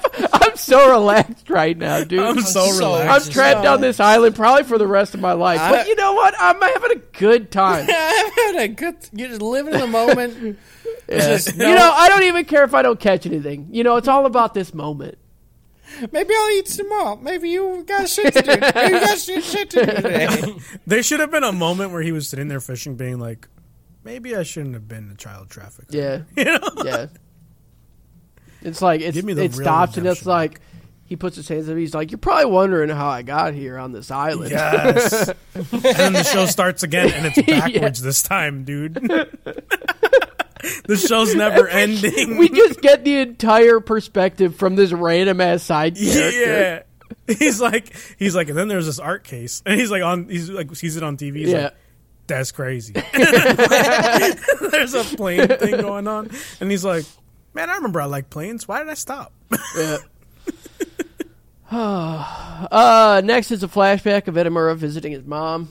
S3: I'm so relaxed right now, dude.
S6: I'm so
S4: so-
S6: relaxed.
S3: I'm trapped on this island probably for the rest of my life.
S5: I-
S3: but you know what? I'm having a good time.
S5: I'm having a good. You're just living in the moment. Just,
S3: You know, I don't even care if I don't catch anything. You know, it's all about this moment.
S5: maybe I'll eat some more. Maybe you got shit to do. Maybe you got shit, shit to do today.
S6: There should have been a moment where he was sitting there fishing, being like, "Maybe I shouldn't have been a child trafficker."
S3: Yeah.
S6: You know?
S3: Yeah. It's like it's,
S6: Give me the
S3: it
S6: real
S3: stops and it's
S6: redemption.
S3: like he puts his hands up. He's like, "You're probably wondering how I got here on this island."
S6: Yes. and then the show starts again, and it's backwards this time, dude. the show's never ending.
S3: We just get the entire perspective from this random ass side character.
S6: yeah. He's like, he's like, and then there's this art case, and he's like on, he's like sees it on TV. He's
S3: Yeah.
S6: like, that's crazy. there's a plane thing going on, and he's like, man, I remember I like planes. Why did I stop?
S3: Yeah. uh, next is a flashback of Edamura visiting his mom.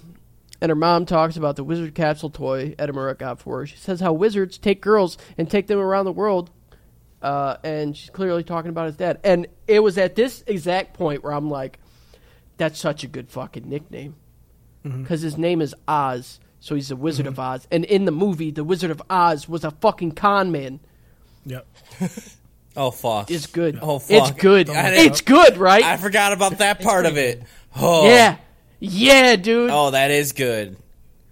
S3: And her mom talks about the wizard capsule toy Edamura got for her. She says how wizards take girls and take them around the world. Uh, and she's clearly talking about his dad. And it was at this exact point where I'm like, that's such a good fucking nickname.
S5: Mm-hmm.
S3: Because his name is Oz. So he's the Wizard of Oz. And in the movie, the Wizard of Oz was a fucking con man.
S6: yep.
S5: Oh fuck!
S3: It's good.
S5: Oh fuck!
S3: It's good.
S5: I didn't-
S3: It's good, right?
S5: I forgot about that part of it. Oh
S3: Yeah. Yeah, dude.
S5: Oh, that is good.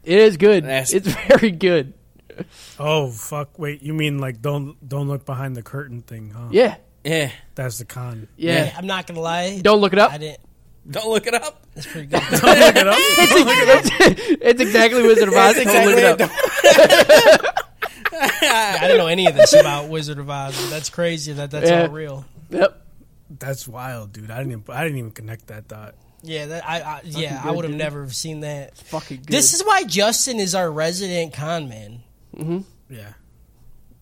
S3: It is good.
S5: That's-
S3: It's very good.
S6: Oh fuck! Wait, you mean like don't don't look behind the curtain thing, huh?
S3: Yeah.
S5: Yeah.
S6: That's the con.
S3: Yeah.
S4: I'm not gonna lie.
S3: Don't look it up.
S4: I didn't.
S5: Don't look it up.
S4: That's pretty good.
S6: Look it up.
S3: it's exactly Wizard of Oz. Don't look it up.
S4: I didn't know any of this about Wizard of Oz. but That's crazy that that's
S3: Yeah.
S4: all real.
S3: Yep.
S6: That's wild, dude. I didn't. I didn't even connect that dot.
S4: Yeah, that I, I yeah, I
S3: good,
S4: would have
S3: dude.
S4: never have seen that.
S3: Fucking good.
S4: This is why Justin is our resident con man.
S6: Yeah.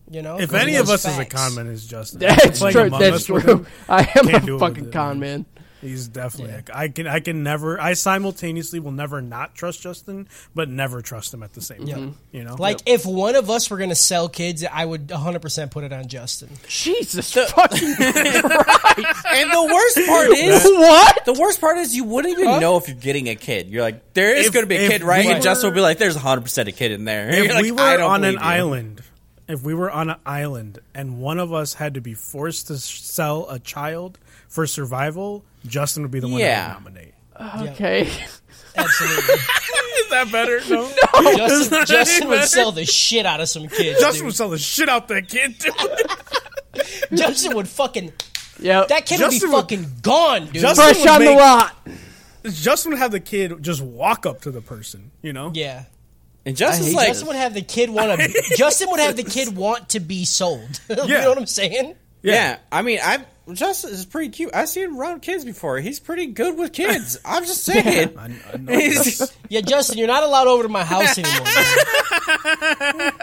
S4: You know,
S6: If
S4: He
S6: any of
S4: knows
S6: us is a
S4: facts.
S6: con man, is Justin.
S3: that's
S6: Like
S3: true.
S6: Among
S3: That's
S6: Us with
S3: true.
S6: him,
S3: I am
S6: Can't do it
S3: a
S6: with
S3: fucking
S6: it.
S3: con man.
S6: He's definitely. a- I can. I can never. I simultaneously will never not trust Justin, but never trust him at the same time. You know,
S4: like if one of us were gonna sell kids, I would 100 percent put it on Justin.
S3: Jesus fucking Christ.
S5: And the worst part is.
S3: what?
S5: The worst part is you wouldn't even know if you're getting a kid. You're like, there is
S6: If-
S5: going to be a
S6: if
S5: kid, right?
S6: we
S5: and Justin
S6: were-
S5: will be like, there's 100% a kid in there.
S6: if
S5: You're like,
S6: we
S5: I
S6: were
S5: don't
S6: on
S5: believe
S6: an
S5: you.
S6: island, if we were on an island and one of us had to be forced to s- sell a child for survival, Justin would be the one
S5: Yeah.
S6: to nominate.
S3: Okay.
S4: Absolutely,
S6: Is that better? No.
S4: Justin,
S6: not
S4: Justin would
S6: even-
S4: sell the shit out of some kids.
S6: Justin
S4: dude.
S6: would sell the shit out that kid. Dude.
S4: Justin would fucking
S3: Yep.
S4: that kid
S6: Justin
S4: would be
S6: would-
S4: fucking gone, dude.
S6: Justin
S3: Fresh
S6: would
S3: on the
S6: make-
S3: lot.
S6: Justin would have the kid just walk up to the person. You know.
S4: yeah.
S5: And Justin's
S3: hate
S5: like,
S4: Justin would have the kid want to. Justin would have the kid want to be sold. you
S6: Yeah.
S4: know what I'm saying?
S5: yeah. I mean, I'm Justin is pretty cute. I've seen him around kids before. He's pretty good with kids. I'm just saying.
S6: I, I know.
S5: He's-
S4: Yeah, Justin, you're not allowed over to my house anymore. man.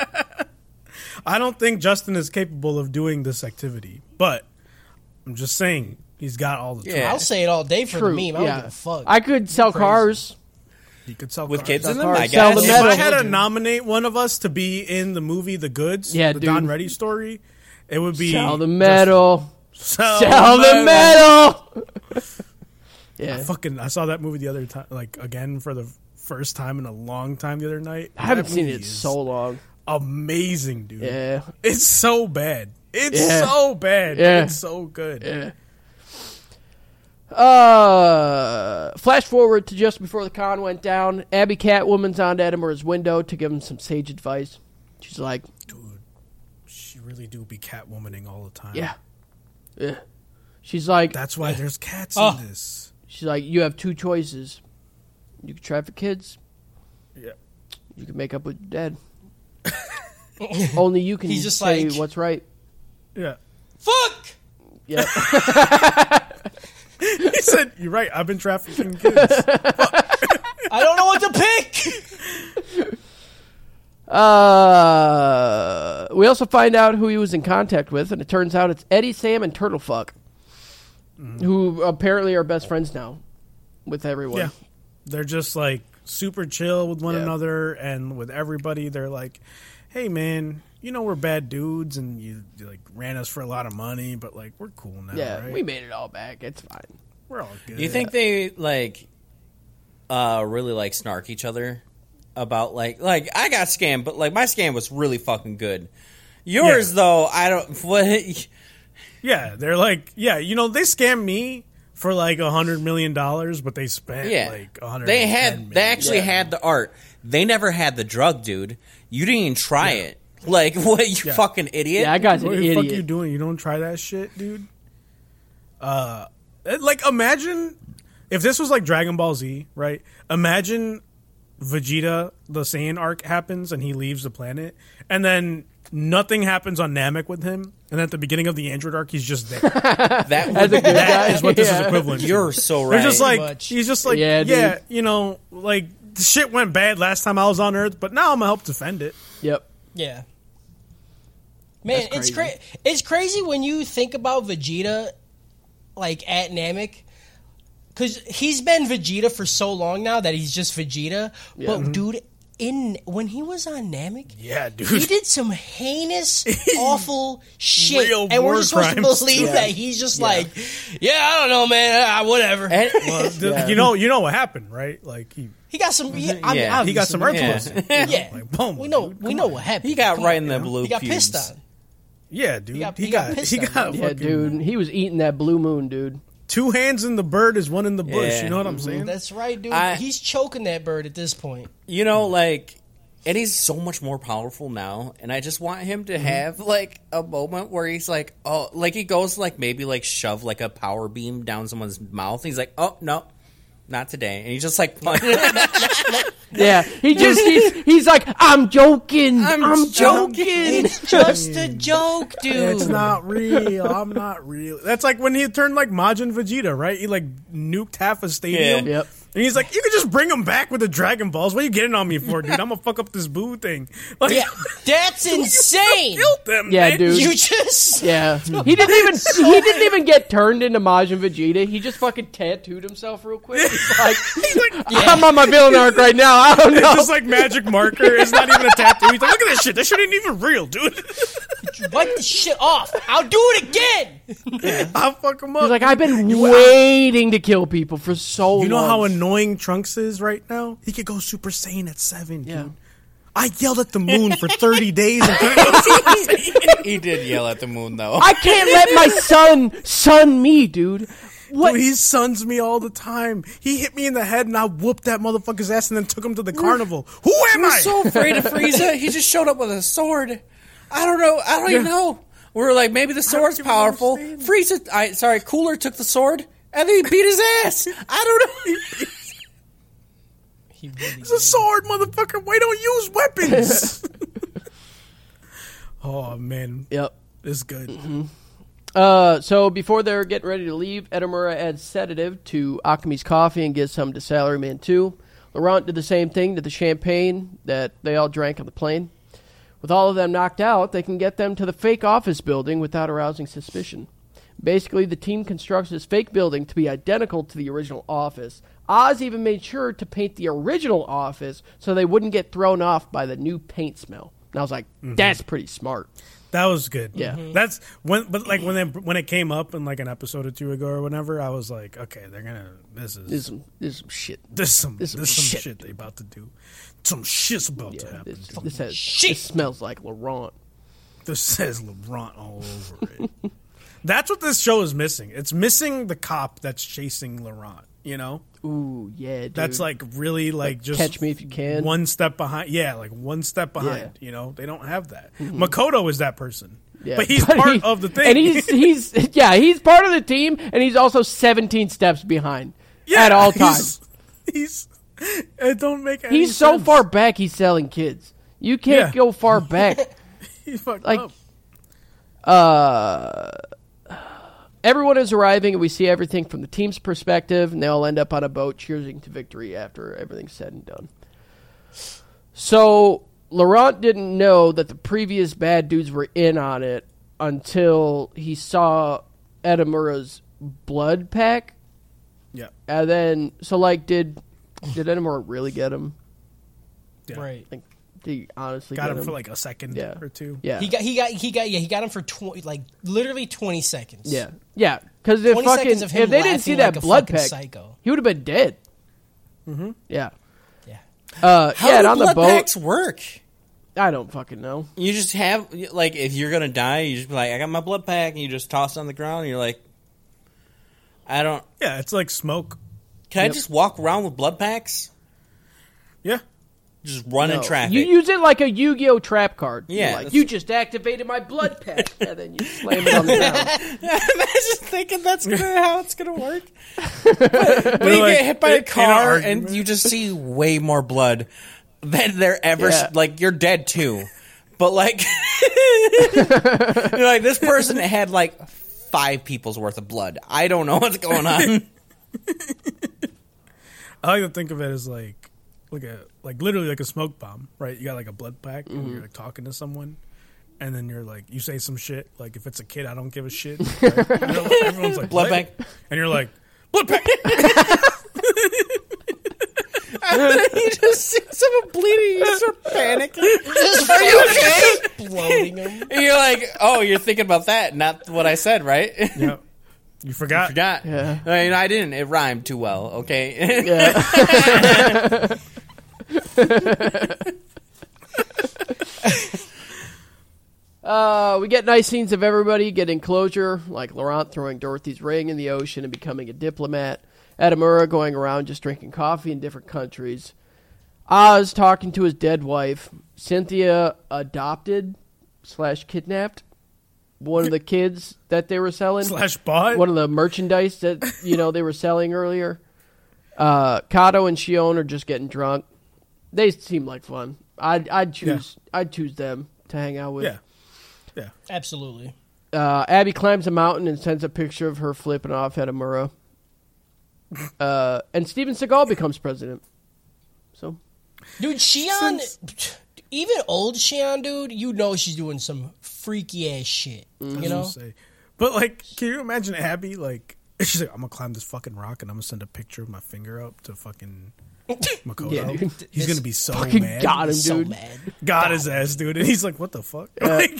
S6: I don't think Justin is capable of doing this activity, but I'm just saying he's got all the
S5: Yeah.
S6: tools.
S4: I'll say it all day for the
S3: True.
S4: meme. I don't
S3: yeah.
S4: give a fuck.
S3: I could sell
S4: Crazy.
S3: cars.
S6: He could sell
S5: with
S6: cars.
S5: kids in them,
S3: Cars
S5: I
S3: sell the
S5: guess.
S6: If I
S3: metal.
S6: had to nominate one of us to be in the movie The Goods,
S3: Yeah,
S6: the
S3: dude.
S6: Don Reddy story, it would be
S3: Sell the metal.
S6: Justin.
S3: Sell the metal.
S6: I
S3: Yeah.
S6: Fucking, I saw that movie the other time, like again for the first time in a long time the other night.
S3: I haven't
S6: That
S3: seen
S6: movie
S3: it
S6: is
S3: so long.
S6: amazing, dude.
S3: Yeah.
S6: It's so bad. It's
S3: Yeah.
S6: so bad. but
S3: Yeah.
S6: It's so good.
S3: Eh. Uh, flash forward to just before the con went down. Abby Catwoman's on Edinburgh's window to give him some sage advice. She's like,
S6: Dude, she really do be catwomaning all the time.
S3: "Yeah, yeah." eh. She's like,
S6: That's why there's cats
S4: Oh.
S6: in this.
S3: "She's like, you have two choices. You can traffic kids.
S6: Yeah.
S3: You can make up with your dad. Only you can
S4: He's just
S3: say
S4: like-
S3: what's right.
S6: Yeah.
S4: Fuck.
S3: Yeah.
S6: He said, You're right, I've been trafficking kids.
S4: I don't know what to pick.
S3: Uh, we also find out who he was in contact with, and it turns out it's Eddie, Sam, and Turtlefuck,
S6: Mm-hmm.
S3: who apparently are best friends now with everyone.
S6: yeah. They're just like super chill with one
S3: Yeah.
S6: another and with everybody. They're like, Hey man, you know we're bad dudes and you, you like ran us for a lot of money, but like we're cool now,
S3: Yeah,
S6: right?
S3: we made it all back. It's fine.
S6: we're all good.
S7: Do you think they like uh really like snark each other about like like I got scammed, but like my scam was really fucking good. Yours
S6: Yeah.
S7: though, I don't what
S6: Yeah, they're like, yeah, you know, they scammed me for like a hundred million dollars, but they spent
S7: yeah.
S6: like a hundred.
S7: they had they actually
S3: Yeah.
S7: had the art. They never had the drug, dude. You didn't even try it. Like what you
S6: Yeah.
S7: fucking idiot.
S3: Yeah, that guy's an
S6: What the
S3: idiot.
S6: fuck you doing? You don't try that shit, dude. Uh, it- like imagine if this was like Dragon Ball Z, right? Imagine Vegeta the Saiyan arc happens and he leaves the planet, and then nothing happens on Namek with him, and at the beginning of the Android arc, he's just there.
S7: that
S3: As a
S7: would,
S3: good guy,
S6: That is what this
S3: yeah.
S6: is equivalent. to.
S7: you're so right.
S6: They're just like
S4: much.
S6: he's just like
S3: Yeah,
S6: yeah,
S3: dude.
S6: you know, like the shit went bad last time I was on Earth, but now I'm gonna help defend it.
S3: Yep.
S4: Yeah. Man,
S3: That's
S4: it's
S3: crazy.
S4: crazy. It's crazy when you think about Vegeta, like at Namek, because he's been Vegeta for so long now that he's just Vegeta. But dude, in when he was on Namek,
S6: Yeah, dude.
S4: he did some heinous, awful shit,
S6: Real
S4: and
S6: war
S4: we're just supposed
S6: crimes.
S4: to believe that he's just like, yeah, I don't know, man, ah, whatever.
S7: and,
S6: The- You know, you know what happened, right? Like he,
S4: he got some. Yeah,
S7: Yeah,
S6: he got some Earth
S7: Yeah.
S6: pussy.
S4: Yeah,
S6: Like, boom,
S4: we know.
S6: dude,
S4: we know what happened.
S7: he got
S4: Come
S7: right
S4: on.
S7: in the blue
S4: He got
S7: pubes.
S4: pissed on.
S6: Yeah, dude. He
S4: got-
S6: got
S4: he
S6: he
S4: got
S6: got,
S4: pissed on him.
S6: fucking
S3: Yeah, dude. He was eating that blue moon, dude.
S6: two hands in the bird is one in the bush.
S7: Yeah.
S6: You know what I'm saying?
S4: That's right, dude.
S7: I-
S4: He's choking that bird at this point.
S7: you know, like, and he's so much more powerful now. And I just want him
S6: Mm-hmm.
S7: to have like a moment where he's like, oh, like he goes like maybe like shove like a power beam down someone's mouth. And he's like, oh no, not today. And he's just like,
S3: Yeah, he just he's, he's like I'm joking. I'm,
S7: I'm
S3: joking.
S4: It's just a joke, dude.
S6: It's not real. I'm not real. That's like when he turned like Majin Vegeta, right? He like nuked half a stadium.
S7: Yeah.
S3: Yep.
S6: And he's like, you could just bring him back with the Dragon Balls. What are you getting on me for, dude? I'm gonna fuck up this boo thing. Like,
S4: Yeah, that's insane.
S6: built them,
S3: Yeah,
S6: man.
S3: dude.
S4: You just
S3: Yeah, he didn't even he didn't even get turned into Majin Vegeta. He just fucking tattooed himself real quick. He's like, I'm on my villain arc right now. I don't know.
S6: It's just like magic marker. It's not even a tattoo. He's like, look at this shit. This shit ain't even real, dude.
S4: wipe the shit off. I'll do it again.
S6: I'll fuck him up.
S3: He's like, I've been waiting to kill people for so long.
S6: You know how annoying Trunks is right now? He could go Super Saiyan at seven,
S3: Yeah.
S6: dude. I yelled at the moon for 30 days and couldn't go Super Saiyan.
S7: he did yell at the moon though.
S3: I can't let my son son me, dude. What?
S6: Dude, he sons me all the time. He hit me in the head and I whooped that motherfucker's ass and then took him to the carnival. Who am I?
S7: I'm so afraid of Frieza. He just showed up with a sword. I don't know. I don't even know. We were like, maybe the sword's
S6: even
S7: powerful.
S6: understand.
S7: Frieza, I sorry, Cooler took the sword and then he beat his ass. I don't know.
S4: He really
S6: it's a sword, motherfucker. Why don't use weapons? oh, man.
S3: Yep. Mm-hmm.
S6: It's good.
S3: Uh, so before they're getting ready to leave, Edamura adds sedative to Akami's coffee and gives some to Salaryman too. Laurent did the same thing to the champagne that they all drank on the plane. With all of them knocked out, they can get them to the fake office building without arousing suspicion. Basically, the team constructs this fake building to be identical to the original office. Oz even made sure to paint the original office so they wouldn't get thrown off by the new paint smell. And I was like, that's pretty smart.
S6: That was good. Mm-hmm.
S3: Yeah. Mhm.
S6: that's when. But like when they, when it came up in like an episode or two ago or whatever, I was like, okay, they're gonna. This is
S3: This is, this is some shit.
S6: There's some
S3: This
S6: there's
S3: some
S6: some,
S3: shit.
S6: shit. they about to do. Some shit's about to happen.
S3: This,
S6: dude.
S3: this, has,
S4: shit.
S3: this smells like Laurent.
S6: This says LeBron all over it. that's what this show is missing. It's missing the cop that's chasing LeBron. You know,
S3: Ooh, yeah, dude.
S6: that's like really like just
S3: Catch Me If You Can.
S6: One step behind, yeah, like one step behind. You know, they don't have that. Makoto is that person,
S3: Yeah.
S6: but he's part
S3: he-
S6: of the thing.
S3: And he's he's yeah, he's part of the team and he's also 17 steps behind at all times.
S6: He's, he's It don't make any
S3: He's so
S6: sense.
S3: far back. He's selling kids. You can't
S6: Yeah.
S3: go far back.
S6: He's fucked
S3: like-
S6: up.
S3: Everyone is arriving, and we see everything from the team's perspective, and they all end up on a boat cheering to victory after everything's said and done. So Laurent didn't know that the previous bad dudes were in on it until he saw Edamura's blood pack,
S6: Yeah.
S3: and then so like did did Edamura really get him?
S6: yeah.
S4: Right.
S3: Like, did he honestly
S6: Got
S3: get
S6: him for like a second
S3: Yeah.
S6: or two.
S3: yeah
S4: He got he got he got yeah he got him for twenty like literally twenty seconds.
S3: yeah yeah because if
S4: 20
S3: fucking
S4: seconds of him
S3: if they didn't see
S4: laughing
S3: that
S4: like a
S3: blood
S4: fucking
S3: pack,
S4: psycho.
S3: he would have been dead. Mm-hmm. Yeah.
S4: Yeah.
S3: Uh,
S5: How
S3: yeah, and
S5: do
S3: on the
S5: blood
S3: boat,
S5: packs work?
S3: I don't fucking know.
S5: You just have like if you're gonna die, you just be like, I got my blood pack, and you just toss it on the ground. And you're like, I don't.
S6: Yeah, it's like smoke.
S5: Can I just walk around with blood packs?
S6: Yeah.
S5: Just run in
S3: No.
S5: traffic.
S3: You use it like a Yu-Gi-Oh trap card. You're
S5: Yeah,
S3: like,
S5: that's-
S3: you just activated my blood pack, and then you slam it on the ground.
S5: I'm just thinking that's gonna, how it's gonna work. but when
S6: They're
S5: you
S6: like,
S5: get hit by
S6: in
S5: a
S6: an
S5: car and
S6: argument.
S5: you just see way more blood than there ever.
S3: Yeah.
S5: Like you're dead too, but like you're like this person had like five people's worth of blood. I don't know what's going on.
S6: I like to think of it as like like a like literally like a smoke bomb, right? You got like a blood pack and you're like talking to someone and then you're like you say some shit, like if it's a kid I don't give a shit. right? And you're like- everyone's like
S5: Blood
S6: "What?"
S5: bank.
S6: And you're like blood pack
S5: you just see someone bleeding. You start panicking.
S4: Are you okay? Exploding him.
S5: And you're like, oh, you're thinking about that, not what I said, right?
S6: Yep. You forgot.
S5: Forgot.
S3: Yeah.
S5: I, mean, I didn't. It rhymed too well. Okay.
S3: Yeah. Uh, we get nice scenes of everybody getting closure, like Laurent throwing Dorothy's ring in the ocean and becoming a diplomat, Edamura going around just drinking coffee in different countries, Oz talking to his dead wife, Cynthia adopted slash kidnapped one of the kids that they were selling
S6: Slash bot.
S3: one of the merchandise that you know they were selling earlier. Uh, Kato and Shion are just getting drunk. They seem like fun. I'd I'd choose I'd choose them to hang out with.
S6: yeah. Yeah.
S4: Absolutely.
S3: Uh, Abby climbs a mountain and sends a picture of her flipping off at Amuro. Uh, and Steven Seagal becomes president. So
S4: Dude, Shion, even old Shion, dude, you know she's doing some freaky ass shit. You know,
S6: Say. But like, can you imagine Abby like she's like, I'm gonna climb this fucking rock and I'm gonna send a picture of my finger up to fucking Makoto.
S3: Yeah, dude.
S6: He's gonna be so
S3: fucking
S6: mad.
S3: got him,
S4: so
S3: dude.
S4: mad.
S6: got his ass, dude. And he's like, "What the fuck?" Like,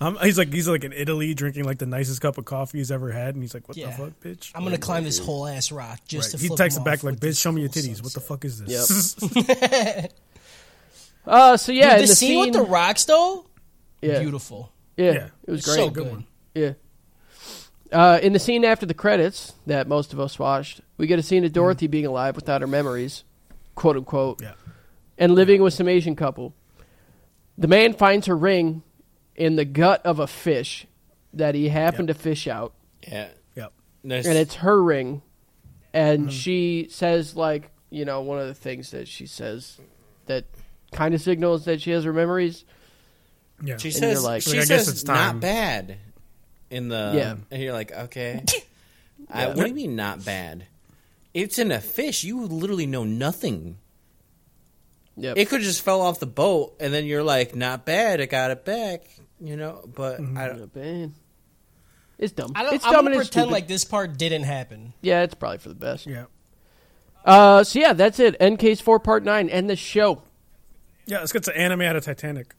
S6: um, he's like, he's like in Italy drinking like the nicest cup of coffee he's ever had, and he's like, "What
S4: Yeah.
S6: the fuck, bitch?"
S4: I'm gonna climb this whole ass rock
S6: Right.
S4: just to.
S6: He
S4: flip
S6: texts
S4: him
S6: it back
S4: off
S6: like,
S4: with this
S6: "Bitch, show me your
S4: full
S6: titties. What the
S4: sunset."
S6: fuck is this?"
S3: uh, so yeah,
S4: Dude,
S3: in
S4: the, scene, with the rocks though,
S3: yeah,
S4: beautiful,
S3: Yeah,
S6: Yeah.
S3: it was great.
S4: so good.
S3: Yeah. Uh, in the scene after the credits that most of us watched, we get a scene
S5: Mm-hmm.
S3: of Dorothy being alive without her memories, quote unquote,
S6: yeah,
S3: and living with some Asian couple. The man finds her ring in the gut of a fish that he happened to fish out,
S5: yeah.
S6: yeah,
S5: There's-
S3: and it's her ring.
S5: Mm-hmm.
S3: And she says, like, you know, one of the things that she says that kind of signals that she has her memories.
S6: yeah.
S5: She
S6: She's
S3: you're
S5: says,
S3: like-
S5: she
S6: Like, I
S5: says
S6: guess it's time.
S5: not bad in the.
S3: Yeah.
S5: And you're like, okay. I, what do you mean not bad? It's in a fish. You literally know nothing.
S3: Yep.
S5: It could just fell off the boat, and then you're like, not bad. I got it back. You know, but
S6: Mm-hmm.
S5: I don't.
S3: Man. It's dumb.
S4: I don't,
S3: it's
S4: I'm
S3: dumb
S4: gonna
S3: and
S4: pretend
S3: it's stupid.
S4: like this part didn't happen.
S3: Yeah, it's probably for the best.
S6: yeah,
S3: Uh, so yeah, that's it. End case four, part nine. End the show.
S6: yeah. Let's get to anime out of Titanic.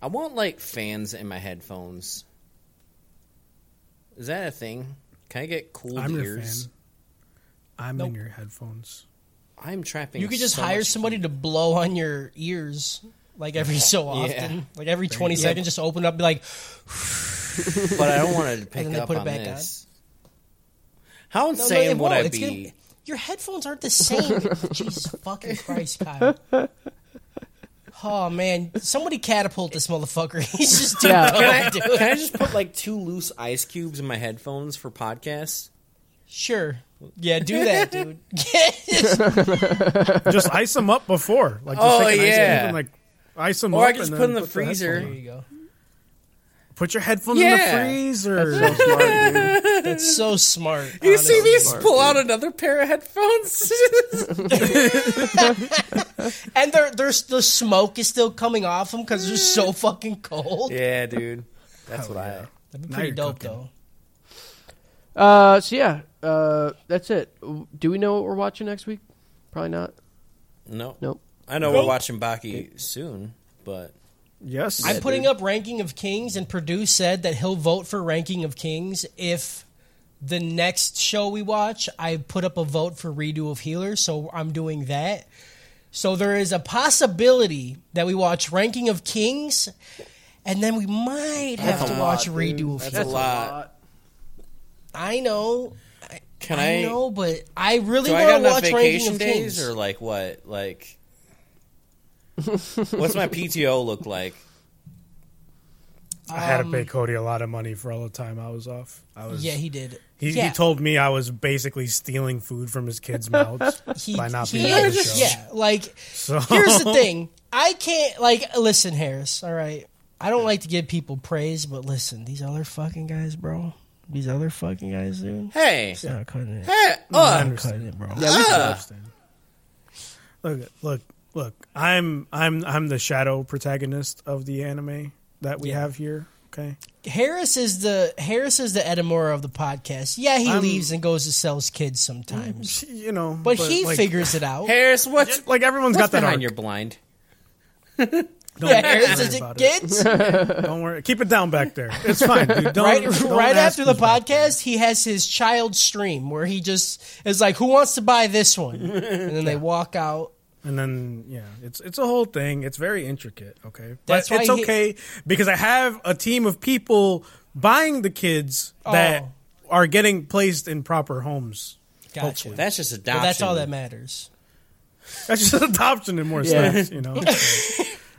S5: I want like fans in my headphones. Is that a thing? Can I get cool
S6: I'm your fan.
S5: ears?
S6: I'm in your headphones.
S5: I'm trapping.
S4: You could just
S5: so
S4: hire
S5: much-
S4: somebody to blow on your ears. Like every so often, like every twenty seconds, just open up, be like,
S5: but I don't want to pick
S4: then they
S5: up
S4: put it
S5: on
S4: back
S5: this. How
S4: "No, no,
S5: insane
S4: it
S5: would
S4: won't.
S5: I
S4: It's
S5: be?
S4: gonna- your headphones aren't the same. Jesus fucking Christ, Kyle. Oh man, somebody catapult this motherfucker. He's just doing
S3: Yeah.
S5: can, I, can I just put like two loose ice cubes in my headphones for podcasts?
S4: Sure. Yeah, do that, dude.
S6: Just ice them up before. Like, just
S5: Oh,
S6: take an ice
S5: yeah.
S6: cube and, like ice them
S5: Or
S6: up.
S5: I can just
S6: and
S5: put
S6: then
S5: in the
S6: the headphone
S5: freezer.
S4: there
S6: on.
S4: you go.
S6: Put your headphone
S5: Yeah.
S6: in the freezer.
S8: So smart, dude.
S4: That's so smart.
S5: You see
S4: honestly.
S5: me pull out another pair of headphones?
S4: and they're, they're, the smoke is still coming off them because they're so fucking cold.
S5: yeah, dude. That's what
S4: That'd be
S6: Now
S4: pretty
S6: you're
S4: dope,
S6: cooking.
S4: though.
S3: Uh, so yeah, uh, that's it. Do we know what we're watching next week? Probably not.
S5: I. No.
S3: Nope.
S5: I know we're watching Baki soon, but
S6: yes.
S4: I'm putting up Ranking of Kings, and Purdue said that he'll vote for Ranking of Kings if the next show we watch, I put up a vote for Redo of Healers, so I'm doing that. So there is a possibility that we watch Ranking of Kings, and then we might have to watch Redo of
S5: a
S4: Healers.
S5: lot.
S4: I know,
S5: Can
S4: I,
S5: I?
S4: know, but I really
S5: do I
S4: want
S5: got
S4: to
S5: enough
S4: watch Ranking
S5: vacation
S4: of
S5: days
S4: Kings.
S5: or like what? Like, what's my PTO look like?
S6: I had to pay Cody a lot of money for all the time I was off. I was.
S4: Um, yeah, he did.
S6: He,
S4: yeah.
S6: he told me I was basically stealing food from his kids' mouths
S4: he,
S6: by not
S4: he
S6: being on the
S4: is-
S6: show.
S4: Yeah, like here's the thing. I can't like listen, Harris. All right, I don't like to give people praise, but listen, these other fucking guys, bro. These other fucking guys, dude.
S5: Hey,
S4: They're not cutting it.
S5: hey, uh,
S4: Cutting it, bro.
S6: Look, look, look. I'm I'm I'm the shadow protagonist of the anime that we have here. Okay.
S4: Harris is the Harris is the Edamura of the podcast. Yeah, he
S6: I'm-
S4: leaves and goes to sells kids sometimes,
S6: You know,
S4: but, he
S6: like,
S4: figures it out.
S5: Harris, what's,
S6: Like everyone's
S5: what's
S6: got that
S5: behind
S6: arc.
S5: your blind?
S6: Don't
S4: Yeah,
S6: worry
S4: Harris is it
S6: about it.
S4: kids.
S6: Don't worry. Keep it down back there. It's fine. Dude. Don't,
S4: right
S6: don't
S4: right
S6: ask
S4: after the
S6: who's back there.
S4: podcast, he has his child stream where he just is like, "Who wants to buy this one?" And then they walk out.
S6: And then yeah, it's it's a whole thing. It's very intricate. Okay, but
S4: That's why
S6: it's
S4: he-
S6: okay because I have a team of people buying the kids that
S4: Oh.
S6: are getting placed in proper homes.
S4: Gotcha.
S5: That's just adoption.
S4: Well, that's all that matters.
S6: That's just adoption in more
S3: Yeah.
S6: steps, you know.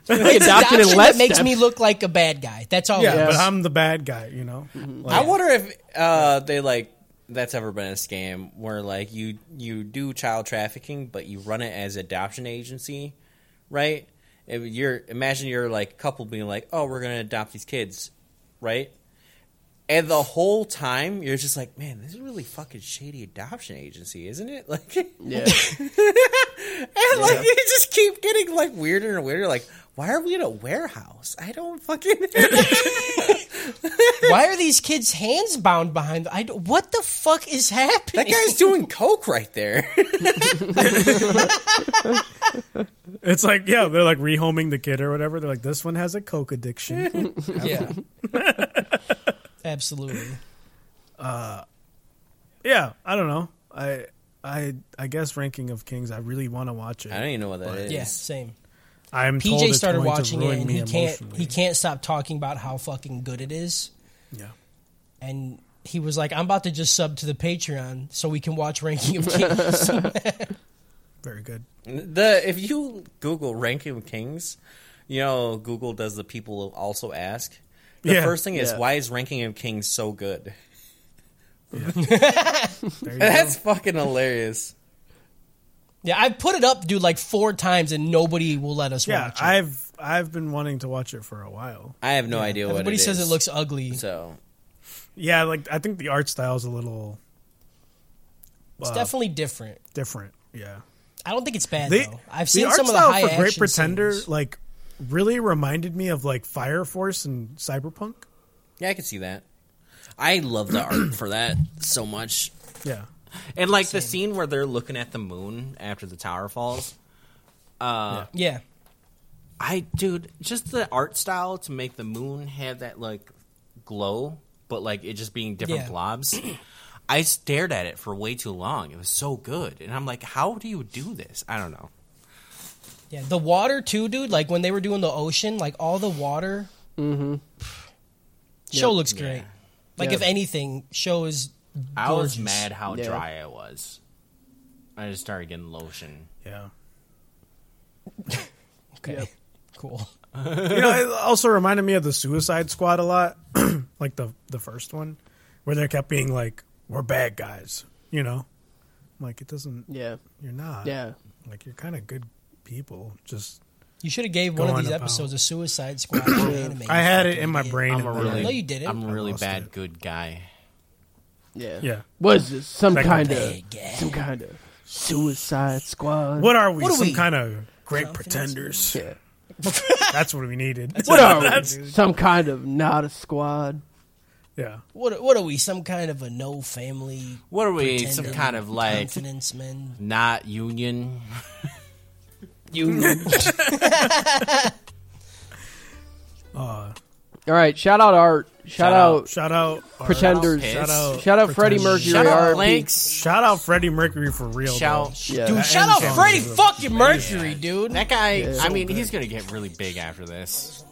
S3: They adopted in
S4: Adoption
S3: less
S4: that makes
S3: steps.
S4: me look like a bad guy. That's all.
S6: yeah,
S4: it is.
S6: but I'm the bad guy, you know.
S4: Mm-hmm.
S5: I wonder if uh, they like that's ever been a scam where like you you do child trafficking, but you run it as adoption agency, right? If you're imagine you're like couple being like, oh, we're gonna adopt these kids, right? And the whole time you're just like, man, this is a really fucking shady adoption agency, isn't it? Like, and
S3: Yeah.
S5: like you just keep getting like weirder and weirder. Like, why are we in a warehouse? I don't fucking.
S4: Why are these kids' hands bound behind? The, I don't- what the fuck is happening?
S5: that guy's doing coke right there.
S6: It's like, yeah, they're like rehoming the kid or whatever. They're like, this one has a coke addiction.
S4: yeah, absolutely.
S6: yeah, I don't know. I I I guess ranking of kings. I really want to watch it.
S5: I don't even know what that is.
S4: Yeah, same.
S6: I'm told
S4: PJ
S6: it's
S4: started
S6: going to
S4: watching
S6: ruin
S4: it, and
S6: me
S4: he can't.
S6: emotionally.
S4: He can't stop talking about how fucking good it is.
S6: Yeah.
S4: And he was like, "I'm about to just sub to the Patreon so we can watch Ranking of Kings."
S6: Very good.
S5: The if you Google ranking of kings, you know Google does the people also ask. The
S6: Yeah.
S5: first thing is
S3: Yeah.
S5: why is ranking of kings so good?
S6: There you
S5: That's fucking hilarious.
S4: yeah, I've put it up, dude, like four times, and nobody will let us
S6: Yeah,
S4: watch it.
S6: I've I've been wanting to watch it for a while.
S5: I have no idea what
S4: Everybody
S5: it
S4: says
S5: is.
S4: it looks ugly.
S5: so.
S6: Yeah, like I think the art style's a little uh,
S4: it's definitely different.
S6: different. Yeah.
S4: I don't think it's bad
S6: They,
S4: though. I've seen
S6: the art
S4: some of the
S6: style
S4: high
S6: for Great
S4: action
S6: Pretender
S4: scenes.
S6: like really reminded me of like Fire Force and Cyberpunk.
S5: Yeah, I can see that. I love the art for that so much.
S6: Yeah.
S9: And like the scene where they're looking at the moon after the tower falls.
S4: Yeah,
S9: I dude, just the art style to make the moon have that like glow, but like it just being different
S4: Yeah.
S9: blobs. I stared at it for way too long. It was so good, and I'm like, how do you do this? I don't know.
S4: yeah. The water too, dude. Like when they were doing the ocean, like all the water. Mm-hmm. Show looks great. Like
S3: Yeah.
S4: if anything, show is.
S9: I
S4: Gorgeous.
S9: was mad how
S3: Yeah.
S9: dry I was. I just started getting lotion.
S6: Yeah.
S4: Okay. Cool.
S6: you know, it also reminded me of the Suicide Squad a lot, like the the first one, where they kept being like, "We're bad guys," you know, Like it doesn't.
S3: Yeah.
S6: You're not.
S3: Yeah.
S6: Like you're kind of good people. Just
S4: You should have gave one of
S6: Going
S4: these
S6: about.
S4: episodes a Suicide Squad anime.
S6: I had it in my brain.
S5: I'm
S6: and
S5: a
S6: then-
S5: really,
S4: No, you didn't.
S5: I'm a really
S6: lost
S5: bad
S6: it.
S5: good guy.
S3: Yeah.
S6: Yeah.
S3: Was this some
S6: Like-
S3: kind of some kind of Suicide Squad?
S6: What are we?
S4: What are
S6: Some
S4: we?
S6: kind of great pretenders.
S3: Yeah.
S6: That's what we needed.
S3: What are we? Some kind of not a squad?
S6: yeah.
S4: What, what are we? Some kind of a no family?
S5: What are we? Some
S4: pretender,
S5: kind of like
S4: confidence men?
S5: not union?
S3: You. All right. Shout out Art. Shout,
S5: Shout
S3: out,
S5: out.
S6: Shout out our-
S3: Pretenders.
S5: Piss.
S6: Shout out.
S3: Shout out Freddie
S6: Pretenders.
S3: Mercury.
S5: Shout out
S3: R.I.P..
S5: Blanks.
S6: Shout out Freddie Mercury for real.
S5: Shout.
S3: Yeah.
S4: Dude,
S6: That
S4: shout
S6: end
S4: out
S6: song
S4: Freddie
S6: is a-
S4: fucking Mercury, dude.
S5: That guy, I mean, he's gonna get really big after this.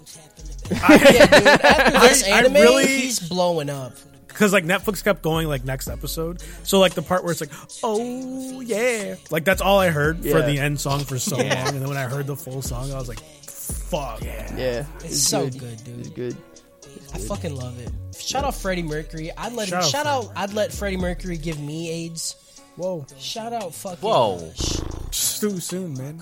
S4: This
S6: I
S4: anime,
S6: really-
S4: he's blowing up.
S6: because like Netflix kept going like next episode. So like the part where it's like, oh yeah, like that's all I heard for
S3: Yeah.
S6: the end song for so long. And then when I heard the full song, I was like, fuck.
S3: Yeah.
S4: It's so good,
S3: It's
S4: dude.
S3: good.
S4: I fucking love it. Shout out Freddie Mercury. I'd let him,
S6: Shout out
S4: shout
S6: Freddie
S4: out. I'd let Freddie Mercury give me AIDS.
S6: Whoa,
S4: Shout out fucking.
S5: Whoa.
S6: it's too soon, man.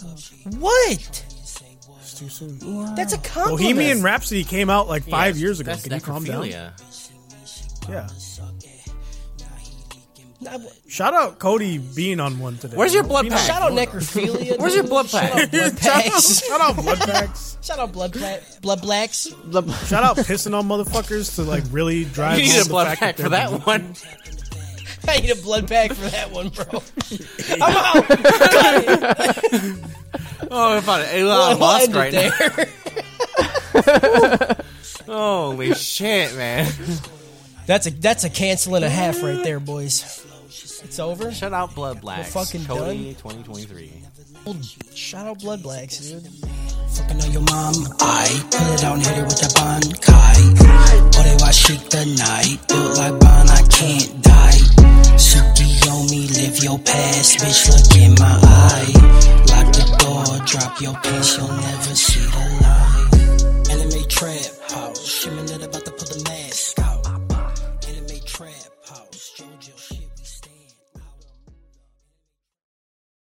S4: What?
S6: It's too soon.
S4: That's a compliment.
S6: Bohemian Rhapsody came out like five
S5: Yeah,
S6: years ago.
S5: that's
S6: Can you calm down?
S5: necrophilia.
S6: Yeah.
S4: Nah,
S6: Shout out Cody being on one today.
S5: Where's your blood
S6: Being
S5: pack?
S4: Shout out necrophilia.
S5: Where's your
S4: dude.
S5: blood
S4: Shout out
S5: pack?
S4: blood
S6: Shout out,
S4: packs.
S6: shout out blood packs.
S4: Shout out blood pla- blood blacks.
S6: Shout out pissing on motherfuckers to like really drive.
S5: You need
S6: home
S5: a blood
S6: the fact
S5: pack for
S6: they're
S5: that
S6: being-
S5: one.
S4: I need a blood pack for that one, bro. I'm out. I'm out.
S5: Oh, I found it.
S4: We'll
S5: Elon Musk
S4: end it
S5: right now.
S4: there.
S5: Holy shit, man.
S4: That's a that's a cancel and a half right there, boys. It's over.
S5: Shut out Blood Blacks.
S4: fucking
S5: Cody 2023.
S4: Shout out blood blacks, dude.
S2: Fucking on your mom, I put it on, hit it with the bankai. But they watch shake the night, built like Bond, I can't die. Suki on me, live your past, bitch, look in my eye. Lock the door, drop your pants, you'll never see the light. Anime trap